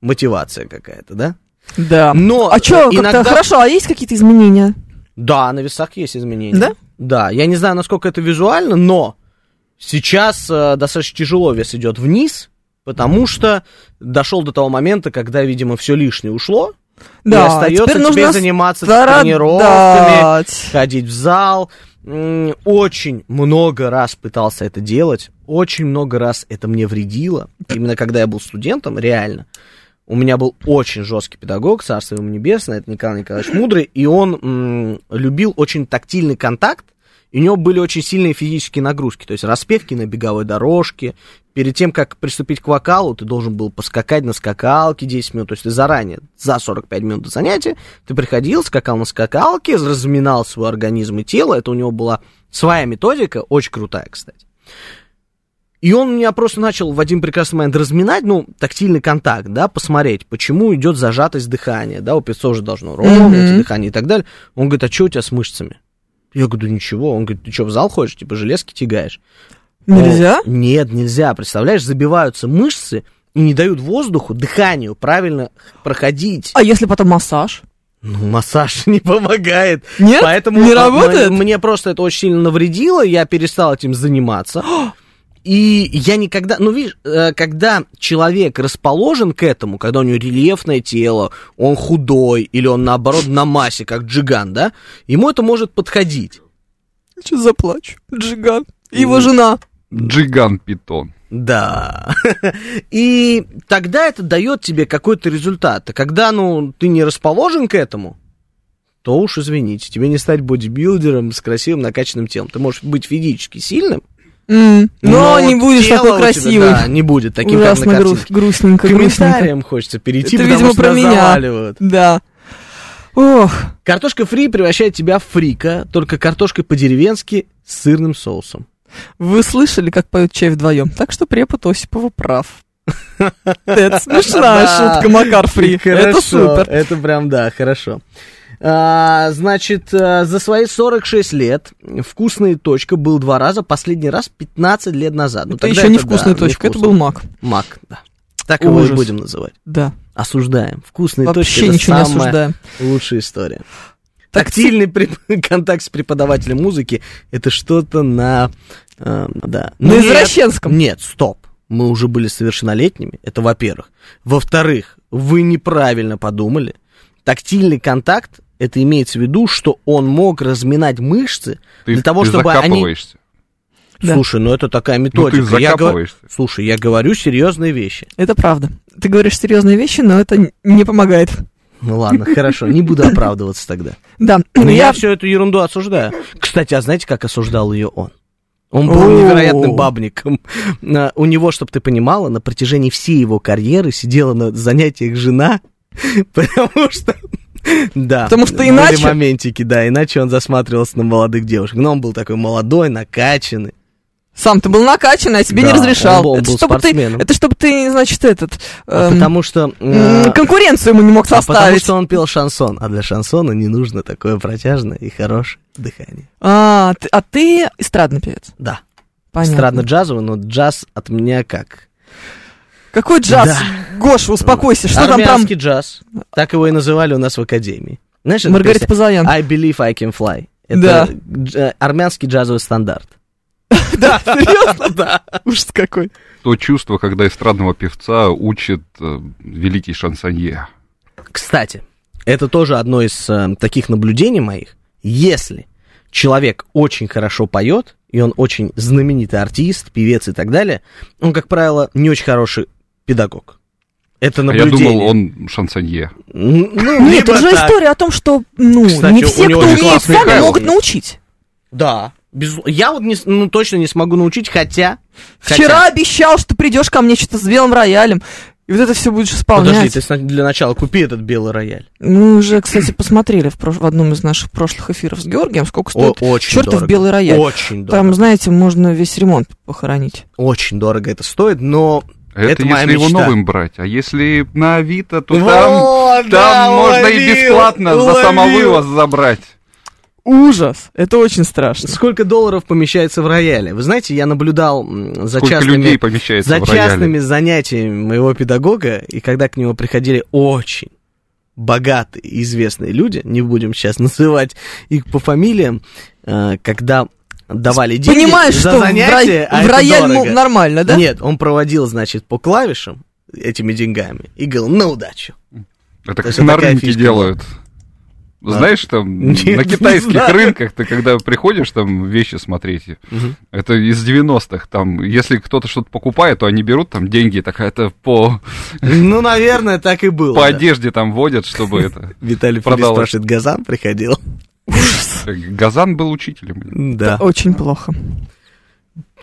[SPEAKER 2] Мотивация какая-то, да?
[SPEAKER 3] Да.
[SPEAKER 2] Но
[SPEAKER 3] А что,
[SPEAKER 2] э,
[SPEAKER 3] как-то хорошо, а есть какие-то изменения?
[SPEAKER 2] да, на весах есть изменения.
[SPEAKER 3] Да?
[SPEAKER 2] Да. Я не знаю, насколько это визуально, но сейчас э, достаточно тяжело вес идет вниз, потому что дошел до того момента, когда, видимо, все лишнее ушло. и остается
[SPEAKER 3] теперь
[SPEAKER 2] тебе
[SPEAKER 3] нужно
[SPEAKER 2] заниматься
[SPEAKER 3] страдать.
[SPEAKER 2] тренировками, ходить в зал. М, Очень много раз пытался это делать, очень много раз это мне вредило. Именно когда я был студентом, реально. У меня был очень жесткий педагог, царство ему небесное, это Николай Николаевич Мудрый, и он м, любил очень тактильный контакт, и у него были очень сильные физические нагрузки, то есть распевки на беговой дорожке. Перед тем, как приступить к вокалу, ты должен был поскакать на скакалке 10 минут, то есть ты заранее, за 45 минут до занятия, ты приходил, скакал на скакалке, разминал свой организм и тело. Это у него была своя методика, очень крутая, кстати. И он меня просто начал в один прекрасный момент разминать, ну, тактильный контакт, да, посмотреть, почему идет зажатость дыхания, да, у певцов же должно ровно
[SPEAKER 3] Мгм.
[SPEAKER 2] дыхание и так далее. Он говорит, а что у тебя с мышцами? Я говорю, да ничего. Он говорит, ты что, в зал ходишь, типа железки тягаешь?
[SPEAKER 3] Нельзя?
[SPEAKER 2] О, нет, нельзя. Представляешь, забиваются мышцы и не дают воздуху, дыханию правильно проходить.
[SPEAKER 3] А если потом массаж?
[SPEAKER 2] Ну, массаж не помогает.
[SPEAKER 3] Нет?
[SPEAKER 2] Поэтому
[SPEAKER 3] не
[SPEAKER 2] а,
[SPEAKER 3] работает?
[SPEAKER 2] м- Мне просто это очень сильно навредило, я перестал этим заниматься.
[SPEAKER 3] А!
[SPEAKER 2] И я никогда, ну видишь, э, когда человек расположен к этому, когда у него рельефное тело, он худой или он наоборот на массе, как джиган, да, ему это может подходить.
[SPEAKER 3] Сейчас заплачу. Джиган. И его жена.
[SPEAKER 4] Джиган Питон.
[SPEAKER 2] Да. И тогда это дает тебе какой-то результат. А когда, ну, ты не расположен к этому, то уж извините, тебе не стать бодибилдером с красивым накачанным телом. Ты можешь быть физически сильным,
[SPEAKER 3] М, Но, не
[SPEAKER 2] вот
[SPEAKER 3] будешь
[SPEAKER 2] тело
[SPEAKER 3] такой
[SPEAKER 2] у тебя,
[SPEAKER 3] красивый.
[SPEAKER 2] да, не будет таким,
[SPEAKER 3] Ужасно
[SPEAKER 2] как на
[SPEAKER 3] гру-
[SPEAKER 2] картинке.
[SPEAKER 3] грустненько,
[SPEAKER 2] К
[SPEAKER 3] грустненько.
[SPEAKER 2] комментариям хочется перейти,
[SPEAKER 3] Это,
[SPEAKER 2] потому
[SPEAKER 3] видимо,
[SPEAKER 2] что
[SPEAKER 3] про
[SPEAKER 2] нас
[SPEAKER 3] меня.
[SPEAKER 2] заваливают.
[SPEAKER 3] Да. Ох,
[SPEAKER 2] Картошка фри превращает тебя в фрика, только картошкой по-деревенски с сырным соусом.
[SPEAKER 3] вы слышали, как поют чай вдвоем. Так что препод Осипова прав. Это смешная
[SPEAKER 2] Да.
[SPEAKER 3] шутка, Макар Фри. Это
[SPEAKER 2] Хорошо,
[SPEAKER 3] супер.
[SPEAKER 2] Это прям, да, хорошо. А, значит, а, за свои 46 лет «Вкусная точка» был два раза, последний раз 15 лет назад. Ну,
[SPEAKER 3] Это
[SPEAKER 2] тогда
[SPEAKER 3] еще не
[SPEAKER 2] да,
[SPEAKER 3] вкусная точка, это
[SPEAKER 2] невкусно.
[SPEAKER 3] был мак.
[SPEAKER 2] Мак, да. Так его и
[SPEAKER 3] Ужас.
[SPEAKER 2] будем называть.
[SPEAKER 3] Да,
[SPEAKER 2] Осуждаем. «Вкусная точка» —
[SPEAKER 3] вообще
[SPEAKER 2] это
[SPEAKER 3] ничего не
[SPEAKER 2] самая
[SPEAKER 3] осуждаем.
[SPEAKER 2] лучшая история.
[SPEAKER 3] Так-
[SPEAKER 2] Тактильный при- контакт с преподавателем музыки это что-то на... э, да.
[SPEAKER 3] На
[SPEAKER 2] Нет,
[SPEAKER 3] извращенском.
[SPEAKER 2] Нет, стоп. Мы уже были совершеннолетними, это во-первых. Во-вторых, вы неправильно подумали. Тактильный контакт, это имеется в виду, что он мог разминать мышцы
[SPEAKER 4] Ты,
[SPEAKER 2] для того,
[SPEAKER 4] ты
[SPEAKER 2] чтобы они...
[SPEAKER 4] закапываешься.
[SPEAKER 3] Да.
[SPEAKER 2] Слушай, ну это такая
[SPEAKER 4] Ну,
[SPEAKER 2] методика.
[SPEAKER 4] ты
[SPEAKER 2] Я гов-
[SPEAKER 4] закапываешься.
[SPEAKER 2] Слушай, я говорю серьезные вещи.
[SPEAKER 3] Это правда. Ты говоришь серьезные вещи, но это н- не помогает.
[SPEAKER 2] Ну ладно, хорошо, не буду оправдываться тогда.
[SPEAKER 3] Да,
[SPEAKER 2] Но Ну, я
[SPEAKER 3] я...
[SPEAKER 2] всю эту ерунду осуждаю. Кстати, а знаете, как осуждал ее он? Он был
[SPEAKER 3] О.
[SPEAKER 2] невероятным бабником. На- У него, чтобы ты понимала, на протяжении всей его карьеры сидела на занятиях жена, потому что... Да,
[SPEAKER 3] Потому что
[SPEAKER 2] были
[SPEAKER 3] иначе-
[SPEAKER 2] моментики, да, иначе он засматривался на молодых девушек. Но он был такой молодой, накачанный.
[SPEAKER 3] Сам ты был накачан, а тебе
[SPEAKER 2] Да,
[SPEAKER 3] не разрешал.
[SPEAKER 2] он был- он
[SPEAKER 3] это,
[SPEAKER 2] был
[SPEAKER 3] чтобы ты,
[SPEAKER 2] спортсменом.
[SPEAKER 3] это чтобы ты, значит, этот...
[SPEAKER 2] А
[SPEAKER 3] эм,
[SPEAKER 2] потому что... э,
[SPEAKER 3] м, конкуренцию ему не мог
[SPEAKER 2] а потому
[SPEAKER 3] составить.
[SPEAKER 2] что он пел шансон, а для шансона не нужно такое протяжное и хорошее дыхание.
[SPEAKER 3] А, ты, а ты эстрадный певец.
[SPEAKER 2] Да,
[SPEAKER 3] Понятно.
[SPEAKER 2] эстрадно-джазовый, но джаз от меня как?
[SPEAKER 3] Какой джаз? Гоша, успокойся. Что там там?
[SPEAKER 2] Армянский джаз. Так его и называли у нас в академии. Знаешь, эта
[SPEAKER 3] Маргарита
[SPEAKER 2] песня
[SPEAKER 3] Пазаян.
[SPEAKER 2] I believe I can fly. Это
[SPEAKER 3] Да.
[SPEAKER 2] дж- э, армянский джазовый стандарт. А,
[SPEAKER 3] Да, серьезно? Да. Ужас какой.
[SPEAKER 4] То чувство, когда эстрадного певца учит э, великий шансонье.
[SPEAKER 2] Кстати, это тоже одно из э, таких наблюдений моих. Если человек очень хорошо поет, и он очень знаменитый артист, певец и так далее, он, как правило, не очень хороший педагог. Это
[SPEAKER 4] А я
[SPEAKER 2] наблюдение.
[SPEAKER 4] думал, он шансонье.
[SPEAKER 2] Н- Ну,
[SPEAKER 3] Нет,
[SPEAKER 2] либо
[SPEAKER 3] это же
[SPEAKER 2] так.
[SPEAKER 3] история о том, что ну,
[SPEAKER 2] Кстати,
[SPEAKER 3] не
[SPEAKER 2] у
[SPEAKER 3] все,
[SPEAKER 2] него
[SPEAKER 3] кто
[SPEAKER 2] же
[SPEAKER 3] умеет
[SPEAKER 4] классный
[SPEAKER 3] сами,
[SPEAKER 4] хайлайт.
[SPEAKER 3] могут научить.
[SPEAKER 2] Да. Без- Я вот не с- ну, точно не смогу научить, хотя...
[SPEAKER 3] Вчера обещал, что придешь ко мне что-то с белым роялем. И вот это все будешь исполнять.
[SPEAKER 2] Подожди, ты сна- для начала купи этот белый рояль.
[SPEAKER 3] Мы уже, кстати, посмотрели в, прош- в одном из наших прошлых эфиров с Георгием, сколько стоит
[SPEAKER 2] О- очень
[SPEAKER 3] чертов
[SPEAKER 2] дорого.
[SPEAKER 3] белый рояль.
[SPEAKER 2] Очень дорого.
[SPEAKER 3] Там, знаете, можно весь ремонт похоронить.
[SPEAKER 2] Очень дорого это стоит, но
[SPEAKER 4] Это,
[SPEAKER 2] Это
[SPEAKER 4] если
[SPEAKER 2] моя
[SPEAKER 4] его
[SPEAKER 2] мечта.
[SPEAKER 4] новым брать. А если на Авито, то
[SPEAKER 2] Во,
[SPEAKER 4] там,
[SPEAKER 2] да,
[SPEAKER 4] там можно и
[SPEAKER 2] уловил,
[SPEAKER 4] бесплатно за
[SPEAKER 2] уловил.
[SPEAKER 4] самовывоз забрать.
[SPEAKER 3] Ужас! Это очень страшно.
[SPEAKER 2] сколько долларов помещается в рояле? Вы знаете, я наблюдал м, за
[SPEAKER 4] Сколько людей
[SPEAKER 2] частными,
[SPEAKER 4] помещается
[SPEAKER 2] за
[SPEAKER 4] в рояле.
[SPEAKER 2] частными занятиями моего педагога, и когда к нему приходили очень богатые и известные люди, не будем сейчас называть их по фамилиям, э, когда давали деньги
[SPEAKER 3] Понимаешь,
[SPEAKER 2] за
[SPEAKER 3] что в,
[SPEAKER 2] занятия,
[SPEAKER 3] рай-
[SPEAKER 2] а
[SPEAKER 3] в
[SPEAKER 2] это
[SPEAKER 3] рояль
[SPEAKER 2] дорого.
[SPEAKER 3] мо- нормально, да?
[SPEAKER 2] Нет, он проводил, значит, по клавишам этими деньгами и говорил на удачу. То
[SPEAKER 4] Это как
[SPEAKER 2] есть
[SPEAKER 4] на
[SPEAKER 2] такая
[SPEAKER 4] рынке
[SPEAKER 2] фишка.
[SPEAKER 4] делают. Знаешь, там
[SPEAKER 2] Нет, не
[SPEAKER 4] на китайских
[SPEAKER 2] знаю.
[SPEAKER 4] рынках ты когда приходишь, там вещи смотреть, это из 90-х, там, если кто-то что-то покупает, то они берут там деньги, так это по,
[SPEAKER 2] Ну, наверное, так и было.
[SPEAKER 4] по
[SPEAKER 2] да.
[SPEAKER 4] одежде там водят, чтобы это...
[SPEAKER 2] Виталий Филис
[SPEAKER 4] Продалось.
[SPEAKER 2] спрашивает, Газан приходил?
[SPEAKER 4] Газан был учителем.
[SPEAKER 2] Да.
[SPEAKER 3] Очень плохо.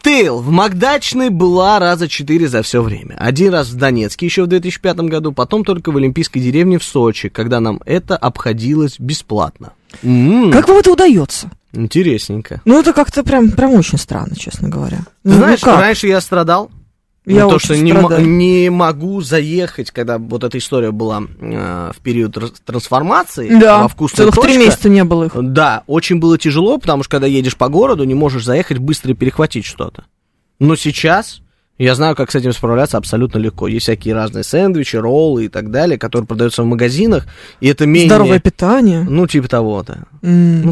[SPEAKER 2] Тейл в Макдачной была раза четыре за все время. Один раз в Донецке еще в 2005 году, потом только в Олимпийской деревне в Сочи, когда нам это обходилось бесплатно. М,
[SPEAKER 3] Как вам это удается?
[SPEAKER 2] Интересненько.
[SPEAKER 3] Ну, это как-то прям, прям очень странно, честно говоря.
[SPEAKER 2] Ты
[SPEAKER 3] Ну,
[SPEAKER 2] знаешь,
[SPEAKER 3] ну как?
[SPEAKER 2] раньше я страдал
[SPEAKER 3] Я
[SPEAKER 2] Ну, то,
[SPEAKER 3] очень
[SPEAKER 2] что не, мо-
[SPEAKER 3] страдаю.
[SPEAKER 2] не могу заехать, когда вот эта история была э, в период тр- трансформации
[SPEAKER 3] Да,
[SPEAKER 2] во вкусную
[SPEAKER 3] целых три
[SPEAKER 2] точка».
[SPEAKER 3] месяца не было их.
[SPEAKER 2] Да, очень было тяжело, потому что когда едешь по городу, не можешь заехать быстро и перехватить что-то. Но сейчас я знаю, как с этим справляться абсолютно легко. Есть всякие разные сэндвичи, роллы и так далее, которые продаются в магазинах, и это менее...
[SPEAKER 3] Здоровое питание.
[SPEAKER 2] Ну, типа того-то.
[SPEAKER 3] М,
[SPEAKER 2] Ну,
[SPEAKER 3] понятно.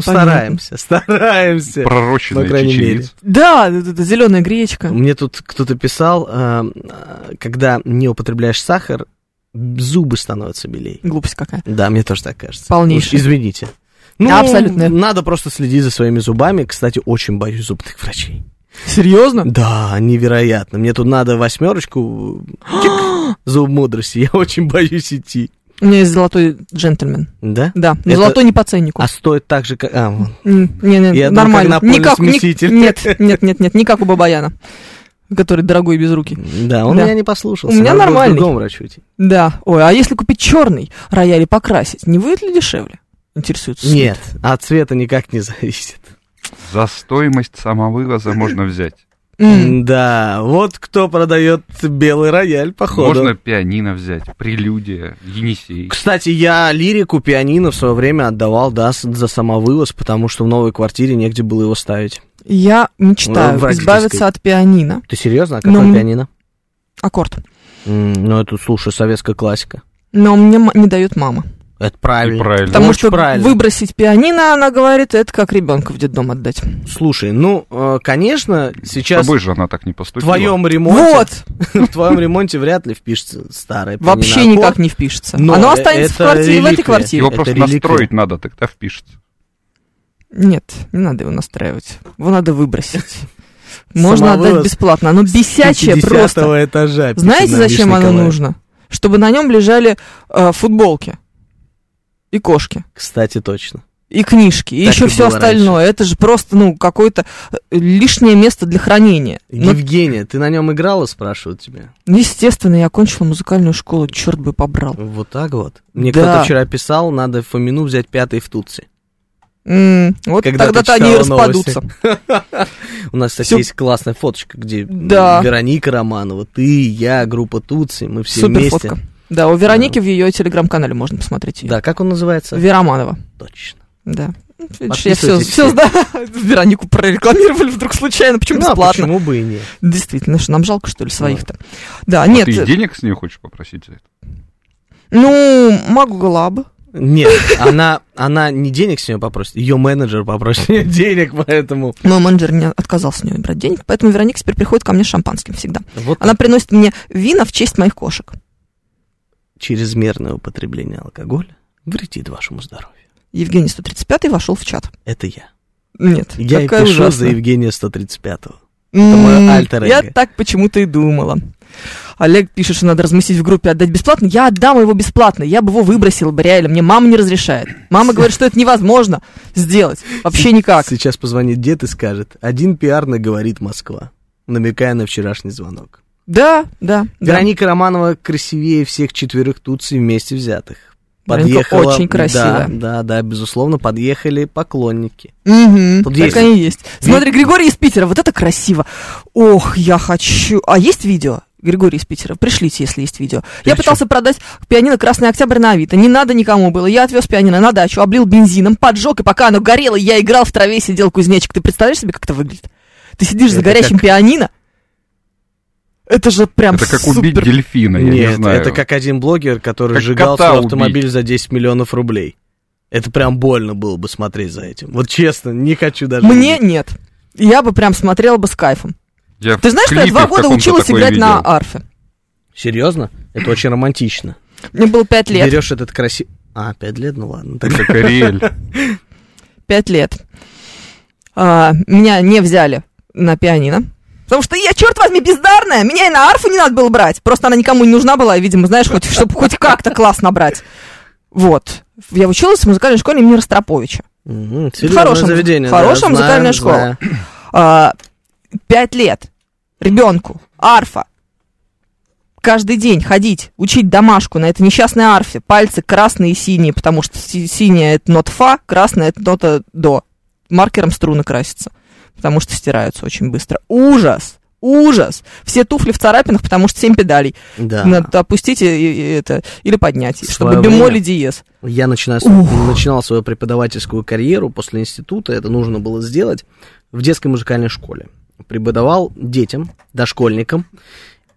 [SPEAKER 2] стараемся, стараемся.
[SPEAKER 4] Пророщенная
[SPEAKER 2] по крайней мере.
[SPEAKER 4] чечевица.
[SPEAKER 3] Да, зеленая гречка.
[SPEAKER 2] Мне тут кто-то писал, а, а, когда не употребляешь сахар, зубы становятся белей.
[SPEAKER 3] Глупость какая.
[SPEAKER 2] Да, мне тоже так кажется.
[SPEAKER 3] Полнейшая.
[SPEAKER 2] Уж извините. Ну,
[SPEAKER 3] Да, абсолютно.
[SPEAKER 2] Надо просто следить за своими зубами. Кстати, очень боюсь зубных врачей.
[SPEAKER 3] Серьезно?
[SPEAKER 2] Да, невероятно. Мне тут надо восьмерочку. Тик. Зуб мудрости. Я очень боюсь идти.
[SPEAKER 3] У меня есть золотой джентльмен.
[SPEAKER 2] Да?
[SPEAKER 3] Да, но
[SPEAKER 2] Это-
[SPEAKER 3] золотой не по ценнику.
[SPEAKER 2] А стоит так же, как... А, вон.
[SPEAKER 3] М, Не, не,
[SPEAKER 2] Я думал,
[SPEAKER 3] нормально.
[SPEAKER 2] как на
[SPEAKER 3] Не как- не-
[SPEAKER 2] полисмеситель.
[SPEAKER 3] Нет, нет, нет, нет, не как у Бабаяна, который дорогой и без руки.
[SPEAKER 2] да, он
[SPEAKER 3] Да.
[SPEAKER 2] меня не послушался.
[SPEAKER 3] У меня
[SPEAKER 2] Надо было к
[SPEAKER 3] нормальный.
[SPEAKER 2] другому врачу идти.
[SPEAKER 3] Да. Ой, а если купить черный рояль и покрасить, не будет ли дешевле? Интересуется. Смит.
[SPEAKER 2] Нет, от цвета никак не зависит.
[SPEAKER 4] За стоимость самовывоза можно взять.
[SPEAKER 3] М,
[SPEAKER 2] Да, вот кто продает белый рояль, походу.
[SPEAKER 4] Можно пианино взять, прелюдия, Енисей.
[SPEAKER 2] Кстати, я лирику пианино в свое время отдавал, да, с- за самовывоз, потому что в новой квартире негде было его ставить.
[SPEAKER 3] Я мечтаю
[SPEAKER 2] Ну, в родительской.
[SPEAKER 3] избавиться от пианино.
[SPEAKER 2] Ты серьезно? А
[SPEAKER 3] Ну,
[SPEAKER 2] какое
[SPEAKER 3] м.
[SPEAKER 2] пианино?
[SPEAKER 3] Аккорд.
[SPEAKER 2] М, ну, это, слушай, советская классика.
[SPEAKER 3] Но мне м- не дает мама.
[SPEAKER 2] Это
[SPEAKER 4] И
[SPEAKER 2] правильно.
[SPEAKER 4] правильно.
[SPEAKER 3] Потому
[SPEAKER 2] очень
[SPEAKER 3] что
[SPEAKER 2] правильно.
[SPEAKER 3] выбросить пианино, она говорит, это как ребенка в детдом отдать.
[SPEAKER 2] Слушай, ну, э, конечно,
[SPEAKER 4] С
[SPEAKER 2] сейчас
[SPEAKER 4] тобой же она так не
[SPEAKER 2] в
[SPEAKER 4] поступила.
[SPEAKER 2] твоем ремонте,
[SPEAKER 3] Вот!
[SPEAKER 2] в твоем ремонте вряд ли впишется старое пианино.
[SPEAKER 3] Вообще
[SPEAKER 2] Аккорд.
[SPEAKER 3] никак не впишется.
[SPEAKER 2] Но
[SPEAKER 3] Оно
[SPEAKER 2] э-
[SPEAKER 3] останется в
[SPEAKER 2] это
[SPEAKER 3] квартире, в этой
[SPEAKER 2] реликвия.
[SPEAKER 3] квартире.
[SPEAKER 4] Его
[SPEAKER 2] Это
[SPEAKER 4] просто
[SPEAKER 2] реликвия.
[SPEAKER 4] настроить надо, тогда впишется.
[SPEAKER 3] Нет, не надо его настраивать. Его надо выбросить. Можно
[SPEAKER 2] Самовывоз
[SPEAKER 3] отдать бесплатно. Оно бесячее
[SPEAKER 2] 50-го
[SPEAKER 3] просто.
[SPEAKER 2] этажа. пишет
[SPEAKER 3] Знаете,
[SPEAKER 2] нам
[SPEAKER 3] зачем
[SPEAKER 2] Миш
[SPEAKER 3] оно
[SPEAKER 2] Николаев.
[SPEAKER 3] нужно? Чтобы на нем лежали э, футболки и кошки.
[SPEAKER 2] Кстати, точно.
[SPEAKER 3] И книжки, и
[SPEAKER 2] Так
[SPEAKER 3] еще
[SPEAKER 2] и
[SPEAKER 3] все
[SPEAKER 2] было
[SPEAKER 3] остальное. Это же просто, ну, какое-то э, лишнее место для хранения. Ну,
[SPEAKER 2] Евгения, ты на нем играла, спрашивают тебя?
[SPEAKER 3] естественно, я окончила музыкальную школу, черт бы побрал.
[SPEAKER 2] Вот так вот. Мне
[SPEAKER 3] Да.
[SPEAKER 2] кто-то вчера писал, надо Фомину взять пятый в Тутси.
[SPEAKER 3] М, вот
[SPEAKER 2] Когда ты
[SPEAKER 3] тогда-то они и
[SPEAKER 2] читала новости.
[SPEAKER 3] распадутся.
[SPEAKER 2] У нас, кстати,
[SPEAKER 3] Всё.
[SPEAKER 2] есть классная фоточка, где
[SPEAKER 3] Да.
[SPEAKER 2] Вероника Романова, ты, я, группа Тутси, мы все
[SPEAKER 3] Супер
[SPEAKER 2] вместе.
[SPEAKER 3] фотка. Да, у Вероники в ее телеграм-канале можно посмотреть ее.
[SPEAKER 2] Да, как он называется?
[SPEAKER 3] Вероманова.
[SPEAKER 2] Точно.
[SPEAKER 3] Да. Я все,
[SPEAKER 2] Подписывайтесь
[SPEAKER 3] все
[SPEAKER 2] все.
[SPEAKER 3] знаю. Веронику прорекламировали вдруг случайно. Почему
[SPEAKER 2] Ну, а
[SPEAKER 3] бесплатно?
[SPEAKER 2] почему бы и нет?
[SPEAKER 3] Действительно, что нам жалко, что ли, своих-то? Да,
[SPEAKER 4] А
[SPEAKER 3] нет.
[SPEAKER 2] э,
[SPEAKER 4] ты денег с нее хочешь попросить за это?
[SPEAKER 3] Ну, могла бы.
[SPEAKER 2] Нет, она, она не денег с нее попросит, ее менеджер попросит её денег, поэтому...
[SPEAKER 3] Мой менеджер не отказался с нее брать денег, поэтому Вероника теперь приходит ко мне с шампанским всегда.
[SPEAKER 2] Вот
[SPEAKER 3] Она приносит мне вина в честь моих кошек.
[SPEAKER 2] чрезмерное употребление алкоголя вредит вашему здоровью.
[SPEAKER 3] Евгений 135 вошел в чат.
[SPEAKER 2] Это я.
[SPEAKER 3] Нет,
[SPEAKER 2] Я и
[SPEAKER 3] какая
[SPEAKER 2] пишу за
[SPEAKER 3] ужасная.
[SPEAKER 2] Евгения 135-го.
[SPEAKER 3] М,
[SPEAKER 2] мое альтер
[SPEAKER 3] Я
[SPEAKER 2] эго.
[SPEAKER 3] так почему-то и думала. Олег пишет, что надо разместить в группе, отдать бесплатно. Я отдам его бесплатно, я бы его выбросила бы реально, мне мама не разрешает. Мама говорит, что это невозможно сделать, вообще никак.
[SPEAKER 2] Сейчас позвонит дед и скажет, один пиар наговорит Москва, намекая на вчерашний звонок.
[SPEAKER 3] Да, да, да.
[SPEAKER 2] Вероника Романова красивее всех четверых Туций вместе взятых.
[SPEAKER 3] Вероника очень красивая.
[SPEAKER 2] Да, да, да, безусловно, подъехали поклонники.
[SPEAKER 3] Мгм,
[SPEAKER 2] Тут
[SPEAKER 3] так
[SPEAKER 2] есть.
[SPEAKER 3] они и есть. Смотри, Григорий из Питера, вот это красиво. Ох, я хочу. А есть видео? Григорий из Питера, пришлите, если есть видео. я
[SPEAKER 2] Причём?
[SPEAKER 3] пытался продать пианино «Красный октябрь» на Авито. Не надо никому было. Я отвез пианино на дачу, облил бензином, поджег, и пока оно горело, я играл в траве, сидел кузнечик. Ты представляешь себе, как это выглядит? Ты сидишь за
[SPEAKER 2] Это
[SPEAKER 3] горящим пианино. Это же прям
[SPEAKER 4] это как
[SPEAKER 3] супер.
[SPEAKER 4] убить дельфина, Ну, я
[SPEAKER 2] Нет,
[SPEAKER 4] не знаю.
[SPEAKER 2] это как один блогер, который
[SPEAKER 4] Как
[SPEAKER 2] сжигал
[SPEAKER 4] кота
[SPEAKER 2] свой
[SPEAKER 4] убить.
[SPEAKER 2] автомобиль за 10 миллионов рублей. Это прям больно было бы смотреть за этим. Вот честно, не хочу даже...
[SPEAKER 3] Мне нет. Я бы прям смотрела бы с кайфом.
[SPEAKER 4] Я
[SPEAKER 3] Ты знаешь,
[SPEAKER 4] в
[SPEAKER 3] что я
[SPEAKER 4] клипе
[SPEAKER 3] два
[SPEAKER 4] в
[SPEAKER 3] года
[SPEAKER 4] каком-то
[SPEAKER 3] училась
[SPEAKER 4] такое
[SPEAKER 3] играть на
[SPEAKER 2] А?
[SPEAKER 4] видел.
[SPEAKER 3] арфе.
[SPEAKER 2] Серьезно? Это очень романтично.
[SPEAKER 3] Мне было пять лет.
[SPEAKER 2] Берешь этот красивый... А, пять лет? Ну ладно. так-
[SPEAKER 4] Как Ариэль. а
[SPEAKER 3] пять лет. А, меня не взяли на пианино. Потому что я, черт возьми, бездарная. Меня и на арфу не надо было брать. Просто она никому не нужна была, видимо, знаешь, хоть, чтобы хоть как-то класс набрать. Вот. Я училась в музыкальной школе имени Ростроповича.
[SPEAKER 2] Мгм, серьезное
[SPEAKER 3] хорошая музы-
[SPEAKER 2] заведение. да,
[SPEAKER 3] хорошая
[SPEAKER 2] знаю,
[SPEAKER 3] музыкальная школа.
[SPEAKER 2] знаю.
[SPEAKER 3] А, Пять лет. Ребенку. Арфа. Каждый день ходить, учить домашку на этой несчастной арфе. Пальцы красные и синие, потому что си- синяя это нота фа, красная это нота до. Маркером струны красятся, потому что стираются очень быстро. Ужас! ужас. Все туфли в царапинах, потому что 7 педалей.
[SPEAKER 2] Да.
[SPEAKER 3] Надо опустить и, и это, или поднять,
[SPEAKER 2] В
[SPEAKER 3] чтобы
[SPEAKER 2] своё
[SPEAKER 3] бемоль
[SPEAKER 2] время-
[SPEAKER 3] и диез.
[SPEAKER 2] Я начинаю, с-
[SPEAKER 3] Ух.
[SPEAKER 2] начинал свою преподавательскую карьеру после института, это нужно было сделать, в детской музыкальной школе. Преподавал детям, дошкольникам.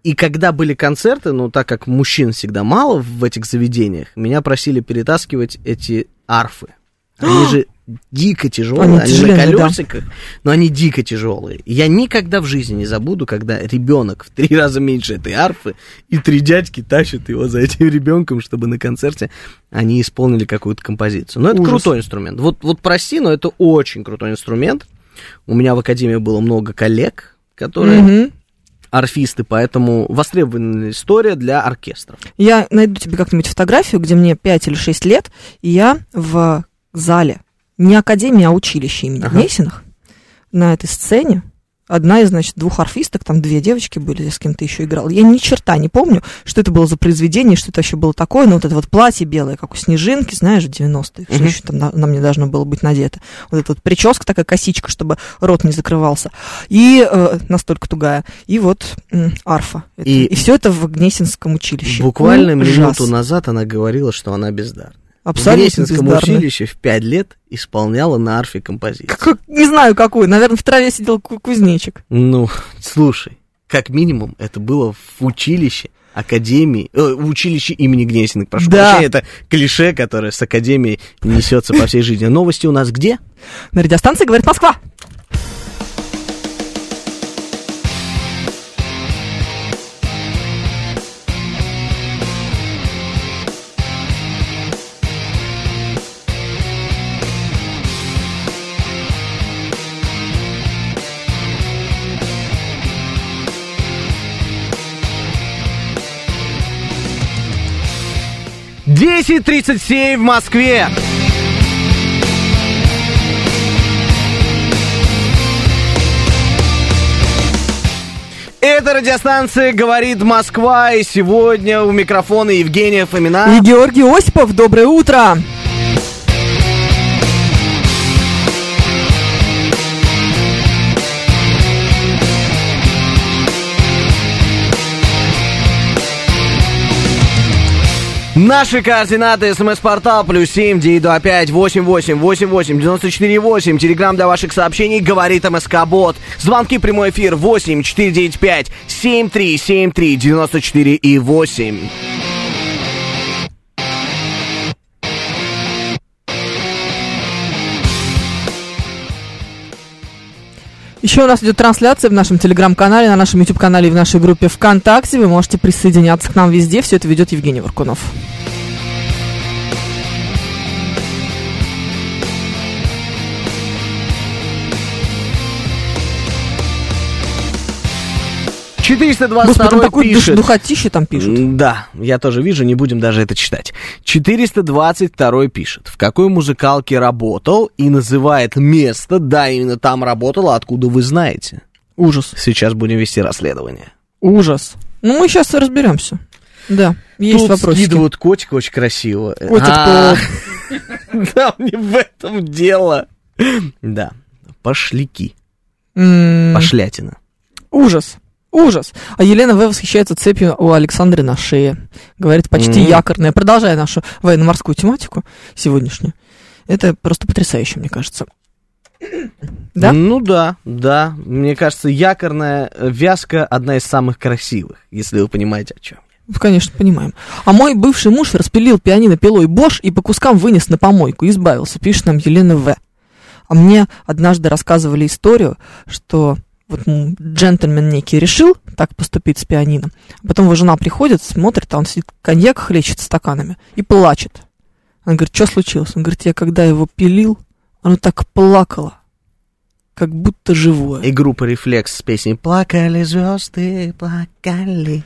[SPEAKER 2] И когда были концерты, ну, так как мужчин всегда мало в этих заведениях, меня просили перетаскивать эти арфы. Они же дико тяжелые,
[SPEAKER 3] А! Они
[SPEAKER 2] они, на
[SPEAKER 3] тяжеленные, да.
[SPEAKER 2] колесиках, но они дико тяжелые. И Я никогда в жизни не забуду, когда ребенок в три раза меньше этой арфы, и три дядьки тащат его за этим ребенком, чтобы на концерте они исполнили какую-то композицию. Но это
[SPEAKER 3] Ужас.
[SPEAKER 2] крутой инструмент. Вот, вот прости, но это очень крутой инструмент. У меня в академии было много коллег, которые
[SPEAKER 3] Мгм.
[SPEAKER 2] арфисты, поэтому востребованная история для оркестров.
[SPEAKER 3] Я найду тебе как-нибудь фотографию, где мне 5 или 6 лет, и я в зале, не академии, а училище имени
[SPEAKER 2] Ага.
[SPEAKER 3] Гнесиных, на этой сцене, одна из, значит, двух арфисток, там две девочки были, я с кем-то еще играл. Я ни черта не помню, что это было за произведение, что это вообще было такое, но вот это вот платье белое, как у Снежинки, знаешь, 90-х, что
[SPEAKER 2] Мгм.
[SPEAKER 3] еще там на, на мне должно было быть надето. Вот эта вот прическа такая, косичка, чтобы рот не закрывался. И э, настолько тугая. И вот м, арфа. Это-
[SPEAKER 2] И-
[SPEAKER 3] и все это в Гнесинском училище.
[SPEAKER 2] Буквально
[SPEAKER 3] ну, Ужас.
[SPEAKER 2] минуту назад она говорила, что она бездарна. в
[SPEAKER 3] Абсолютно
[SPEAKER 2] Гнесинском
[SPEAKER 3] бездарно.
[SPEAKER 2] училище в пять лет исполняла на арфе композицию.
[SPEAKER 3] Как- не знаю, какую. Наверное, в траве сидел ку- кузнечик.
[SPEAKER 2] Ну, слушай, как минимум это было в училище академии, э, в училище имени Гнесиных, прошу
[SPEAKER 3] Да.
[SPEAKER 2] прощения, это клише, которое с академией несется по всей жизни. А Новости у нас где?
[SPEAKER 3] На радиостанции говорит Москва.
[SPEAKER 2] Десять тридцать семь в Москве! Это радиостанция «Говорит Москва», и сегодня у микрофона Евгения Фомина.
[SPEAKER 3] И Георгий Осипов, доброе утро.
[SPEAKER 2] Наши координаты, смс-портал, плюс семь, девять, пять, восемь, восемь, восемь, восемь, девяносто четыре, восемь. Телеграмм для ваших сообщений, говорит МСК-бот. Звонки, прямой эфир, восемь, четыре, девять, пять, семь, три, семь, три, девяносто четыре и восемь.
[SPEAKER 3] Еще у нас идет трансляция в нашем телеграм-канале, на нашем YouTube-канале и в нашей группе ВКонтакте. Вы можете присоединяться к нам везде. Все это ведет Евгений Варкунов. Господи, там
[SPEAKER 2] 422
[SPEAKER 3] такое душ-
[SPEAKER 2] А пишет.
[SPEAKER 3] духотище там пишут.
[SPEAKER 2] М, Да, я тоже вижу, не будем даже это читать. 422 пишет, в какой музыкалке работал и называет место, да, именно там работал, а откуда вы знаете.
[SPEAKER 3] Ужас.
[SPEAKER 2] Сейчас будем вести расследование.
[SPEAKER 3] Ужас. Ну, мы сейчас разберемся. Да, есть
[SPEAKER 2] Тут
[SPEAKER 3] вопросы.
[SPEAKER 2] скидывают котика очень красиво.
[SPEAKER 3] Котик
[SPEAKER 2] А, Да, мне в этом дело. Да, пошляки, А пошлятина.
[SPEAKER 3] Ужас. Ужас. А Елена В. восхищается цепью у Александры на шее. Говорит, почти
[SPEAKER 2] Мгм.
[SPEAKER 3] якорная. Продолжая нашу военно-морскую тематику сегодняшнюю. Это просто потрясающе, мне кажется. Да?
[SPEAKER 2] Ну да, да. Мне кажется, якорная э, вязка одна из самых красивых, если вы понимаете о чем.
[SPEAKER 3] Ну, Конечно, понимаем. А мой бывший муж распилил пианино пилой Бош и по кускам вынес на помойку. Избавился, пишет нам Елена В. А мне однажды рассказывали историю, что вот м, джентльмен некий решил так поступить с пианино. Потом его жена приходит, смотрит, а он сидит, коньяк хлещет стаканами и плачет. Она говорит, что случилось? Он говорит, я когда его пилил, оно так плакало, как будто живое.
[SPEAKER 2] И группа «Рефлекс» с песней «Плакали звезды, плакали».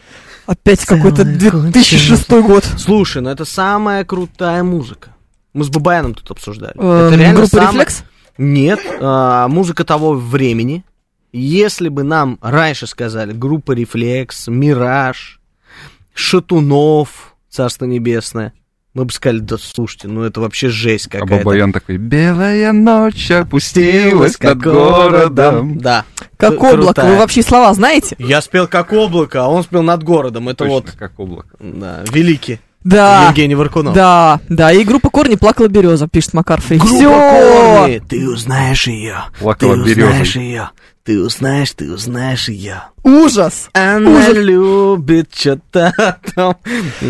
[SPEAKER 3] Опять какой-то
[SPEAKER 2] Целая
[SPEAKER 3] 2006 год.
[SPEAKER 2] Слушай, ну это самая крутая музыка. Мы с Бабаяном тут обсуждали.
[SPEAKER 3] Э,
[SPEAKER 2] это реально
[SPEAKER 3] Группа
[SPEAKER 2] самая-
[SPEAKER 3] «Рефлекс»?
[SPEAKER 2] Нет, а, музыка того времени. Если бы нам раньше сказали группа Рефлекс, Мираж, Шатунов, Царство Небесное, Мы бы сказали, да слушайте, ну это вообще жесть
[SPEAKER 4] А
[SPEAKER 2] какая-то.
[SPEAKER 4] Бабаян такой, белая ночь опустилась
[SPEAKER 2] Опустилась
[SPEAKER 4] над городом.
[SPEAKER 2] Да.
[SPEAKER 3] Как
[SPEAKER 2] Кру-
[SPEAKER 3] облако.
[SPEAKER 2] крутая.
[SPEAKER 3] Вы вообще слова знаете?
[SPEAKER 2] Я спел как облако, а он спел над городом. Это
[SPEAKER 4] Точно,
[SPEAKER 2] вот
[SPEAKER 4] как облако.
[SPEAKER 2] да, великий
[SPEAKER 3] Да.
[SPEAKER 2] Евгений Варкунов.
[SPEAKER 3] А, Да, да. И группа Корни плакала береза, пишет Макар Фрей.
[SPEAKER 2] Группа
[SPEAKER 3] Всё.
[SPEAKER 2] Корни, ты узнаешь ее.
[SPEAKER 4] Плакала
[SPEAKER 2] ты
[SPEAKER 4] береза.
[SPEAKER 2] узнаешь ее. Ты узнаешь, ты узнаешь ее.
[SPEAKER 3] Ужас.
[SPEAKER 2] Она
[SPEAKER 3] Ужас.
[SPEAKER 2] любит что-то там.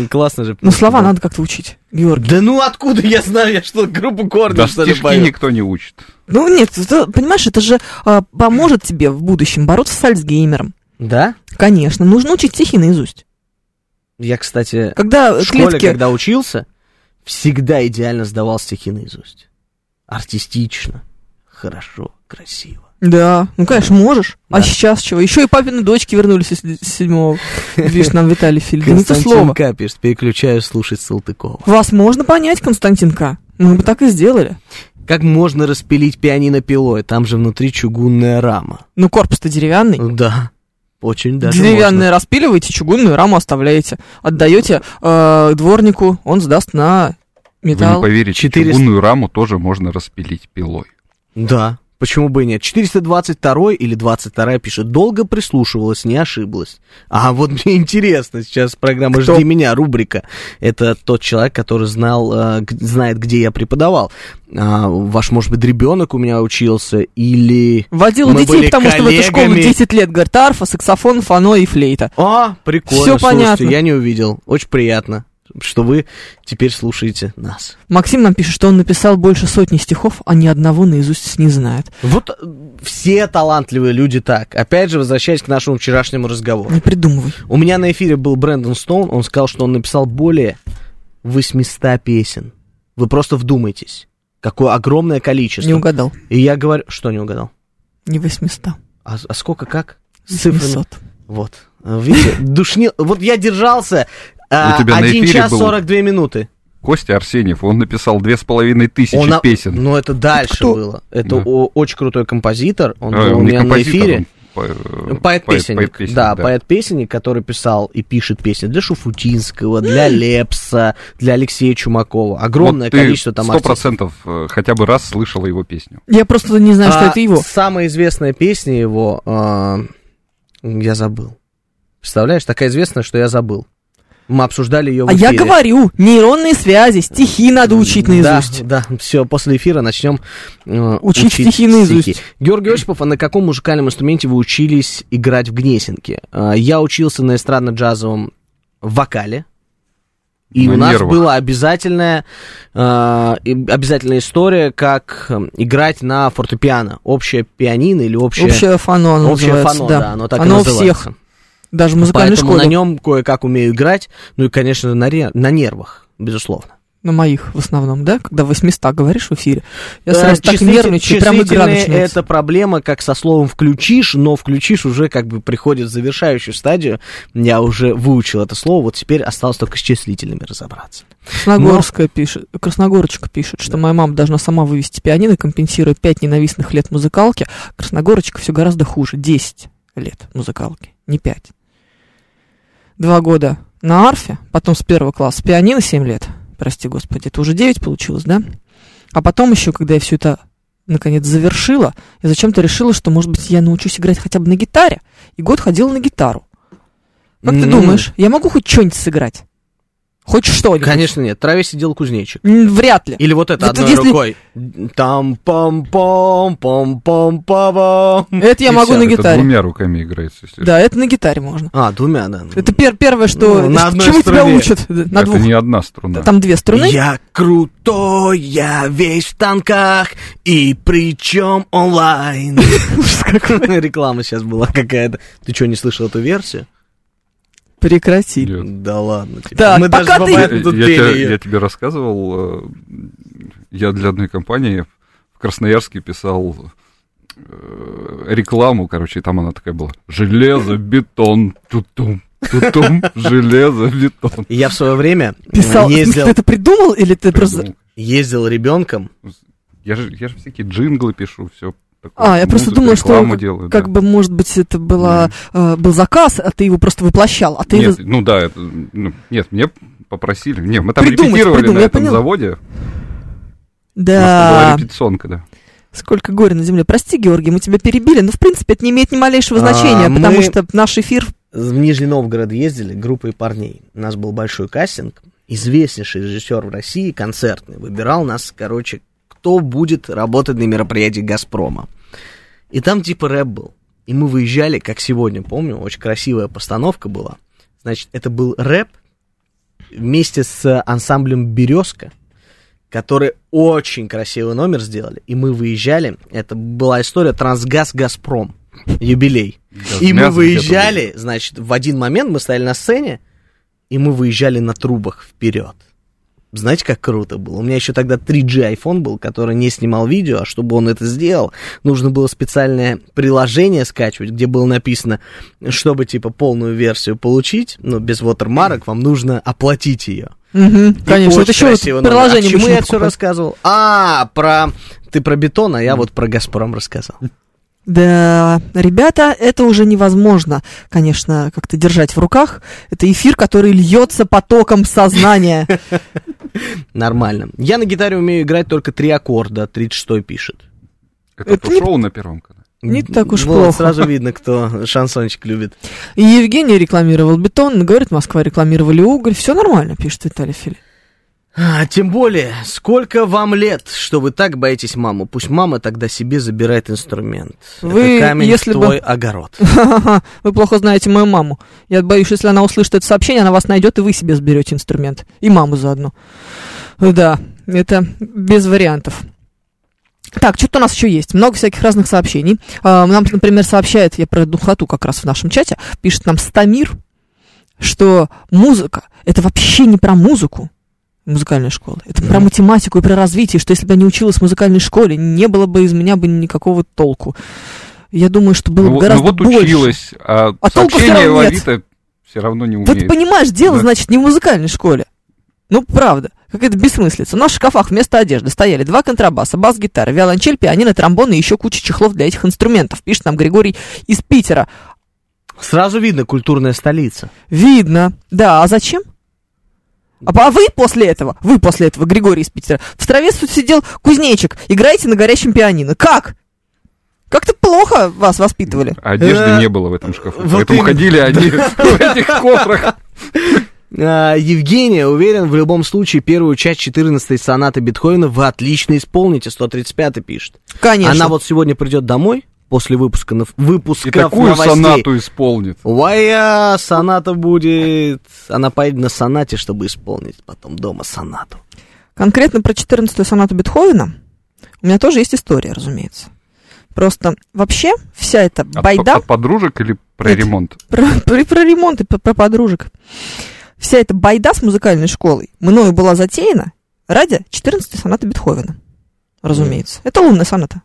[SPEAKER 2] Классно же.
[SPEAKER 3] Ну, слова надо как-то учить, Георгий.
[SPEAKER 2] Да ну откуда я знаю, я что, группу корни
[SPEAKER 4] Да
[SPEAKER 2] что ли
[SPEAKER 4] стишки
[SPEAKER 2] пою?
[SPEAKER 4] никто не учит.
[SPEAKER 3] Ну, нет, это, понимаешь, это же а, поможет тебе в будущем бороться с Альцгеймером.
[SPEAKER 2] Да?
[SPEAKER 3] Конечно, нужно учить стихи наизусть.
[SPEAKER 2] Я, кстати,
[SPEAKER 3] Когда
[SPEAKER 2] в школе,
[SPEAKER 3] клетки...
[SPEAKER 2] когда учился, всегда идеально сдавал стихи наизусть. Артистично, хорошо, красиво.
[SPEAKER 3] Да, ну, конечно, можешь. А
[SPEAKER 2] Да.
[SPEAKER 3] сейчас чего? Еще и папины дочки вернулись из с седьмого. Видишь, нам Виталий Фильд. Ну, это слово.
[SPEAKER 2] К пишет, переключаю слушать Салтыкова.
[SPEAKER 3] Вас можно понять, Константин К. Мы бы так и сделали.
[SPEAKER 2] Как можно распилить пианино пилой? Там же внутри чугунная рама.
[SPEAKER 3] Ну, корпус-то деревянный.
[SPEAKER 2] Ну Да, очень даже
[SPEAKER 3] Деревянные распиливаете, чугунную раму оставляете. Отдаете э, дворнику, он сдаст на
[SPEAKER 4] Вы не
[SPEAKER 3] металл.
[SPEAKER 4] поверите,
[SPEAKER 2] 400.
[SPEAKER 4] чугунную раму тоже можно распилить пилой.
[SPEAKER 2] можно. Да, почему бы и нет? 422 или 22 пишет, долго прислушивалась, не ошиблась. А вот мне интересно, сейчас программа
[SPEAKER 3] Кто?
[SPEAKER 2] «Жди меня», рубрика. Это тот человек, который знал, э, г- знает, где я преподавал. А, ваш, может быть, ребенок у меня учился, или...
[SPEAKER 3] Водил
[SPEAKER 2] Мы
[SPEAKER 3] детей,
[SPEAKER 2] были
[SPEAKER 3] потому что в эту школу
[SPEAKER 2] коллегами.
[SPEAKER 3] 10 лет. Говорит, арфа, саксофон, фано и флейта.
[SPEAKER 2] А, прикольно,
[SPEAKER 3] Всё
[SPEAKER 2] слушайте,
[SPEAKER 3] понятно.
[SPEAKER 2] я не увидел. Очень приятно, что вы теперь слушаете нас.
[SPEAKER 3] Максим нам пишет, что он написал больше сотни стихов, а ни одного наизусть не знает.
[SPEAKER 2] Вот э, все талантливые люди так. Опять же, возвращаясь к нашему вчерашнему разговору.
[SPEAKER 3] Не придумывай.
[SPEAKER 2] У меня на эфире был Брэндон Стоун, он сказал, что он написал более 800 песен. Вы просто вдумайтесь, какое огромное количество.
[SPEAKER 3] Не угадал.
[SPEAKER 2] И я говорю, что не угадал?
[SPEAKER 3] Не 800.
[SPEAKER 2] А, а сколько, как? С цифрами.
[SPEAKER 3] 700.
[SPEAKER 2] Вот. А, Видите, душнил. Вот я держался а,
[SPEAKER 4] У тебя на
[SPEAKER 2] 1
[SPEAKER 4] эфире
[SPEAKER 2] час
[SPEAKER 4] был
[SPEAKER 2] 42 минуты.
[SPEAKER 4] Костя Арсеньев, он написал две с половиной тысячи
[SPEAKER 2] Он, а,
[SPEAKER 4] песен.
[SPEAKER 2] Ну, это дальше
[SPEAKER 3] кто?
[SPEAKER 2] было. Это
[SPEAKER 4] Да.
[SPEAKER 2] о- очень крутой композитор. Он
[SPEAKER 4] Э,
[SPEAKER 2] был у
[SPEAKER 4] не
[SPEAKER 2] меня на
[SPEAKER 4] композитор,
[SPEAKER 2] эфире.
[SPEAKER 4] он по- э,
[SPEAKER 2] Поэт-песенник,
[SPEAKER 4] поэт-песенник,
[SPEAKER 2] да, поэт-песенник, который писал и пишет песни для Шуфутинского, для Лепса, для Алексея Чумакова. Огромное
[SPEAKER 4] Вот ты
[SPEAKER 2] количество там
[SPEAKER 4] Сто
[SPEAKER 2] артистов.
[SPEAKER 4] процентов э, хотя бы раз слышала его песню.
[SPEAKER 3] Я просто не знаю, что
[SPEAKER 2] А
[SPEAKER 3] это его.
[SPEAKER 2] Самая известная песня его а, я забыл. Представляешь, такая известная, что я забыл. Мы обсуждали ее в
[SPEAKER 3] А я
[SPEAKER 2] эфире.
[SPEAKER 3] говорю, нейронные связи, стихи надо учить наизусть.
[SPEAKER 2] Да, да, все, после эфира начнем э,
[SPEAKER 3] Учить стихи наизусть.
[SPEAKER 2] Георгий Осипов, а на каком музыкальном инструменте вы учились играть в Гнесинке? Э, я учился на эстрадно-джазовом вокале. И
[SPEAKER 4] На
[SPEAKER 2] у нас
[SPEAKER 4] нервах.
[SPEAKER 2] была обязательная, э, и- обязательная история, как э, играть на фортепиано. Общее пианино или общее,
[SPEAKER 3] Общее фано оно
[SPEAKER 2] общее
[SPEAKER 3] называется,
[SPEAKER 2] фано,
[SPEAKER 3] да.
[SPEAKER 2] да. оно так и
[SPEAKER 3] Оно у
[SPEAKER 2] называется.
[SPEAKER 3] всех, даже в музыкальной
[SPEAKER 2] Поэтому на
[SPEAKER 3] школе.
[SPEAKER 2] нем кое-как умею играть. Ну и, конечно, на, ре- на нервах, безусловно.
[SPEAKER 3] На моих в основном, да? Когда 800 говоришь в эфире. Я
[SPEAKER 2] Э,
[SPEAKER 3] сразу так
[SPEAKER 2] числитель-
[SPEAKER 3] нервничаю, прям игра
[SPEAKER 2] числительные
[SPEAKER 3] начинается.
[SPEAKER 2] это проблема, как со словом «включишь», но «включишь» уже как бы приходит в завершающую стадию. Я уже выучил это слово, вот теперь осталось только с числительными разобраться.
[SPEAKER 3] Красногорская пишет, Красногорочка пишет, что моя мама должна сама вывести пианино, компенсируя 5 ненавистных лет музыкалки. Красногорочка все гораздо хуже. 10 лет музыкалки, не 5. Два года на арфе, потом с первого класса пианино 7 лет. Прости, господи, это уже 9 получилось, да? А потом еще, когда я все это наконец завершила, я зачем-то решила, что, может быть, я научусь играть хотя бы на гитаре. И год ходила на гитару. Как ты
[SPEAKER 2] М.
[SPEAKER 3] думаешь, я могу хоть что-нибудь сыграть? Хоть что-нибудь?
[SPEAKER 2] Конечно нет, траве сидел кузнечик.
[SPEAKER 3] М, Вряд ли.
[SPEAKER 2] Или вот это
[SPEAKER 3] Это
[SPEAKER 2] одной
[SPEAKER 3] если-
[SPEAKER 2] рукой. Там пам пам пам пам пам
[SPEAKER 3] Это я
[SPEAKER 2] И
[SPEAKER 3] могу
[SPEAKER 2] всё,
[SPEAKER 3] на
[SPEAKER 4] Это
[SPEAKER 3] гитаре.
[SPEAKER 4] двумя руками играется, если
[SPEAKER 3] Да, это на гитаре можно.
[SPEAKER 2] А, двумя, да.
[SPEAKER 3] Это пер- первое, что
[SPEAKER 2] Ну, на одной
[SPEAKER 3] чему тебя
[SPEAKER 2] струне.
[SPEAKER 3] учат. Да, На
[SPEAKER 4] это
[SPEAKER 3] двух.
[SPEAKER 4] не одна струна.
[SPEAKER 3] Там две струны.
[SPEAKER 2] Я крутой, я весь в танках, и причем онлайн. Реклама сейчас была какая-то. Ты что, не слышал эту версию?
[SPEAKER 3] Прекратили.
[SPEAKER 4] Нет.
[SPEAKER 2] Да ладно тебе.
[SPEAKER 3] Так,
[SPEAKER 2] Мы даже
[SPEAKER 3] пока
[SPEAKER 2] с
[SPEAKER 3] ты-
[SPEAKER 4] Я,
[SPEAKER 2] Бабаяном тут
[SPEAKER 4] я
[SPEAKER 2] пели
[SPEAKER 4] тебе-
[SPEAKER 2] её.
[SPEAKER 4] я тебе рассказывал, э, я для одной компании в Красноярске писал э, рекламу, короче, и там она такая была. Железо, бетон, тутум, тутум, железо, бетон.
[SPEAKER 2] Я в свое время
[SPEAKER 3] Писал. В смысле,
[SPEAKER 2] ездил,
[SPEAKER 3] ты это придумал или ты просто...
[SPEAKER 4] Придумал.
[SPEAKER 2] ездил ребенком.
[SPEAKER 4] Я же, я же всякие джинглы пишу, все.
[SPEAKER 3] А, я просто думала, что
[SPEAKER 4] рекламу
[SPEAKER 3] как-
[SPEAKER 4] делаю,
[SPEAKER 3] как
[SPEAKER 4] да.
[SPEAKER 3] бы, может быть, это была, э, был заказ, а ты его просто воплощал. А ты его-
[SPEAKER 4] Нет, ну да, это, ну, нет, мне попросили. Не, мы там
[SPEAKER 3] Придумать,
[SPEAKER 4] репетировали
[SPEAKER 3] придумать,
[SPEAKER 4] на
[SPEAKER 3] я
[SPEAKER 4] этом
[SPEAKER 3] поняла.
[SPEAKER 4] заводе. У нас там
[SPEAKER 3] Да.
[SPEAKER 4] была репетиционка, да.
[SPEAKER 3] Сколько горя на земле. Прости, Георгий, мы тебя перебили, но в принципе это не имеет ни малейшего
[SPEAKER 5] А,
[SPEAKER 3] значения,
[SPEAKER 5] мы-
[SPEAKER 3] потому что наш эфир
[SPEAKER 2] В Нижний Новгород ездили группой парней. У нас был большой кастинг. Известнейший режиссер в России, концертный, выбирал нас, короче, кто будет работать на мероприятии «Газпрома». И там типа рэп был. И мы выезжали, как сегодня помню, очень красивая постановка была. Значит, это был рэп вместе с ансамблем «Березка», которые очень красивый номер сделали. И мы выезжали. Это была история «Трансгаз Газпром». Юбилей. И мы
[SPEAKER 4] Мясо где-то
[SPEAKER 2] выезжали, значит, в один момент мы стояли на сцене, и мы выезжали на трубах вперед. Знаете, как круто было? У меня еще тогда 3G iPhone был, который не снимал видео, а чтобы он это сделал, нужно было специальное приложение скачивать, где было написано, чтобы, типа, полную версию получить, ну, без watermark, вам нужно оплатить ее.
[SPEAKER 3] Мгм, конечно,
[SPEAKER 2] Очень
[SPEAKER 3] это еще вот
[SPEAKER 2] красивый номер.
[SPEAKER 3] приложение
[SPEAKER 2] А чему
[SPEAKER 3] обычно
[SPEAKER 2] я все
[SPEAKER 3] покупают.
[SPEAKER 2] рассказывал? А, про... Ты про бетон, а я вот про Газпром рассказал.
[SPEAKER 3] Да, ребята, это уже невозможно, конечно, как-то держать в руках. Это эфир, который льется потоком сознания.
[SPEAKER 2] Нормально. Я на гитаре умею играть только три аккорда, 36 пишет.
[SPEAKER 4] Это
[SPEAKER 3] Это
[SPEAKER 4] то
[SPEAKER 3] не-
[SPEAKER 4] шоу на первом канале.
[SPEAKER 3] Не так уж
[SPEAKER 2] Вот,
[SPEAKER 3] плохо.
[SPEAKER 2] сразу видно, кто шансончик любит.
[SPEAKER 3] И Евгений рекламировал бетон, говорит, Москва рекламировали уголь. Все нормально, пишет Виталий Фили.
[SPEAKER 2] А, тем более, сколько вам лет, что вы так боитесь маму? Пусть мама тогда себе забирает инструмент.
[SPEAKER 3] Вы,
[SPEAKER 2] Это камень
[SPEAKER 3] если
[SPEAKER 2] в
[SPEAKER 3] бы-
[SPEAKER 2] твой огород.
[SPEAKER 3] Ха-ха, Вы плохо знаете мою маму. Я боюсь, если она услышит это сообщение, она вас найдет, и вы себе сберете инструмент. И маму заодно. Да, это без вариантов. Так, что-то у нас еще есть. Много всяких разных сообщений. А, Нам, например, сообщает, я про духоту как раз в нашем чате, пишет нам Стамир, что музыка – это вообще не про музыку музыкальной школы. Это про математику и про развитие, что если бы я не училась в музыкальной школе, не было бы из меня бы никакого толку. Я думаю, что было
[SPEAKER 4] ну,
[SPEAKER 3] бы
[SPEAKER 4] вот-
[SPEAKER 3] гораздо
[SPEAKER 4] ну вот
[SPEAKER 3] больше.
[SPEAKER 4] училась, а,
[SPEAKER 3] А толку всё
[SPEAKER 4] сообщение в
[SPEAKER 3] равно нет.
[SPEAKER 4] Авито все равно не
[SPEAKER 3] Вот
[SPEAKER 4] умеет.
[SPEAKER 3] понимаешь, дело,
[SPEAKER 4] Да.
[SPEAKER 3] значит, не в музыкальной школе. Ну, правда. Какая-то бессмыслица. У нас в шкафах вместо одежды стояли два контрабаса, бас-гитара, виолончель, пианино, тромбон и еще куча чехлов для этих инструментов. Пишет нам Григорий из Питера.
[SPEAKER 2] Сразу видно, культурная столица.
[SPEAKER 3] Видно. Да, а зачем? А по- а вы после этого, вы после этого, Григорий из Питера, в траве тут сидел кузнечик, играете на горящем пианино. Как? Как-то плохо вас воспитывали.
[SPEAKER 4] А Одежды
[SPEAKER 2] Э,
[SPEAKER 4] не было в этом шкафу.
[SPEAKER 2] вот
[SPEAKER 4] поэтому
[SPEAKER 2] именно.
[SPEAKER 4] ходили они в этих кофрах.
[SPEAKER 2] А, Евгения, уверен, в любом случае первую часть 14-й сонаты Бетховена вы отлично исполните, 135 пишет.
[SPEAKER 3] Конечно.
[SPEAKER 2] Она вот сегодня придет домой после выпуска, нов- выпусков
[SPEAKER 4] И такую
[SPEAKER 2] новостей.
[SPEAKER 4] сонату исполнит.
[SPEAKER 2] Уая, соната будет. Она поедет на сонате, чтобы исполнить потом дома сонату.
[SPEAKER 3] Конкретно про 14-ю сонату Бетховена у меня тоже есть история, разумеется. Просто вообще вся эта
[SPEAKER 4] От,
[SPEAKER 3] байда
[SPEAKER 4] от подружек или про
[SPEAKER 3] Нет.
[SPEAKER 4] ремонт?
[SPEAKER 3] про, про- про ремонт и про, про подружек, вся эта байда с музыкальной школой мною была затеяна ради 14-й сонаты Бетховена, разумеется. Это лунная соната.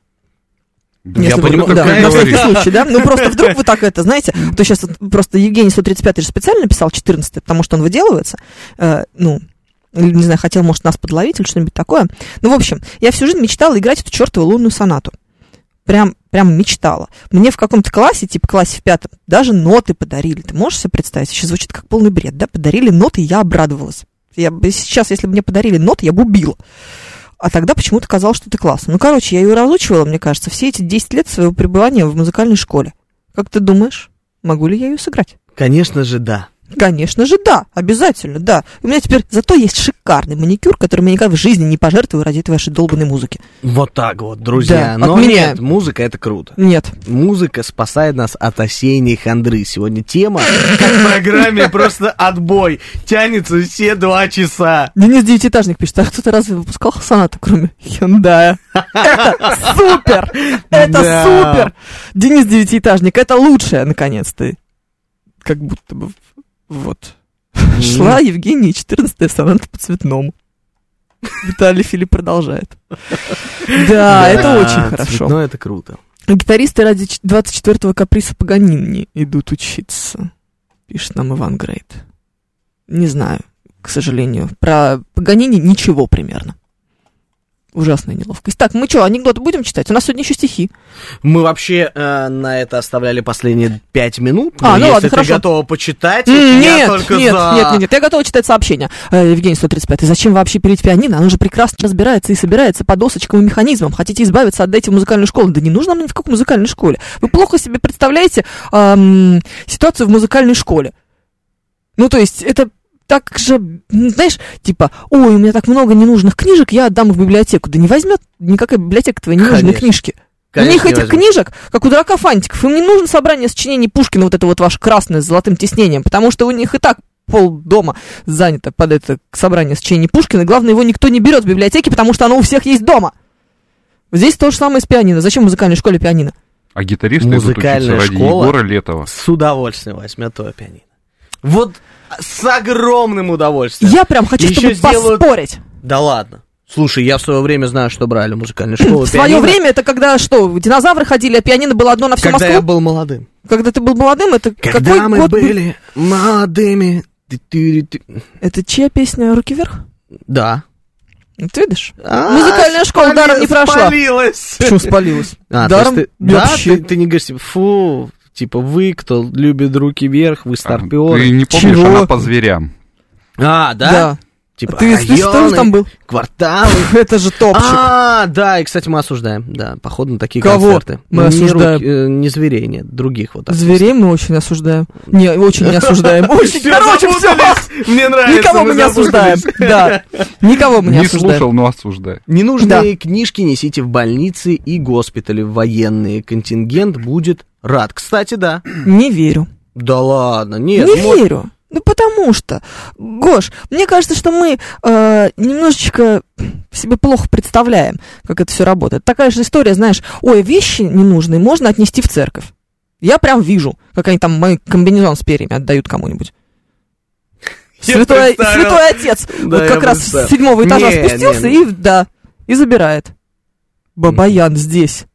[SPEAKER 2] Я
[SPEAKER 3] Если
[SPEAKER 4] Ты
[SPEAKER 3] вы-
[SPEAKER 2] понимаю,
[SPEAKER 4] такое
[SPEAKER 3] да,
[SPEAKER 2] какая
[SPEAKER 3] на всякий
[SPEAKER 4] говоришь.
[SPEAKER 3] случай, да? Ну, просто вдруг вы так это, знаете, то сейчас просто Евгений 135 же специально написал 14 потому что он выделывается, э, ну, или, не знаю, хотел, может, нас подловить или что-нибудь такое. Ну, в общем, я всю жизнь мечтала играть эту чертову лунную сонату. Прям, прям мечтала. Мне в каком-то классе, типа классе в пятом, даже ноты подарили. Ты можешь себе представить? Сейчас звучит как полный бред, да? Подарили ноты, и я обрадовалась. Я бы сейчас, если бы мне подарили ноты, я бы убила. А тогда почему-то казалось, что это классно. Ну, короче, я ее разучивала, мне кажется, все эти 10 лет своего пребывания в музыкальной школе. Как ты думаешь, могу ли я ее сыграть?
[SPEAKER 2] Конечно же, да.
[SPEAKER 3] Конечно же, да, обязательно, да. У меня теперь зато есть шикарный маникюр, которым я никогда в жизни не пожертвую ради этой вашей долбанной музыки.
[SPEAKER 2] Вот так вот, друзья.
[SPEAKER 3] Да,
[SPEAKER 2] Но
[SPEAKER 3] от меня.
[SPEAKER 2] нет, музыка это круто.
[SPEAKER 3] Нет.
[SPEAKER 2] Музыка спасает нас от осенней хандры. Сегодня тема как в программе просто отбой. Тянется все два часа.
[SPEAKER 3] Денис Девятиэтажник пишет, а кто-то разве выпускал сонату, кроме Хендая? Это супер! Это
[SPEAKER 2] Да.
[SPEAKER 3] супер! Денис Девятиэтажник, это лучшее, наконец-то. Как будто бы, вот. Шла Евгения, 14-я соната по цветному. Виталий Филипп продолжает. Да, А, это очень хорошо.
[SPEAKER 2] Но это круто.
[SPEAKER 3] Гитаристы ради ч- 24-го каприса Паганини идут учиться, пишет нам Иван Грейт. Не знаю, к сожалению. Про Паганини ничего примерно. Ужасная неловкость. Так, мы что, анекдоты будем читать? У нас сегодня еще стихи.
[SPEAKER 2] Мы вообще э, на это оставляли последние пять минут. но
[SPEAKER 3] А, ну
[SPEAKER 2] если ты
[SPEAKER 3] ладно, хорошо.
[SPEAKER 2] готова почитать,
[SPEAKER 3] М,
[SPEAKER 2] я
[SPEAKER 3] Нет,
[SPEAKER 2] только
[SPEAKER 3] нет,
[SPEAKER 2] за.
[SPEAKER 3] нет, нет, нет. Я готова читать сообщение. Э, Евгений 135. Зачем вообще переть пианино? Оно же прекрасно разбирается и собирается по досочкам и механизмам. Хотите избавиться, отдайте в музыкальную школу. Да не нужно мне ни в какой музыкальной школе. Вы плохо себе представляете эм, ситуацию в музыкальной школе. Ну, то есть, это так же, ну, знаешь, типа, ой, у меня так много ненужных книжек, я отдам их в библиотеку. Да не возьмет никакая библиотека твои ненужные
[SPEAKER 2] Конечно.
[SPEAKER 3] книжки.
[SPEAKER 2] Конечно,
[SPEAKER 3] у них
[SPEAKER 2] не
[SPEAKER 3] этих
[SPEAKER 2] возьму.
[SPEAKER 3] книжек, как у дурака фантиков, им не нужно собрание сочинений Пушкина, вот это вот ваше красное с золотым тиснением, потому что у них и так пол дома занято под это собрание сочинений Пушкина, и главное, его никто не берет в библиотеке, потому что оно у всех есть дома. Здесь то же самое с пианино. Зачем в музыкальной школе пианино?
[SPEAKER 4] А гитаристы
[SPEAKER 2] Музыкальная
[SPEAKER 4] идут учиться ради
[SPEAKER 2] школа.
[SPEAKER 4] Егора Летова. А,
[SPEAKER 2] С удовольствием возьмет твое пианино. Вот с огромным удовольствием.
[SPEAKER 3] Я прям хочу,
[SPEAKER 2] Еще
[SPEAKER 3] чтобы
[SPEAKER 2] сделают-
[SPEAKER 3] поспорить.
[SPEAKER 2] Да ладно. Слушай, я в свое время знаю, что брали музыкальную школу.
[SPEAKER 3] В свое
[SPEAKER 2] пианино,
[SPEAKER 3] время это когда что, динозавры ходили, а пианино было одно на всю
[SPEAKER 2] когда я
[SPEAKER 3] Москву?
[SPEAKER 2] был молодым.
[SPEAKER 3] Когда ты был молодым, это
[SPEAKER 2] Когда
[SPEAKER 3] какой
[SPEAKER 2] мы
[SPEAKER 3] год был?
[SPEAKER 2] были молодыми. Ты-ты-ты-ты.
[SPEAKER 3] Это чья песня «Руки вверх»?
[SPEAKER 2] Да.
[SPEAKER 3] Ну, Ты видишь?
[SPEAKER 2] А,
[SPEAKER 3] Музыкальная школа
[SPEAKER 2] спали-
[SPEAKER 3] даром не прошла.
[SPEAKER 2] спалилась.
[SPEAKER 3] Почему спалилась?
[SPEAKER 2] А, то есть
[SPEAKER 3] даром
[SPEAKER 2] ты, да,
[SPEAKER 3] вообще.
[SPEAKER 2] ты, ты не говоришь, типа, фу, типа, вы, кто любит руки вверх, вы
[SPEAKER 4] А, Ты
[SPEAKER 2] старпионы.
[SPEAKER 4] не помнишь,
[SPEAKER 3] Чего?
[SPEAKER 4] она по зверям.
[SPEAKER 2] А, да?
[SPEAKER 3] Да.
[SPEAKER 2] Типа,
[SPEAKER 3] Ты слышишь,
[SPEAKER 2] районы,
[SPEAKER 3] тоже там был?
[SPEAKER 2] кварталы.
[SPEAKER 3] Это же топчик.
[SPEAKER 2] А, да, и, кстати, мы осуждаем, да, походу на такие
[SPEAKER 3] Кого
[SPEAKER 2] концерты.
[SPEAKER 3] мы
[SPEAKER 2] Не
[SPEAKER 3] осуждаем?
[SPEAKER 2] руки, э, не зверей, нет, других вот. артистов.
[SPEAKER 3] Зверей мы очень осуждаем. Не, очень не осуждаем. Очень,
[SPEAKER 2] Всё,
[SPEAKER 3] короче, все.
[SPEAKER 2] запутались. Мне нравится,
[SPEAKER 3] Никого мы не
[SPEAKER 2] запутались.
[SPEAKER 3] осуждаем. Да. Никого мы не
[SPEAKER 4] Не
[SPEAKER 3] осуждаем.
[SPEAKER 4] слушал, но осуждаю.
[SPEAKER 2] Ненужные книжки несите в больницы и госпитали. Военный контингент будет рад. Кстати, да.
[SPEAKER 3] Не верю.
[SPEAKER 2] Да ладно, нет.
[SPEAKER 3] Не
[SPEAKER 2] может-
[SPEAKER 3] верю. Ну потому что, Гош, мне кажется, что мы э, немножечко себе плохо представляем, как это все работает. Такая же история, знаешь, ой, вещи ненужные можно отнести в церковь. Я прям вижу, как они там мой комбинезон с перьями отдают кому-нибудь.
[SPEAKER 2] Я
[SPEAKER 3] Святой,
[SPEAKER 2] представил.
[SPEAKER 3] святой отец
[SPEAKER 2] Да,
[SPEAKER 3] вот
[SPEAKER 2] я
[SPEAKER 3] как раз
[SPEAKER 2] представил.
[SPEAKER 3] с седьмого этажа
[SPEAKER 2] Не,
[SPEAKER 3] спустился
[SPEAKER 2] не,
[SPEAKER 3] и да и забирает. Бабаян здесь.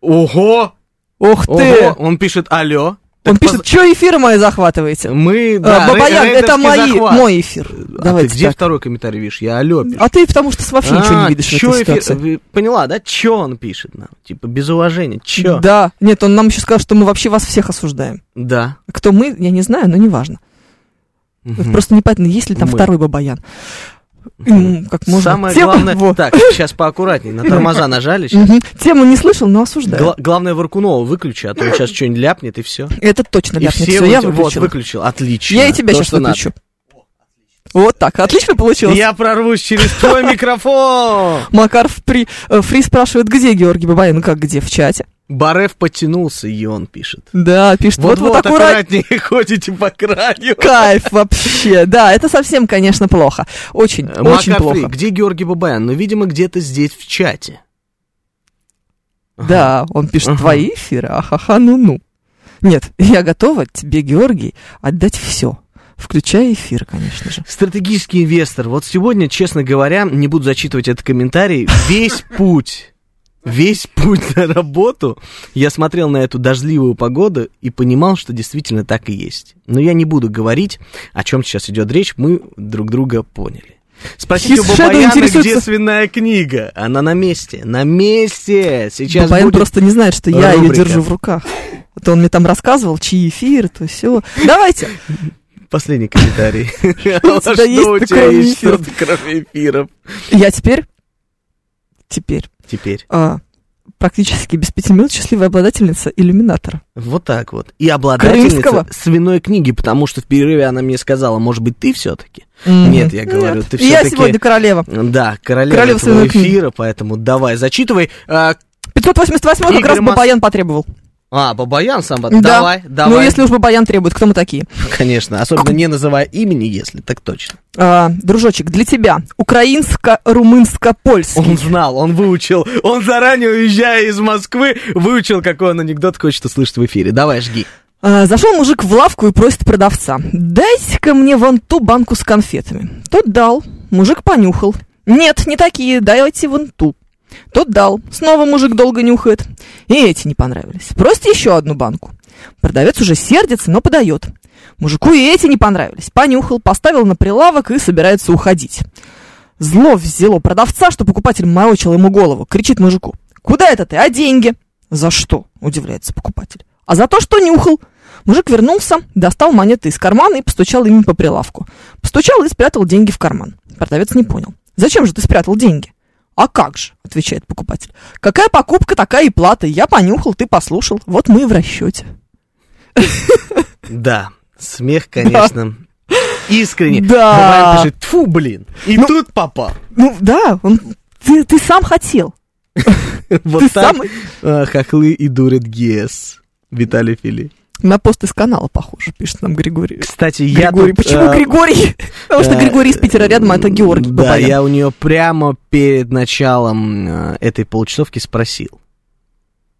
[SPEAKER 2] Ого!
[SPEAKER 3] Ох ты!
[SPEAKER 2] Ого! Он пишет алло.
[SPEAKER 3] Он
[SPEAKER 2] Так
[SPEAKER 3] пишет, что эфиры мои захватываете?
[SPEAKER 2] Мы,
[SPEAKER 3] А,
[SPEAKER 2] да,
[SPEAKER 3] Бабаян,
[SPEAKER 2] рей- рейдерский
[SPEAKER 3] это мои,
[SPEAKER 2] захват.
[SPEAKER 3] мой эфир.
[SPEAKER 2] А
[SPEAKER 3] Давайте
[SPEAKER 2] ты где
[SPEAKER 3] так.
[SPEAKER 2] второй комментарий видишь? Я алло пишу.
[SPEAKER 3] А ты потому что вообще ничего
[SPEAKER 2] А,
[SPEAKER 3] не видишь в
[SPEAKER 2] чё
[SPEAKER 3] этой
[SPEAKER 2] эфир-
[SPEAKER 3] ситуации.
[SPEAKER 2] вы Поняла, да? Че он пишет нам? Типа, без уважения. Че?
[SPEAKER 3] Да, нет, он нам еще сказал, что мы вообще вас всех осуждаем.
[SPEAKER 2] Да.
[SPEAKER 3] Кто мы, я не знаю, но неважно.
[SPEAKER 2] Мгм.
[SPEAKER 3] Просто непонятно, есть ли там
[SPEAKER 2] Мы.
[SPEAKER 3] второй Бабаян. М, Как можно.
[SPEAKER 2] Самое
[SPEAKER 3] Тему-
[SPEAKER 2] главное...
[SPEAKER 3] вот.
[SPEAKER 2] Так, сейчас поаккуратней. На тормоза нажали щас.
[SPEAKER 3] Мгм. Тему не слышал, но осуждаю.
[SPEAKER 2] Гла- главное, Варкунова выключи, а то он сейчас что-нибудь ляпнет, и все.
[SPEAKER 3] Это точно
[SPEAKER 2] И
[SPEAKER 3] ляпнет.
[SPEAKER 2] все
[SPEAKER 3] Все, я
[SPEAKER 2] вот- вот,
[SPEAKER 3] выключила.
[SPEAKER 2] выключил. Отлично.
[SPEAKER 3] Я и тебя
[SPEAKER 2] То,
[SPEAKER 3] сейчас
[SPEAKER 2] что надо.
[SPEAKER 3] выключу. Вот так, отлично получилось.
[SPEAKER 2] Я прорвусь через твой микрофон.
[SPEAKER 3] Макар Фри, э, Фри спрашивает, где Георгий Бабаян? Ну как где? В чате.
[SPEAKER 2] Барев потянулся, и он пишет.
[SPEAKER 3] Да, пишет, вот, вот,
[SPEAKER 2] Вот-вот,
[SPEAKER 3] аккуратно.
[SPEAKER 2] аккуратнее ходите по краю.
[SPEAKER 3] Кайф вообще. Да, это совсем, конечно, плохо. Очень, очень
[SPEAKER 2] Макар Фри,
[SPEAKER 3] плохо.
[SPEAKER 2] где Георгий Бабаян? Ну, видимо, где-то здесь в чате.
[SPEAKER 3] Да, он пишет,
[SPEAKER 2] Ага.
[SPEAKER 3] твои эфиры, ахаха, ну-ну. Нет, я готова тебе, Георгий, отдать все. Включая эфир, конечно же.
[SPEAKER 2] Стратегический инвестор. Вот сегодня, честно говоря, не буду зачитывать этот комментарий, весь путь, весь путь на работу я смотрел на эту дождливую погоду и понимал, что действительно так и есть. Но я не буду говорить, о чем сейчас идет речь, мы друг друга поняли. Спросите у
[SPEAKER 3] His Shadow
[SPEAKER 2] Бабаяна, где
[SPEAKER 3] интересуется-
[SPEAKER 2] свиная книга. Она на месте. На месте. Сейчас
[SPEAKER 3] Бабаян
[SPEAKER 2] будет...
[SPEAKER 3] просто не знает, что я ее
[SPEAKER 2] рубрика.
[SPEAKER 3] держу в руках. А то он мне там рассказывал, чьи эфиры, то все. Давайте.
[SPEAKER 2] Последний комментарий.
[SPEAKER 3] у тебя есть,
[SPEAKER 2] у
[SPEAKER 3] ты
[SPEAKER 2] тебя
[SPEAKER 3] кроме
[SPEAKER 2] есть
[SPEAKER 3] эфиров?
[SPEAKER 2] что-то, кроме эфиров?
[SPEAKER 3] Я теперь, теперь
[SPEAKER 2] Теперь.
[SPEAKER 3] а, практически без пяти минут счастливая обладательница иллюминатора.
[SPEAKER 2] Вот так вот. И обладательница
[SPEAKER 3] Крымского?
[SPEAKER 2] свиной книги, потому что в перерыве она мне сказала, может быть, ты все-таки? Нет, я говорю, ты
[SPEAKER 3] И Я
[SPEAKER 2] всё-таки-
[SPEAKER 3] сегодня королева.
[SPEAKER 2] Да, королева,
[SPEAKER 3] Королева
[SPEAKER 2] этого
[SPEAKER 3] свиной книги.
[SPEAKER 2] эфира, поэтому давай, зачитывай. А,
[SPEAKER 3] 588 как
[SPEAKER 2] Игорь
[SPEAKER 3] раз
[SPEAKER 2] Мас-
[SPEAKER 3] Бабаян потребовал.
[SPEAKER 2] а, Бабаян сам,
[SPEAKER 3] Да.
[SPEAKER 2] давай, давай.
[SPEAKER 3] Ну, если уж Бабаян требует, кто мы такие?
[SPEAKER 2] Конечно, особенно не называя имени, если, так точно.
[SPEAKER 3] А, дружочек, для тебя. Украинско-румынско-польский.
[SPEAKER 2] Он знал, он выучил, он заранее, уезжая из Москвы, выучил, какой он анекдот хочет услышать в эфире. Давай, жги.
[SPEAKER 3] А, зашел мужик в лавку и просит продавца. Дайте-ка мне вон ту банку с конфетами. Тот дал. Мужик понюхал. Нет, не такие, дайте вон ту. Тот дал. Снова мужик долго нюхает. И эти не понравились. Просит еще одну банку. Продавец уже сердится, но подает. Мужику и эти не понравились. Понюхал, поставил на прилавок и собирается уходить. Зло взяло продавца, что покупатель морочил ему голову. Кричит мужику. Куда это ты? А деньги? За что? Удивляется покупатель. А за то, что нюхал. Мужик вернулся, достал монеты из кармана и постучал ими по прилавку. Постучал и спрятал деньги в карман. Продавец не понял. Зачем же ты спрятал деньги? А как же, отвечает покупатель. Какая покупка, такая и плата. Я понюхал, ты послушал. Вот мы и в расчете.
[SPEAKER 2] Да, смех, конечно, искренне.
[SPEAKER 3] Да.
[SPEAKER 2] Бывает, пишет, тьфу, блин, и тут попал.
[SPEAKER 3] Ну да, он, ты, ты сам хотел.
[SPEAKER 2] Вот
[SPEAKER 3] ты
[SPEAKER 2] так
[SPEAKER 3] сам...
[SPEAKER 2] э, хохлы и дурят ГС. Виталий Фили.
[SPEAKER 3] На пост из канала похоже, пишет нам Григорий.
[SPEAKER 2] Кстати, я
[SPEAKER 3] Григорий,
[SPEAKER 2] тут,
[SPEAKER 3] почему
[SPEAKER 2] э,
[SPEAKER 3] Григорий? Потому что
[SPEAKER 2] э,
[SPEAKER 3] Григорий из Питера рядом, а это Георгий
[SPEAKER 2] Да,
[SPEAKER 3] Бабаян.
[SPEAKER 2] я у нее прямо перед началом э, этой получасовки спросил.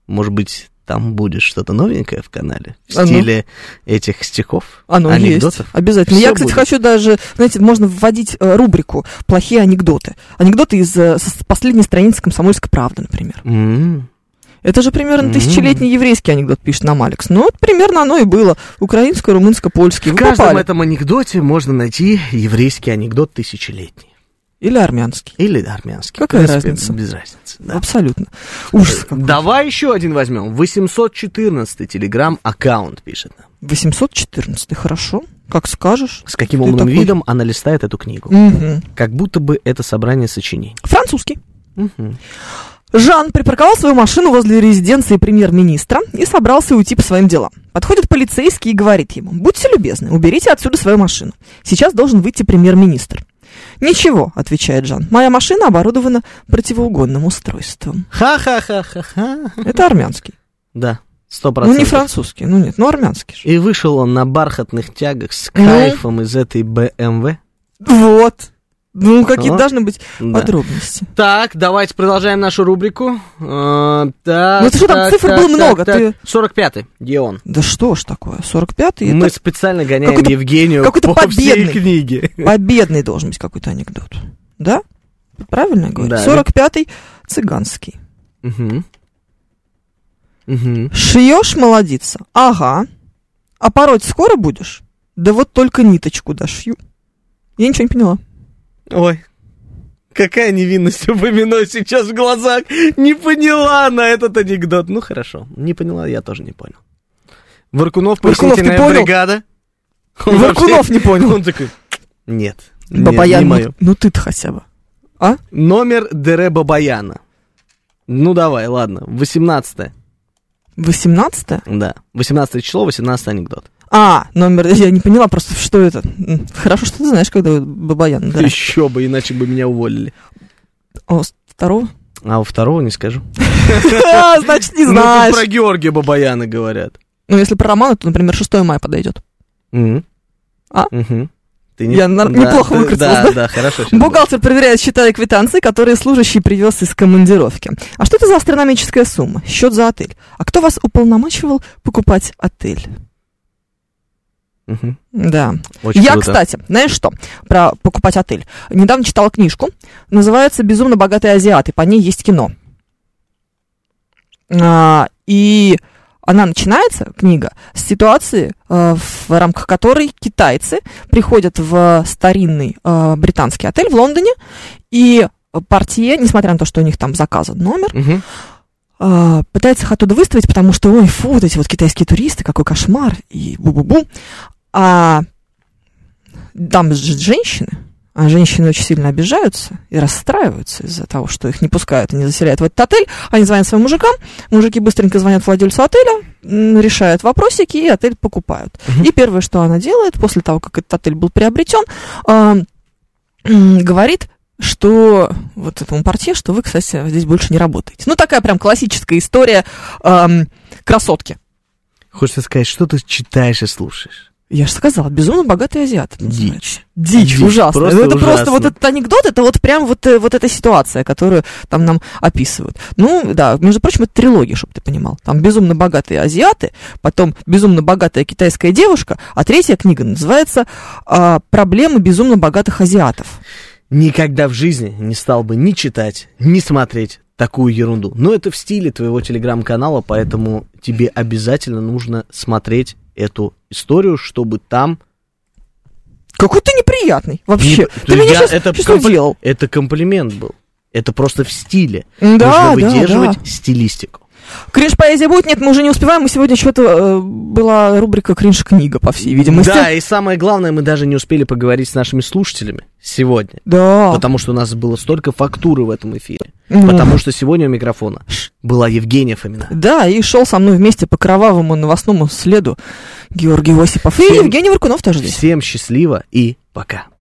[SPEAKER 2] Может быть, там будет что-то новенькое в канале? В
[SPEAKER 3] А ну.
[SPEAKER 2] стиле этих стихов?
[SPEAKER 3] Оно
[SPEAKER 2] анекдотов?
[SPEAKER 3] есть, А обязательно.
[SPEAKER 2] Всё
[SPEAKER 3] я, кстати,
[SPEAKER 2] будет.
[SPEAKER 3] хочу даже, знаете, можно вводить э, рубрику «Плохие анекдоты». Анекдоты из э, со- с последней страницы «Комсомольской правды», например.
[SPEAKER 2] М,
[SPEAKER 3] Это же примерно
[SPEAKER 2] Мгм.
[SPEAKER 3] тысячелетний еврейский анекдот, пишет нам Алекс. Ну, вот примерно оно и было. Украинское, румынское, польский.
[SPEAKER 2] В
[SPEAKER 3] Вы
[SPEAKER 2] каждом
[SPEAKER 3] попали.
[SPEAKER 2] этом анекдоте можно найти еврейский анекдот тысячелетний.
[SPEAKER 3] Или армянский.
[SPEAKER 2] Или армянский.
[SPEAKER 3] Какая
[SPEAKER 2] В принципе,
[SPEAKER 3] разница?
[SPEAKER 2] Без разницы. да.
[SPEAKER 3] Абсолютно. Ужас. какой.
[SPEAKER 2] Давай еще один возьмем. 814 телеграм-аккаунт пишет нам.
[SPEAKER 3] 814 хорошо. Как скажешь.
[SPEAKER 2] С каким
[SPEAKER 3] Ты
[SPEAKER 2] умным
[SPEAKER 3] такой.
[SPEAKER 2] видом она листает эту книгу.
[SPEAKER 3] Мгм.
[SPEAKER 2] Как будто бы это собрание сочинений.
[SPEAKER 3] Французский.
[SPEAKER 2] Мгм.
[SPEAKER 3] Жан припарковал свою машину возле резиденции премьер-министра и собрался уйти по своим делам. Подходит полицейский и говорит ему, будьте любезны, уберите отсюда свою машину. Сейчас должен выйти премьер-министр. Ничего, отвечает Жан, моя машина оборудована противоугонным устройством.
[SPEAKER 2] Ха-ха-ха-ха-ха.
[SPEAKER 3] Это армянский.
[SPEAKER 2] Да, сто
[SPEAKER 3] Ну не
[SPEAKER 2] процентов.
[SPEAKER 3] французский, ну нет, ну армянский же.
[SPEAKER 2] И вышел он на бархатных тягах с
[SPEAKER 3] Ну?
[SPEAKER 2] кайфом из этой эм БМВ.
[SPEAKER 3] Вот. Ну, какие
[SPEAKER 2] Вот.
[SPEAKER 3] должны быть
[SPEAKER 2] Да.
[SPEAKER 3] подробности.
[SPEAKER 2] Так, давайте продолжаем нашу рубрику. Э, Так,
[SPEAKER 3] Ну, ты что там,
[SPEAKER 2] так,
[SPEAKER 3] цифр
[SPEAKER 2] так,
[SPEAKER 3] было
[SPEAKER 2] так,
[SPEAKER 3] много,
[SPEAKER 2] так.
[SPEAKER 3] ты-
[SPEAKER 2] 45-й, Геон.
[SPEAKER 3] Да что ж такое, 45-й,
[SPEAKER 2] Мы
[SPEAKER 3] это
[SPEAKER 2] специально гоняем
[SPEAKER 3] Какой-то-
[SPEAKER 2] Евгению
[SPEAKER 3] какой-то
[SPEAKER 2] по всей
[SPEAKER 3] победный.
[SPEAKER 2] книге.
[SPEAKER 3] победный должен быть какой-то анекдот. Да? Правильно я говорю?
[SPEAKER 2] Да.
[SPEAKER 3] 45-й цыганский.
[SPEAKER 2] Мгм. Мгм.
[SPEAKER 3] Шьешь, молодица? Ага. А пороть скоро будешь? Да вот только ниточку дошью. Я ничего не поняла.
[SPEAKER 2] Ой. Какая невинность упомяну сейчас в глазах. Не поняла на этот анекдот. Ну хорошо, не поняла, я тоже не понял. Варкунов,
[SPEAKER 3] Варкунов, ты
[SPEAKER 2] пояснительная
[SPEAKER 3] понял?
[SPEAKER 2] бригада. Он
[SPEAKER 3] Варкунов не
[SPEAKER 2] вообще-
[SPEAKER 3] понял.
[SPEAKER 2] Он такой, нет, не-
[SPEAKER 3] Бабаян,
[SPEAKER 2] не
[SPEAKER 3] ну-
[SPEAKER 2] моё».
[SPEAKER 3] ну ты-то хотя бы.
[SPEAKER 2] Номер Дере Бабаяна. Ну давай, ладно, 18
[SPEAKER 3] 18
[SPEAKER 2] да. 18 число, 18 анекдот.
[SPEAKER 3] А, номер, я не поняла просто, что это. М, Хорошо, что ты знаешь, когда Бабаян. Да.
[SPEAKER 2] Еще бы, иначе бы меня уволили.
[SPEAKER 3] О, с второго?
[SPEAKER 2] А у второго не скажу.
[SPEAKER 3] Ха, Значит, не
[SPEAKER 2] Ну, тут
[SPEAKER 3] знаешь.
[SPEAKER 2] про Георгия Бабаяна говорят.
[SPEAKER 3] Ну, если про романы, то, например, 6 мая подойдет.
[SPEAKER 2] Мгм.
[SPEAKER 3] А?
[SPEAKER 2] Мгм. Ты
[SPEAKER 3] Я нар- неплохо
[SPEAKER 2] ты-
[SPEAKER 3] выкрутилась,
[SPEAKER 2] да?
[SPEAKER 3] да?
[SPEAKER 2] Да, хорошо. сейчас,
[SPEAKER 3] Бухгалтер проверяет счета и квитанции, которые служащий привез из командировки. А что это за астрономическая сумма? Счет за отель. А кто вас уполномачивал покупать отель?
[SPEAKER 2] да. Мгм.
[SPEAKER 3] Да.
[SPEAKER 2] Очень
[SPEAKER 3] я,
[SPEAKER 2] круто.
[SPEAKER 3] кстати, знаешь что, про покупать отель. Недавно читала книжку, называется «Безумно богатые азиаты», по ней есть кино. А, и она начинается, книга, с ситуации, э, в рамках которой китайцы приходят в старинный э, британский отель в Лондоне, и портье, несмотря на то, что у них там заказан номер,
[SPEAKER 2] Мгм.
[SPEAKER 3] а, пытается их оттуда выставить, потому что, ой, фу, вот эти вот китайские туристы, какой кошмар, и бу-бу-бу. А там же женщины, а женщины очень сильно обижаются и расстраиваются из-за того, что их не пускают и не заселяют в этот отель. Они звонят своим мужикам, мужики быстренько звонят владельцу отеля, м, решают вопросики, и отель покупают. И первое, что она делает после того, как этот отель был приобретен, а, м, говорит, что вот этому портье, что вы, кстати, здесь больше не работаете. Ну, такая прям классическая история ам, красотки.
[SPEAKER 2] Хочется сказать, что ты читаешь и слушаешь.
[SPEAKER 3] Я же сказала, безумно богатый азиат. это называется. Дичь,
[SPEAKER 2] Дичь,
[SPEAKER 3] ужасно.
[SPEAKER 2] просто
[SPEAKER 3] Ну, это просто
[SPEAKER 2] ужасно.
[SPEAKER 3] вот этот анекдот, это вот прям вот, э, вот эта ситуация, которую там нам описывают. Ну, да, между прочим, это трилогия, чтобы ты понимал. Там безумно богатые азиаты, потом безумно богатая китайская девушка, а третья книга называется а, «Проблемы безумно богатых азиатов».
[SPEAKER 2] Никогда в жизни не стал бы ни читать, ни смотреть такую ерунду. Но это в стиле твоего телеграм-канала, поэтому тебе обязательно нужно смотреть эту историю, чтобы там
[SPEAKER 3] Какой ты приятный вообще.
[SPEAKER 2] Не-
[SPEAKER 3] Ты
[SPEAKER 2] то
[SPEAKER 3] меня
[SPEAKER 2] есть я-
[SPEAKER 3] сейчас
[SPEAKER 2] это
[SPEAKER 3] что
[SPEAKER 2] компли-
[SPEAKER 3] делал?
[SPEAKER 2] Это комплимент был. Это просто в стиле.
[SPEAKER 3] Да, да,
[SPEAKER 2] Нужно
[SPEAKER 3] да.
[SPEAKER 2] выдерживать стилистику.
[SPEAKER 3] Кринж-поэзия будет? Нет, мы уже не успеваем. Мы сегодня что-то... э, была рубрика «Кринж-книга», по всей видимости.
[SPEAKER 2] Да, и самое главное, мы даже не успели поговорить с нашими слушателями сегодня.
[SPEAKER 3] Да.
[SPEAKER 2] Потому что у нас было столько фактуры в этом эфире.
[SPEAKER 3] Мгм.
[SPEAKER 2] Потому что сегодня у микрофона была Евгения Фомина.
[SPEAKER 3] Да, и шел со мной вместе по кровавому новостному следу Георгий Осипов. И
[SPEAKER 2] Всем-
[SPEAKER 3] Евгений Варкунов тоже здесь.
[SPEAKER 2] Всем счастливо и пока.